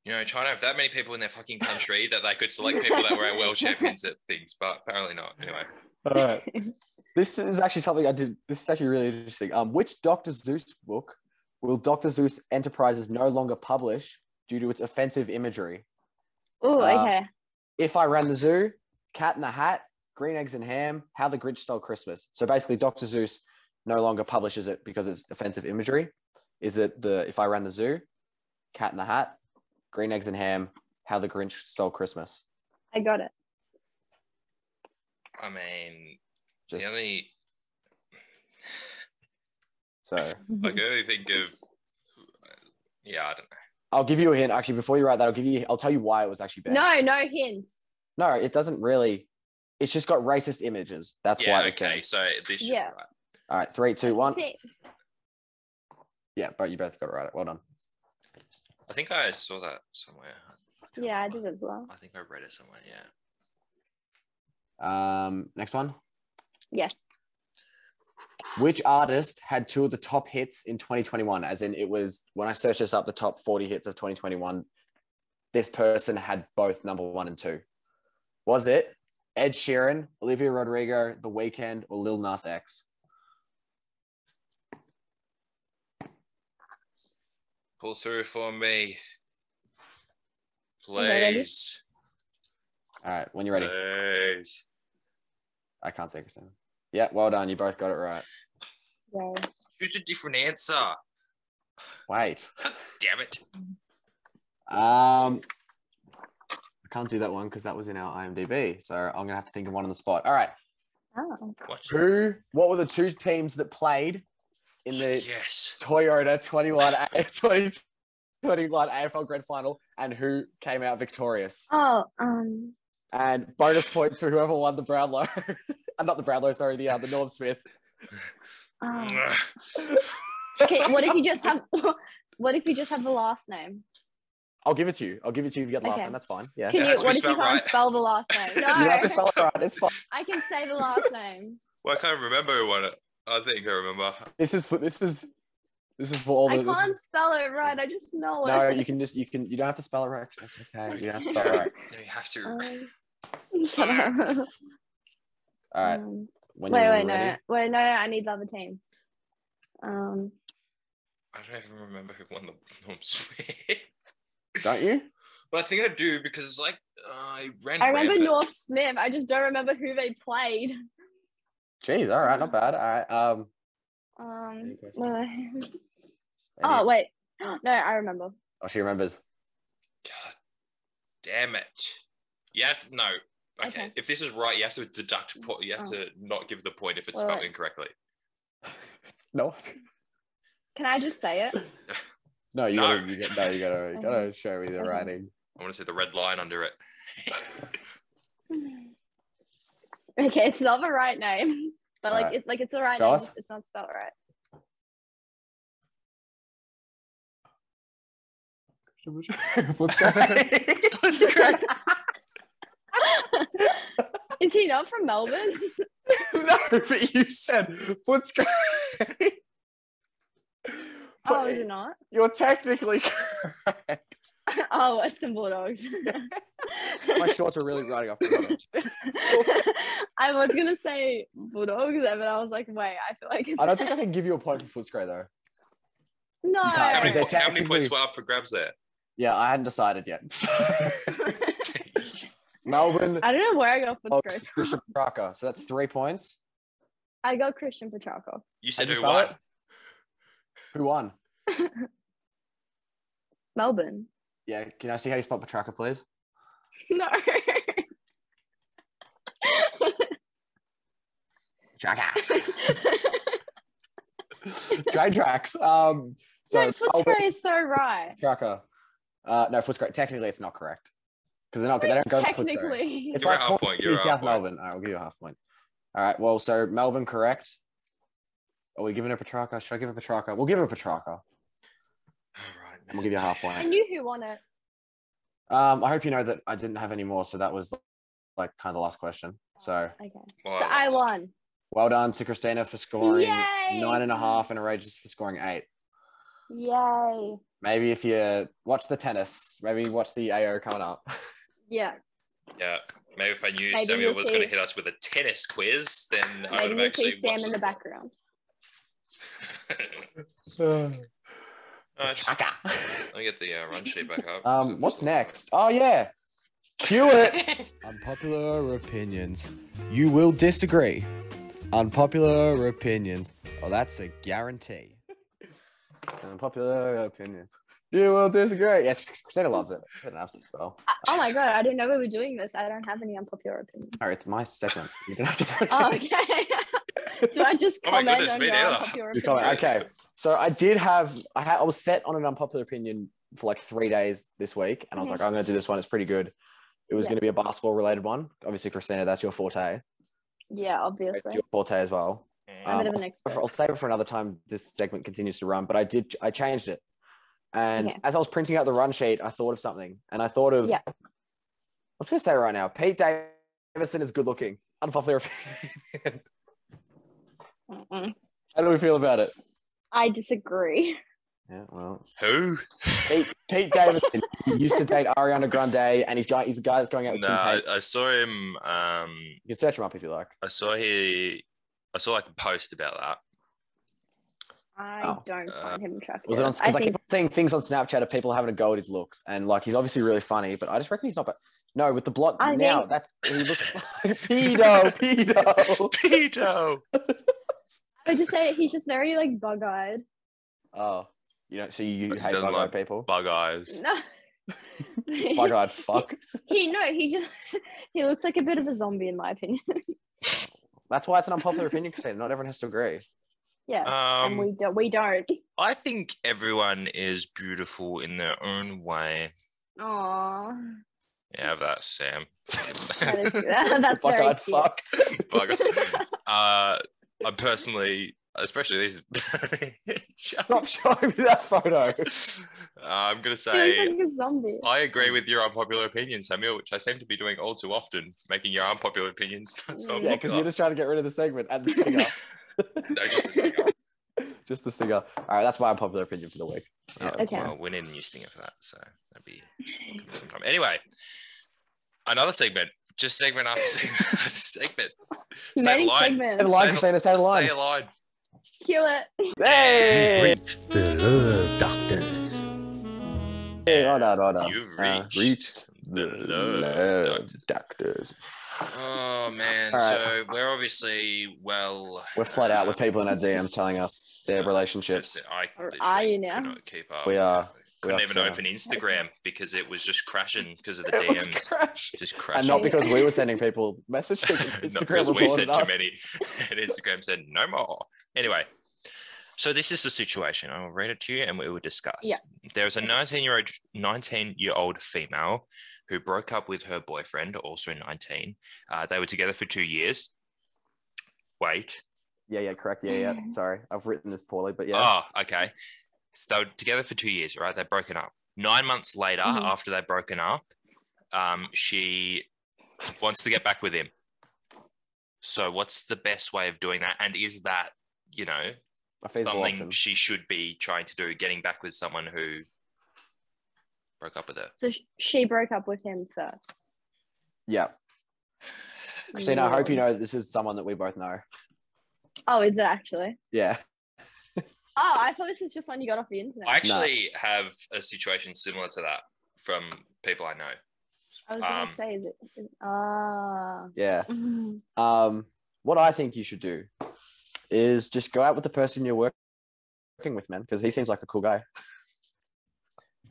Speaker 1: you know, China have that many people in their fucking country that they could select people that were at world champions at things, but apparently not. Anyway.
Speaker 2: All right. <laughs> This is actually something I did. This is actually really interesting. Um, which Dr. Zeus book will Dr. Zeus Enterprises no longer publish due to its offensive imagery?
Speaker 3: Oh,
Speaker 2: Uh,
Speaker 3: okay.
Speaker 2: If I Ran the Zoo, Cat in the Hat, Green Eggs and Ham, How the Grinch Stole Christmas. So basically, Dr. Zeus no longer publishes it because it's offensive imagery. Is it the If I Ran the Zoo, Cat in the Hat, Green Eggs and Ham, How the Grinch Stole Christmas?
Speaker 3: I got it.
Speaker 1: I mean,
Speaker 2: Just-
Speaker 1: the only
Speaker 2: So
Speaker 1: I can only think of yeah, I don't know.
Speaker 2: I'll give you a hint. Actually, before you write that, I'll give you. I'll tell you why it was actually banned.
Speaker 3: no, no hints.
Speaker 2: No, it doesn't really. It's just got racist images. That's why.
Speaker 1: yeah,
Speaker 2: it was
Speaker 1: okay.
Speaker 2: banned.
Speaker 1: So this should
Speaker 3: Yeah.
Speaker 1: be right.
Speaker 2: All right, three, two, one.
Speaker 3: See,
Speaker 2: Yeah, but you both got it right. Well done.
Speaker 1: I think I saw that somewhere.
Speaker 3: yeah, I did as well.
Speaker 1: I think I read it somewhere, yeah.
Speaker 2: Um, next one.
Speaker 3: Yes.
Speaker 2: Which artist had two of the top hits in 2021? As in, it was when I searched this up, the top 40 hits of 2021. This person had both number one and two. Was it Ed Sheeran, Olivia Rodrigo, The Weeknd, or Lil Nas X?
Speaker 1: Pull through for me.
Speaker 3: Okay, ready?
Speaker 1: Please.
Speaker 2: All right, when you're ready.
Speaker 1: Uh, Please.
Speaker 2: I can't say Christina. Yeah, well done. You both got it right.
Speaker 3: Yay.
Speaker 1: Choose a different answer.
Speaker 2: Wait.
Speaker 1: Damn it.
Speaker 2: Um, I can't do that one because that was in our IMDb. So I'm gonna have to think of one on the spot. All right.
Speaker 3: Oh.
Speaker 1: What?
Speaker 2: Who? What were the two teams that played in the
Speaker 1: Yes.
Speaker 2: Toyota 21 A- 2021 AFL Grand Final, and who came out victorious?
Speaker 3: Oh, um,
Speaker 2: And bonus points for whoever won the Brownlow. <laughs> Uh, Not the Brownlow, sorry, the uh, the Norm Smith.
Speaker 3: oh.
Speaker 1: Ugh.
Speaker 3: Okay, what if you just have <laughs> what if you just have the last name?
Speaker 2: I'll give it to you. I'll give it to you if you get the last
Speaker 3: Okay.
Speaker 2: one. That's fine. Yeah.
Speaker 1: It
Speaker 3: Can you
Speaker 1: has to
Speaker 3: <laughs>
Speaker 1: be
Speaker 3: what if you
Speaker 1: spelled
Speaker 3: can't
Speaker 1: right.
Speaker 3: spell the last name?
Speaker 2: <laughs> You have
Speaker 3: <laughs>
Speaker 2: to
Speaker 3: No,
Speaker 2: spell it right. It's fine.
Speaker 3: I can say
Speaker 2: <laughs>
Speaker 3: the last name.
Speaker 1: Well, I can't remember who won it. I think I remember.
Speaker 2: This is for this is this is for all
Speaker 3: I
Speaker 2: the. this is-
Speaker 3: can't spell it right. I just know it.
Speaker 2: no, you can just you can you don't have to spell it right. That's okay. You don't have to spell it
Speaker 3: <laughs>
Speaker 2: right.
Speaker 1: No, you have to.
Speaker 3: Um, shut
Speaker 2: <laughs>
Speaker 3: <laughs> up.
Speaker 2: All right.
Speaker 3: Um,
Speaker 2: When
Speaker 3: wait,
Speaker 2: you're
Speaker 3: wait, no,
Speaker 2: ready.
Speaker 3: wait, no, no. I need the other team. Um,
Speaker 1: I don't even remember who won the <laughs> Norm Smith.
Speaker 2: Don't you?
Speaker 1: but I think I do because it's like uh, I ran.
Speaker 3: I remember
Speaker 1: rampant.
Speaker 3: North Smith. I just don't remember who they played.
Speaker 2: Jeez. All right. Not bad. All right. Um.
Speaker 3: Um,
Speaker 2: Any questions?
Speaker 3: no.
Speaker 2: any-
Speaker 3: oh wait, <gasps> no, I remember.
Speaker 2: oh, she remembers.
Speaker 1: God damn it! You have to no. Okay.
Speaker 3: Okay. Oh.
Speaker 1: if this is right, you have to deduct. Po- you have to not give the point if it's
Speaker 3: Well,
Speaker 1: spelled
Speaker 3: I-
Speaker 1: incorrectly.
Speaker 2: No. <laughs>
Speaker 3: Can I just say
Speaker 2: <clears throat>
Speaker 3: it?
Speaker 2: No, you
Speaker 1: No.
Speaker 2: gotta, you get, no, you gotta, you gotta show me the
Speaker 3: Okay.
Speaker 2: writing.
Speaker 1: I want to see the red line under it.
Speaker 3: okay, it's not the right name, but like
Speaker 2: Alright.
Speaker 3: it's like it's the right
Speaker 2: Show
Speaker 3: name.
Speaker 2: us.
Speaker 3: just It's not spelled right.
Speaker 2: What's going
Speaker 3: <laughs>
Speaker 1: That's correct.
Speaker 3: Is he not
Speaker 2: <laughs>
Speaker 3: from Melbourne?
Speaker 2: no, but you said what's going
Speaker 3: oh, is
Speaker 2: <laughs>
Speaker 3: he not?
Speaker 2: You're technically correct.
Speaker 3: Oh, Western
Speaker 2: <laughs>
Speaker 3: Bulldogs.
Speaker 2: My shorts are really riding off. the edge.
Speaker 3: I was gonna say Bulldogs, there, but I was like, wait, I feel like it's <laughs>
Speaker 2: I don't think I can give you a point for Footscray though.
Speaker 3: no.
Speaker 2: can't-
Speaker 1: How many,
Speaker 2: They're
Speaker 1: po- how many points
Speaker 2: technically-
Speaker 1: were up for grabs there? <laughs>
Speaker 2: Yeah, I hadn't decided
Speaker 3: <laughs>
Speaker 2: yet. <laughs> Melbourne,
Speaker 3: I don't know where I got
Speaker 2: oh,
Speaker 3: Footscray.
Speaker 2: Christian Petrarca. So that's three points.
Speaker 3: I got Christian Petrarca.
Speaker 1: you said
Speaker 2: How'd you
Speaker 1: who
Speaker 2: spell
Speaker 1: won?
Speaker 2: it? Who won?
Speaker 3: Melbourne. <laughs>
Speaker 2: Yeah, can I see how you spell Petrarca, please?
Speaker 3: No.
Speaker 2: Petrarca. <laughs> Dry tracks. Um, <laughs> so
Speaker 3: <laughs> no, Footscray is so right.
Speaker 2: Petrarca. Uh, no, Footscray. Technically, it's not correct because they're not. They don't go to Footscray.
Speaker 3: Technically.
Speaker 2: It's
Speaker 1: You're
Speaker 2: like
Speaker 1: a half
Speaker 2: Corn
Speaker 1: point,
Speaker 2: City,
Speaker 1: you're a half
Speaker 2: South
Speaker 1: point.
Speaker 2: Melbourne. All right, we'll give you a half point. All right. Well, so Melbourne, correct? Are we giving a Petrarca? Should I give a Petrarca? We'll give a Petrarca,
Speaker 1: All Oh, right,
Speaker 2: and we'll give you a half
Speaker 3: I
Speaker 2: point.
Speaker 3: knew who won it.
Speaker 2: Um, I hope you know that I didn't have any more, so that was like kind of the last question. So
Speaker 3: Okay.
Speaker 1: Well,
Speaker 3: So I
Speaker 1: Oh, lost.
Speaker 3: won.
Speaker 2: well done to Christina for scoring
Speaker 3: Yay!
Speaker 2: nine and a half, and Outrageous for scoring eight.
Speaker 3: Yay.
Speaker 2: Maybe if you watch the tennis, maybe watch the AO coming
Speaker 3: <laughs>
Speaker 2: up.
Speaker 3: Yeah.
Speaker 1: Yeah. Maybe if I knew
Speaker 3: Maybe
Speaker 1: Samuel
Speaker 3: you'll
Speaker 1: was going to
Speaker 3: see-
Speaker 1: hit us with a tennis quiz, then I would have
Speaker 3: Maybe you
Speaker 1: actually.
Speaker 3: see Sam
Speaker 1: watched
Speaker 3: in the
Speaker 1: this.
Speaker 3: background.
Speaker 1: Nice.
Speaker 2: Petrarca.
Speaker 1: Let me get the uh, run sheet back up.
Speaker 2: Um, what's next? Oh yeah, cue it.
Speaker 3: <laughs>
Speaker 2: Unpopular opinions. You will disagree. Unpopular opinions. Oh, that's a guarantee. Unpopular opinions. You will disagree. Yes, Christina loves it. It's an absolute spell.
Speaker 3: I- Oh my god, I didn't know we were doing this. I don't have any
Speaker 1: <laughs>
Speaker 3: unpopular opinions.
Speaker 2: All right, it's my segment. You don't have to. break
Speaker 3: Oh,
Speaker 2: it.
Speaker 3: okay. <laughs> Do I just
Speaker 1: Oh my
Speaker 3: comment
Speaker 1: goodness,
Speaker 3: on
Speaker 1: me
Speaker 3: your
Speaker 1: neither.
Speaker 3: unpopular
Speaker 2: Just
Speaker 3: opinion?
Speaker 2: comment. Okay, so I did have I, had, I was set on an unpopular opinion for like three days this week, and I was
Speaker 3: Okay.
Speaker 2: like, I'm going to do this one. It's pretty good. It was
Speaker 3: Yeah.
Speaker 2: going to be a basketball related one. Obviously, Christina, that's your forte.
Speaker 3: Yeah,
Speaker 2: That's
Speaker 3: obviously.
Speaker 2: your forte as well.
Speaker 1: Mm.
Speaker 3: I'm a
Speaker 2: Um,
Speaker 3: bit of an expert.
Speaker 2: I'll save it for another time. This segment continues to run, but I did I changed it, and
Speaker 3: Okay.
Speaker 2: as I was printing out the run sheet, I thought of something, and I thought of
Speaker 3: Yeah.
Speaker 2: I was going to say right now, Pete Davidson is good looking. Unpopular opinion.
Speaker 3: Mm-mm.
Speaker 2: <laughs> How do we feel about it?
Speaker 3: I disagree.
Speaker 2: Yeah, well,
Speaker 1: Who?
Speaker 2: Pete, Pete Davidson he used to date Ariana Grande, and he's guy. He's the guy that's going out with
Speaker 1: No,
Speaker 2: Kim
Speaker 1: I,
Speaker 2: K.
Speaker 1: I saw him. Um,
Speaker 2: You can search him up if you like.
Speaker 1: I saw he. I saw like a post about that.
Speaker 3: I
Speaker 2: Oh.
Speaker 3: don't
Speaker 1: Uh,
Speaker 3: find him attractive.
Speaker 2: Was it on? Because
Speaker 3: I
Speaker 2: I,
Speaker 3: think
Speaker 2: keep on seeing things on Snapchat of people having a go at his looks, and like he's obviously really funny, but I just reckon he's not. But no, with the blot
Speaker 3: I
Speaker 2: now,
Speaker 3: think-
Speaker 2: that's he looks like <laughs> pedo, <laughs> pedo.
Speaker 1: Pedo.
Speaker 3: I would just say he's just very like bug-eyed.
Speaker 2: Oh, you know, so you
Speaker 1: But he
Speaker 2: hate
Speaker 1: doesn't like
Speaker 2: bug-eyed people?
Speaker 1: Bug eyes.
Speaker 3: No.
Speaker 2: <laughs> Bug-eyed fuck.
Speaker 3: <laughs> he no, he just <laughs> he looks like a bit of a zombie in my opinion. <laughs>
Speaker 2: That's why it's an unpopular opinion, Christina. Not everyone has to agree.
Speaker 3: yeah. and we
Speaker 1: Um,
Speaker 3: don't we don't.
Speaker 1: I think everyone is beautiful in their own way.
Speaker 3: Aw.
Speaker 2: <laughs>
Speaker 1: Yeah, that's Sam.
Speaker 3: That <laughs> is, <laughs> that's very
Speaker 2: Bug-eyed
Speaker 1: <laughs>
Speaker 2: fuck.
Speaker 3: cute.
Speaker 1: Bug eye. Uh, I personally, especially these. <laughs>
Speaker 2: Stop showing me that photo.
Speaker 1: I'm gonna
Speaker 3: He looks
Speaker 1: say
Speaker 3: like a zombie.
Speaker 1: I
Speaker 2: Mm.
Speaker 1: agree with your unpopular opinion, Samuel, which I seem to be doing all too often, making your unpopular opinions. <laughs> That's all
Speaker 2: Yeah, because you're just trying to get rid of the segment and
Speaker 1: <laughs>
Speaker 2: the singer.
Speaker 1: no, just a singer.
Speaker 2: <laughs> just the singer. All right, that's my unpopular opinion for the week.
Speaker 1: Yeah,
Speaker 3: Okay.
Speaker 1: Well, we need a new stinger for that, so that'd
Speaker 2: <laughs>
Speaker 1: be coming sometime. Anyway, another segment. Just segment after <laughs> segment. after segment. Say
Speaker 3: Many
Speaker 1: line.
Speaker 2: Say the
Speaker 3: segments.
Speaker 2: line,
Speaker 1: Say-
Speaker 2: Christina. Say the line.
Speaker 1: Say a line.
Speaker 3: Kill it.
Speaker 2: Hey!
Speaker 4: You've reached the love doctor.
Speaker 2: Right on, right on.
Speaker 1: You've
Speaker 2: Uh,
Speaker 1: reached
Speaker 2: the
Speaker 1: love
Speaker 2: love
Speaker 1: doctor.
Speaker 2: doctors.
Speaker 1: Oh man.
Speaker 2: All right.
Speaker 1: So we're obviously well. uh,
Speaker 2: We're flat out with people in our DMs telling us their relationships.
Speaker 1: I
Speaker 3: Or
Speaker 1: literally
Speaker 3: are you now?
Speaker 1: could not keep up.
Speaker 2: We are. We
Speaker 1: Couldn't
Speaker 2: are
Speaker 1: even
Speaker 2: flat out.
Speaker 1: open Instagram because it was just crashing because of the
Speaker 2: It was
Speaker 1: DMs.
Speaker 2: crashing.
Speaker 1: Just
Speaker 2: And
Speaker 1: crashing.
Speaker 2: not because we were sending people
Speaker 1: <laughs>
Speaker 2: messages.
Speaker 1: Not
Speaker 2: Instagram
Speaker 1: because we
Speaker 2: reported
Speaker 1: said too
Speaker 2: us. <laughs>
Speaker 1: many. <laughs> And Instagram said no more. Anyway, so this is the situation. I will read it to you and we will discuss.
Speaker 3: Yeah.
Speaker 1: There is a 19 year old 19 year old female who broke up with her boyfriend, also 19. Uh, they were together for two years. Wait.
Speaker 2: Yeah, yeah, correct. Yeah, yeah. Sorry, I've written this poorly, but yeah.
Speaker 1: Oh, okay. So they were together for two years, right? They've broken up. Nine months later,
Speaker 2: Mm-hmm.
Speaker 3: Mhm.
Speaker 1: after they've broken up, um, she wants to get back with him. So, what's the best way of doing that? And is that, you know,
Speaker 2: a feasible
Speaker 1: something
Speaker 2: option.
Speaker 1: she should be trying to do, getting back with someone who broke up with her?
Speaker 3: So sh- she broke up with him first.
Speaker 2: Yeah. Christina, I hope you know that this is someone that we both know.
Speaker 3: Oh, is it actually?
Speaker 2: Yeah.
Speaker 3: Oh, I thought this was just one you got off the internet.
Speaker 1: I
Speaker 3: I,
Speaker 1: actually have a situation similar to that from people I know.
Speaker 3: was gonna
Speaker 1: um,
Speaker 3: say that. Ah. <laughs>
Speaker 2: Yeah.
Speaker 3: Mm.
Speaker 2: Um, what I think you should do is just go out with the person you're work- working with, man, because he seems like a cool guy. <laughs>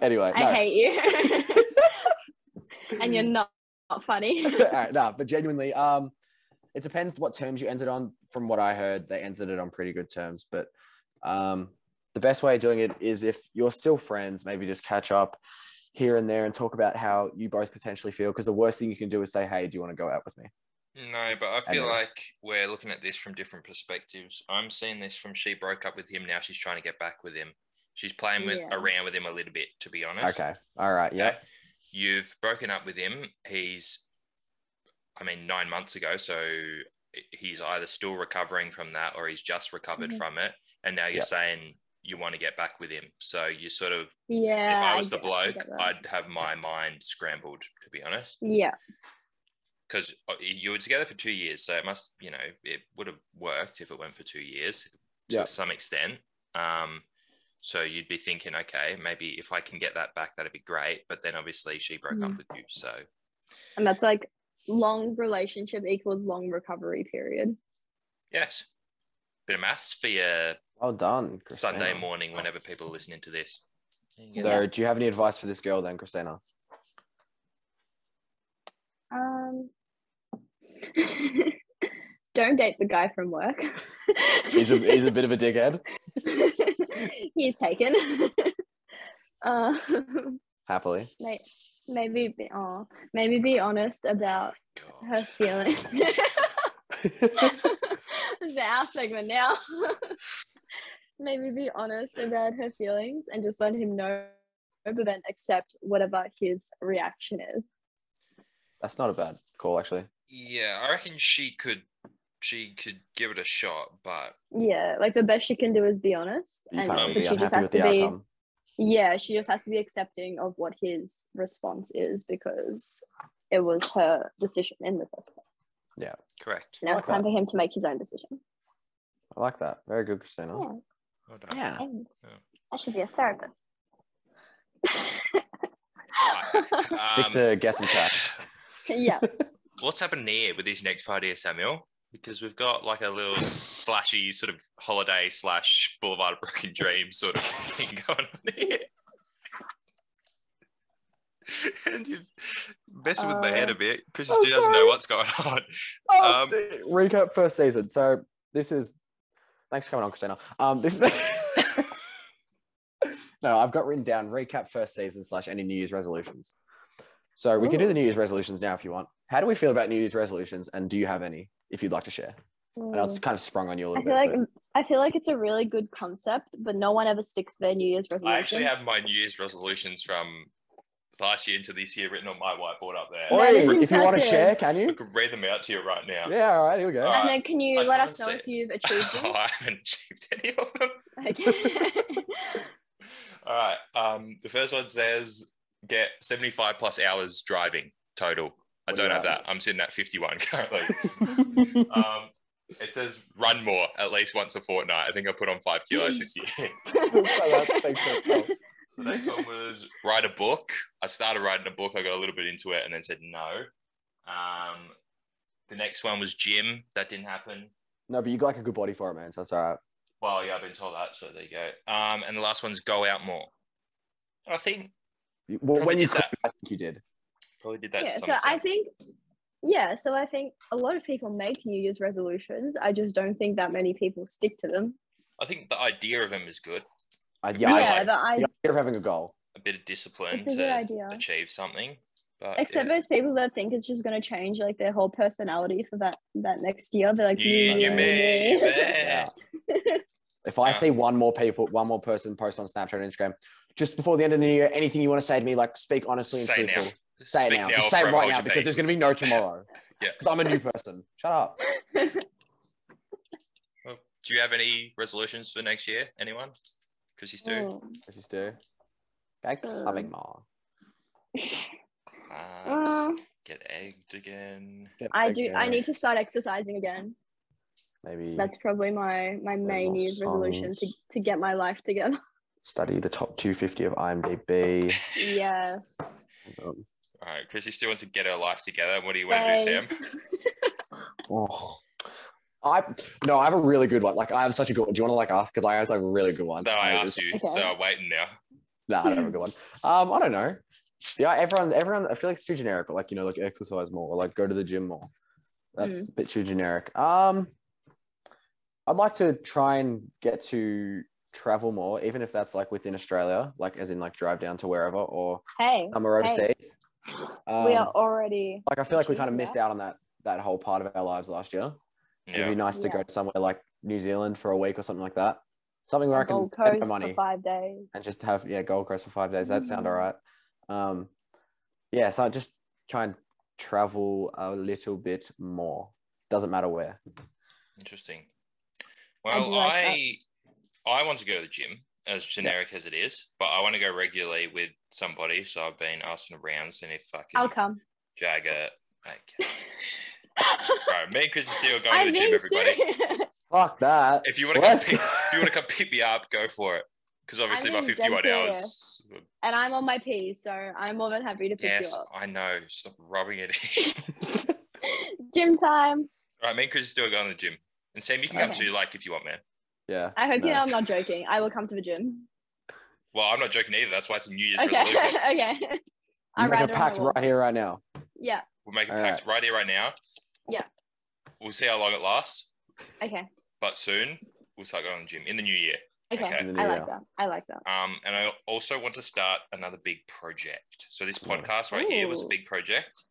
Speaker 2: anyway,
Speaker 3: I
Speaker 2: no.
Speaker 3: hate you. <laughs> and you're not, not
Speaker 2: <laughs>
Speaker 3: funny. <laughs>
Speaker 2: All right, no, but genuinely, um, it depends what terms you ended on. From what I heard, they ended it on pretty good terms. But um, the best way of doing it is if you're still friends, maybe just catch up here and there and talk about how you both potentially feel. Because the worst thing you can do is say, "Hey, do you want to go out with me?"
Speaker 1: No, but I feel
Speaker 2: then-
Speaker 1: like we're looking at this from different perspectives. I'm seeing this from she broke up with him, now she's trying to get back with him. She's playing with
Speaker 3: Yeah.
Speaker 1: around with him a little bit, to be honest.
Speaker 2: Okay. All right. Yeah.
Speaker 1: You've broken up with him. He's I mean, nine months ago, so he's either still recovering from that or he's just recovered
Speaker 3: Mhm.
Speaker 1: from it. And now you're
Speaker 2: Yeah.
Speaker 1: saying you want to get back with him. So you sort of
Speaker 3: yeah.
Speaker 1: if I was the
Speaker 3: get- I get
Speaker 1: bloke,
Speaker 3: that.
Speaker 1: I'd have my mind scrambled, to be honest.
Speaker 3: Yeah.
Speaker 1: because uh, you were together for two years, so it must, you know, it would have worked if it went for two years to
Speaker 2: Yeah.
Speaker 1: some extent. Um, so you'd be thinking, okay, maybe if I can get that back, that'd be great. But then obviously she broke up
Speaker 3: Mhm.
Speaker 1: with you, so
Speaker 3: And that's like long relationship equals long recovery period.
Speaker 1: yes, bit of maths for your
Speaker 2: Well done.
Speaker 1: Sunday
Speaker 2: Christina.
Speaker 1: morning whenever people are listening to this. There you go.
Speaker 2: So, do you have any advice for this girl then, Christina?
Speaker 3: Um, <laughs> don't date the guy from work.
Speaker 2: He's a, he's a bit of a dickhead.
Speaker 3: <laughs> He's taken. <laughs> um,
Speaker 2: Happily,
Speaker 3: may- maybe be, oh, maybe be honest about her
Speaker 1: God.
Speaker 3: feelings. <laughs> It's our segment now. <laughs> maybe be honest about her feelings and just let him know, but then accept whatever his reaction is.
Speaker 2: that's not a bad call actually.
Speaker 1: Yeah, I reckon she could she could give it a shot, but
Speaker 3: Yeah, like the best she can do is be honest,
Speaker 2: You
Speaker 3: and
Speaker 2: can't
Speaker 1: um,
Speaker 2: really be
Speaker 3: she just
Speaker 2: unhappy
Speaker 3: has
Speaker 2: with
Speaker 3: to
Speaker 2: the
Speaker 3: be.
Speaker 2: outcome.
Speaker 3: Yeah, she just has to be accepting of what his response is because it was her decision in the first place.
Speaker 1: correct.
Speaker 3: Now
Speaker 2: like
Speaker 3: it's time
Speaker 2: that.
Speaker 3: for him to make his own decision.
Speaker 2: I like that. Very good, Christina.
Speaker 3: Yeah,
Speaker 1: Well done.
Speaker 3: thanks.
Speaker 1: Yeah.
Speaker 3: I should be a therapist.
Speaker 1: Right.
Speaker 2: Stick
Speaker 1: Um,
Speaker 2: to guess and track.
Speaker 3: <laughs> <laughs> yeah,
Speaker 1: what's happened here with this next part here, Samuel? Because we've got like a little slashy sort of holiday slash Boulevard of Broken Dreams sort of <laughs> thing going on here. <laughs> And you're messing with my head a bit. Chris
Speaker 2: I'm
Speaker 1: still doesn't know
Speaker 2: Uh, oh, sorry.
Speaker 1: what's going <laughs> on.
Speaker 2: Oh,
Speaker 1: Um,
Speaker 2: shit. recap first season. So this is thanks for coming on, Christina. Um, this
Speaker 1: <laughs>
Speaker 2: no, I've got written down recap first season slash any New Year's resolutions. So we can do the New Year's resolutions now if you want. How do we feel about New Year's resolutions, and do you have any if you'd like to share? I know it's kind of sprung on you a
Speaker 3: I
Speaker 2: little
Speaker 3: feel
Speaker 2: bit.
Speaker 3: like
Speaker 2: but-
Speaker 3: I feel like it's a really good concept, but no one ever sticks to their New Year's resolution.
Speaker 1: I actually have my New Year's resolutions from last year into this year written on my whiteboard up there.
Speaker 3: That is
Speaker 2: Oi, if you want to
Speaker 3: impressive.
Speaker 2: share, can
Speaker 1: I
Speaker 2: you?
Speaker 1: could read them out to you right now.
Speaker 2: Yeah, all right, here we go.
Speaker 1: All
Speaker 3: and
Speaker 1: right.
Speaker 3: then can you
Speaker 1: I
Speaker 3: let
Speaker 1: can't
Speaker 3: us know
Speaker 1: say-
Speaker 3: if
Speaker 1: <laughs>
Speaker 3: you've achieved them?
Speaker 1: Oh, I haven't achieved any of them.
Speaker 3: <laughs> okay.
Speaker 1: All right. Um, the first one says get 75 plus hours driving total. I
Speaker 2: What do you
Speaker 1: don't have
Speaker 2: have?
Speaker 1: that. I'm sitting at 51 <laughs> currently.
Speaker 2: <laughs>
Speaker 1: um, it says run more at least once a fortnight. I think I put on five kilos this year. <laughs>
Speaker 2: that speaks
Speaker 3: <laughs>
Speaker 2: for itself.
Speaker 1: The next one was write a book. I started writing a book. I got a little bit into it and then said no. Um, the next one was gym. That didn't happen.
Speaker 2: No, but you got like a good body for it, man. So that's all right.
Speaker 1: Well, yeah, I've been told that. So there you go. Um, and the last one's go out more. And I think
Speaker 2: You- Well,
Speaker 1: Probably
Speaker 2: when you
Speaker 1: did
Speaker 2: could,
Speaker 1: that.
Speaker 2: I think you did.
Speaker 1: probably did that.
Speaker 3: yeah,
Speaker 1: to
Speaker 3: so
Speaker 1: some extent.
Speaker 3: I think yeah, so I think a lot of people make New Year's resolutions. I just don't think that many people stick to them.
Speaker 1: I think the idea of them is good.
Speaker 2: I,
Speaker 1: Yeah,
Speaker 2: yeah, I-
Speaker 1: like-
Speaker 3: the I
Speaker 2: the idea of having a goal.
Speaker 1: A bit of discipline
Speaker 3: It's a
Speaker 1: to
Speaker 3: good idea.
Speaker 1: achieve something. But
Speaker 3: except
Speaker 1: yeah.
Speaker 3: those people that think it's just going to change like their whole personality for that that next year. They're like,
Speaker 1: you, you,
Speaker 2: Yeah.
Speaker 1: may,
Speaker 3: <laughs>
Speaker 1: you may.
Speaker 2: Yeah. If I
Speaker 1: Yeah.
Speaker 2: see one more people, one more person post on Snapchat and Instagram, just before the end of the year, anything you want to say to me, like speak honestly and
Speaker 1: Say now.
Speaker 2: truthful. Say it
Speaker 1: Speak
Speaker 2: now. Just say it
Speaker 1: from
Speaker 2: right
Speaker 1: all
Speaker 2: now
Speaker 1: your
Speaker 2: because there's
Speaker 1: days.
Speaker 2: going to be no tomorrow.
Speaker 1: <laughs> Yeah.
Speaker 2: Because I'm a new person. Shut up.
Speaker 3: <laughs>
Speaker 1: Well, Do you have any resolutions for next year? Anyone? Because you do.
Speaker 3: Mm.
Speaker 2: Let's just do. Okay,
Speaker 3: Um,
Speaker 2: coming more.
Speaker 1: Claps.
Speaker 3: Uh,
Speaker 1: Get egged again.
Speaker 3: I do. I need to start exercising again.
Speaker 1: Mm.
Speaker 2: maybe
Speaker 3: That's probably my my main
Speaker 2: more
Speaker 3: New Year's resolution to
Speaker 2: songs.
Speaker 3: to get my life together. <laughs>
Speaker 2: study the top 250 of IMDb.
Speaker 3: yes.
Speaker 2: Um,
Speaker 1: All right, Chrissy still wants to get her life together. What do you want to do, Sam?
Speaker 3: Thanks.
Speaker 2: oh. I no, I have a really good one. Like I have such a good one. Do you want to like ask? Because I have like a really good one.
Speaker 1: No, I
Speaker 2: Like,
Speaker 1: asked you,
Speaker 3: Okay.
Speaker 1: so I'm waiting now.
Speaker 2: No, I don't have a good one. Um, I don't know. Yeah, everyone, everyone. I feel like it's too generic, but like you know, like exercise more, or like go to the gym more. That's
Speaker 3: Mm.
Speaker 2: a bit too generic. Um, I'd like to try and get to travel more, even if that's like within Australia, like as in like drive down to wherever or
Speaker 3: Hey,
Speaker 2: somewhere
Speaker 3: Hey.
Speaker 2: overseas. Um,
Speaker 3: we are already.
Speaker 2: like I feel like we kind of
Speaker 3: achieving
Speaker 2: missed
Speaker 3: that.
Speaker 2: out on that that whole part of our lives last year. It'd
Speaker 1: Yeah.
Speaker 2: be nice to
Speaker 3: Yeah.
Speaker 2: go somewhere like New Zealand for a week or something like that. Something where I can
Speaker 3: Gold
Speaker 2: spend
Speaker 3: Coast
Speaker 2: my
Speaker 3: for
Speaker 2: money
Speaker 3: five days.
Speaker 2: and just have yeah Gold Coast for five days. That sound
Speaker 3: Mhm.
Speaker 2: all right. Um, yeah, so I just try and travel a little bit more. Doesn't matter where.
Speaker 1: Interesting.
Speaker 3: I do
Speaker 1: Well,
Speaker 3: like that.
Speaker 1: I I want to go to the gym, as generic as it is, but I want to go regularly with somebody. So I've been asking around, seeing if I can
Speaker 3: I'll come.
Speaker 1: jag a. Okay. right, me and Chris Steele
Speaker 3: <laughs>
Speaker 1: are going
Speaker 3: I'm
Speaker 1: to the gym,
Speaker 3: being
Speaker 1: everybody.
Speaker 3: serious. <laughs>
Speaker 2: Fuck that.
Speaker 1: If you want to come,
Speaker 2: Let's
Speaker 1: pick,
Speaker 2: go.
Speaker 1: if you want to come pick me up, go for it. Because obviously, my
Speaker 3: being dead
Speaker 1: 51
Speaker 3: serious.
Speaker 1: hours.
Speaker 3: And I'm on my P's, so I'm more than happy to pick
Speaker 1: Yes,
Speaker 3: you up.
Speaker 1: I know. Stop rubbing it. in.
Speaker 3: <laughs> Gym time.
Speaker 1: All right, me and Chris Steele are going to the gym, and Sam, you can come
Speaker 3: Okay.
Speaker 1: too, like if you want, man.
Speaker 2: <laughs> Yeah.
Speaker 3: I hope you
Speaker 2: No.
Speaker 3: know I'm not joking. I will come to the gym.
Speaker 1: Well, I'm not joking either. That's why it's a New Year's
Speaker 3: Okay.
Speaker 1: resolution.
Speaker 3: <laughs> okay.
Speaker 2: You
Speaker 3: I
Speaker 2: make a
Speaker 3: write it on my
Speaker 2: pact
Speaker 3: wall.
Speaker 2: right here, right now.
Speaker 3: Yeah.
Speaker 1: We'll make a
Speaker 2: All
Speaker 1: pact right. here, right now.
Speaker 3: Yeah.
Speaker 1: We'll see how long it lasts,
Speaker 3: Okay.
Speaker 1: but soon we'll start going to the gym in the new year.
Speaker 3: Okay.
Speaker 1: Okay.
Speaker 2: In the
Speaker 3: I
Speaker 2: new
Speaker 3: like
Speaker 2: year.
Speaker 3: that. I like that.
Speaker 1: Um, and I also want to start another big project. So this
Speaker 2: Ooh.
Speaker 1: podcast right here was a big project.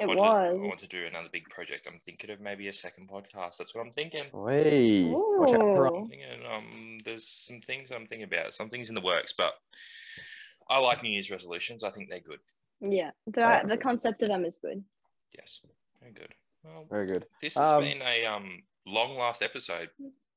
Speaker 3: It
Speaker 1: I want to- I
Speaker 3: was.
Speaker 1: want to do another big project. I'm thinking of maybe a second podcast. That's what I'm thinking.
Speaker 2: Wait. Watch out for
Speaker 3: Ooh.
Speaker 1: I'm thinking, um, there's some things I'm thinking about. Some things in the works, but I like New Year's resolutions. I think they're good.
Speaker 3: Yeah. The,
Speaker 2: Alright.
Speaker 3: the concept of them is good.
Speaker 1: Yes, very good. Well,
Speaker 2: Very good.
Speaker 1: this has
Speaker 2: Um,
Speaker 1: been a um long last episode,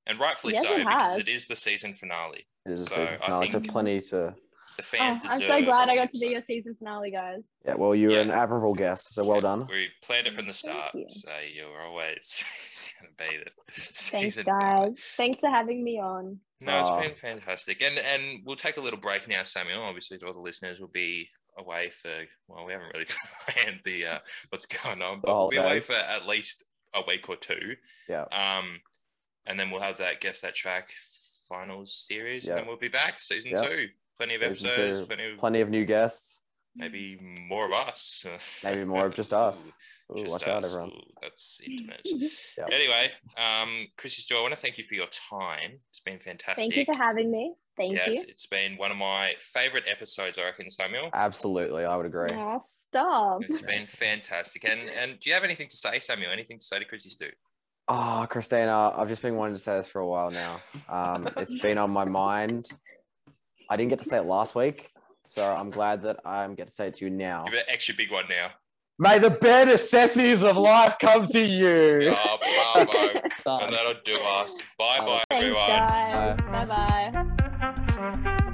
Speaker 1: and rightfully
Speaker 3: Yes,
Speaker 1: so
Speaker 3: it
Speaker 1: because
Speaker 3: has.
Speaker 1: it is the season finale.
Speaker 2: It is a
Speaker 1: So,
Speaker 2: season
Speaker 1: I
Speaker 2: finale, so
Speaker 1: think-
Speaker 2: plenty to.
Speaker 1: The fans.
Speaker 3: Oh, I'm so
Speaker 1: deserve
Speaker 3: glad
Speaker 1: a long
Speaker 3: I got to be
Speaker 1: episode.
Speaker 3: your season finale, guys.
Speaker 2: Yeah, well, you were
Speaker 1: Yeah.
Speaker 2: an admirable guest, so well done.
Speaker 1: We planned it from the
Speaker 3: Thank
Speaker 1: start,
Speaker 3: you.
Speaker 1: so you're always <laughs> gonna be there.
Speaker 3: Thanks,
Speaker 1: Season
Speaker 3: guys. Thanks for having me on.
Speaker 1: No, it's
Speaker 2: Aw.
Speaker 1: been fantastic, and and we'll take a little break now, Samuel. Obviously, all the listeners will be away for well, we haven't really <laughs> planned the uh, what's going on, but we'll be away
Speaker 2: holidays.
Speaker 1: for at least a week or two.
Speaker 2: Yeah.
Speaker 1: Um, and then we'll have that guess that track finals series, and
Speaker 2: Yeah.
Speaker 1: then we'll be back season
Speaker 2: Yeah.
Speaker 1: two. Plenty of
Speaker 2: Season
Speaker 1: episodes,
Speaker 2: two.
Speaker 1: plenty of
Speaker 2: Plenty of new guests,
Speaker 3: <laughs>
Speaker 1: maybe more of us, <laughs>
Speaker 2: maybe more of just us.
Speaker 1: Ooh,
Speaker 2: Ooh,
Speaker 1: just
Speaker 2: watch
Speaker 1: us.
Speaker 2: out, everyone.
Speaker 1: Ooh, that's intimate.
Speaker 2: Yeah.
Speaker 1: Anyway, um, Chrissy Stewart, I want to thank you for your time. It's been fantastic.
Speaker 3: Thank you for having me. Thank
Speaker 1: Yes,
Speaker 3: you.
Speaker 1: it's been one of my favorite episodes, I reckon, Samuel.
Speaker 2: Absolutely, I would agree.
Speaker 3: Aw, stop.
Speaker 1: It's been fantastic. And and do you have anything to say, Samuel? Anything to say to Chrissy Stu?
Speaker 2: Oh, Christina, I've just been wanting to say this for a while now. Um, it's been on my mind. I didn't get to say it last week, so I'm glad that I get to say it to you now.
Speaker 1: Give it an extra big one
Speaker 3: <laughs>
Speaker 1: now.
Speaker 2: May the bare necessities of life come to
Speaker 1: <laughs>
Speaker 2: you.
Speaker 1: Oh,
Speaker 3: <laughs>
Speaker 1: bravo.
Speaker 2: Done.
Speaker 1: and that'll do us. Bye bye,
Speaker 3: Thanks,
Speaker 1: everyone.
Speaker 3: guys.
Speaker 2: Bye.
Speaker 3: Bye bye.
Speaker 2: Bye.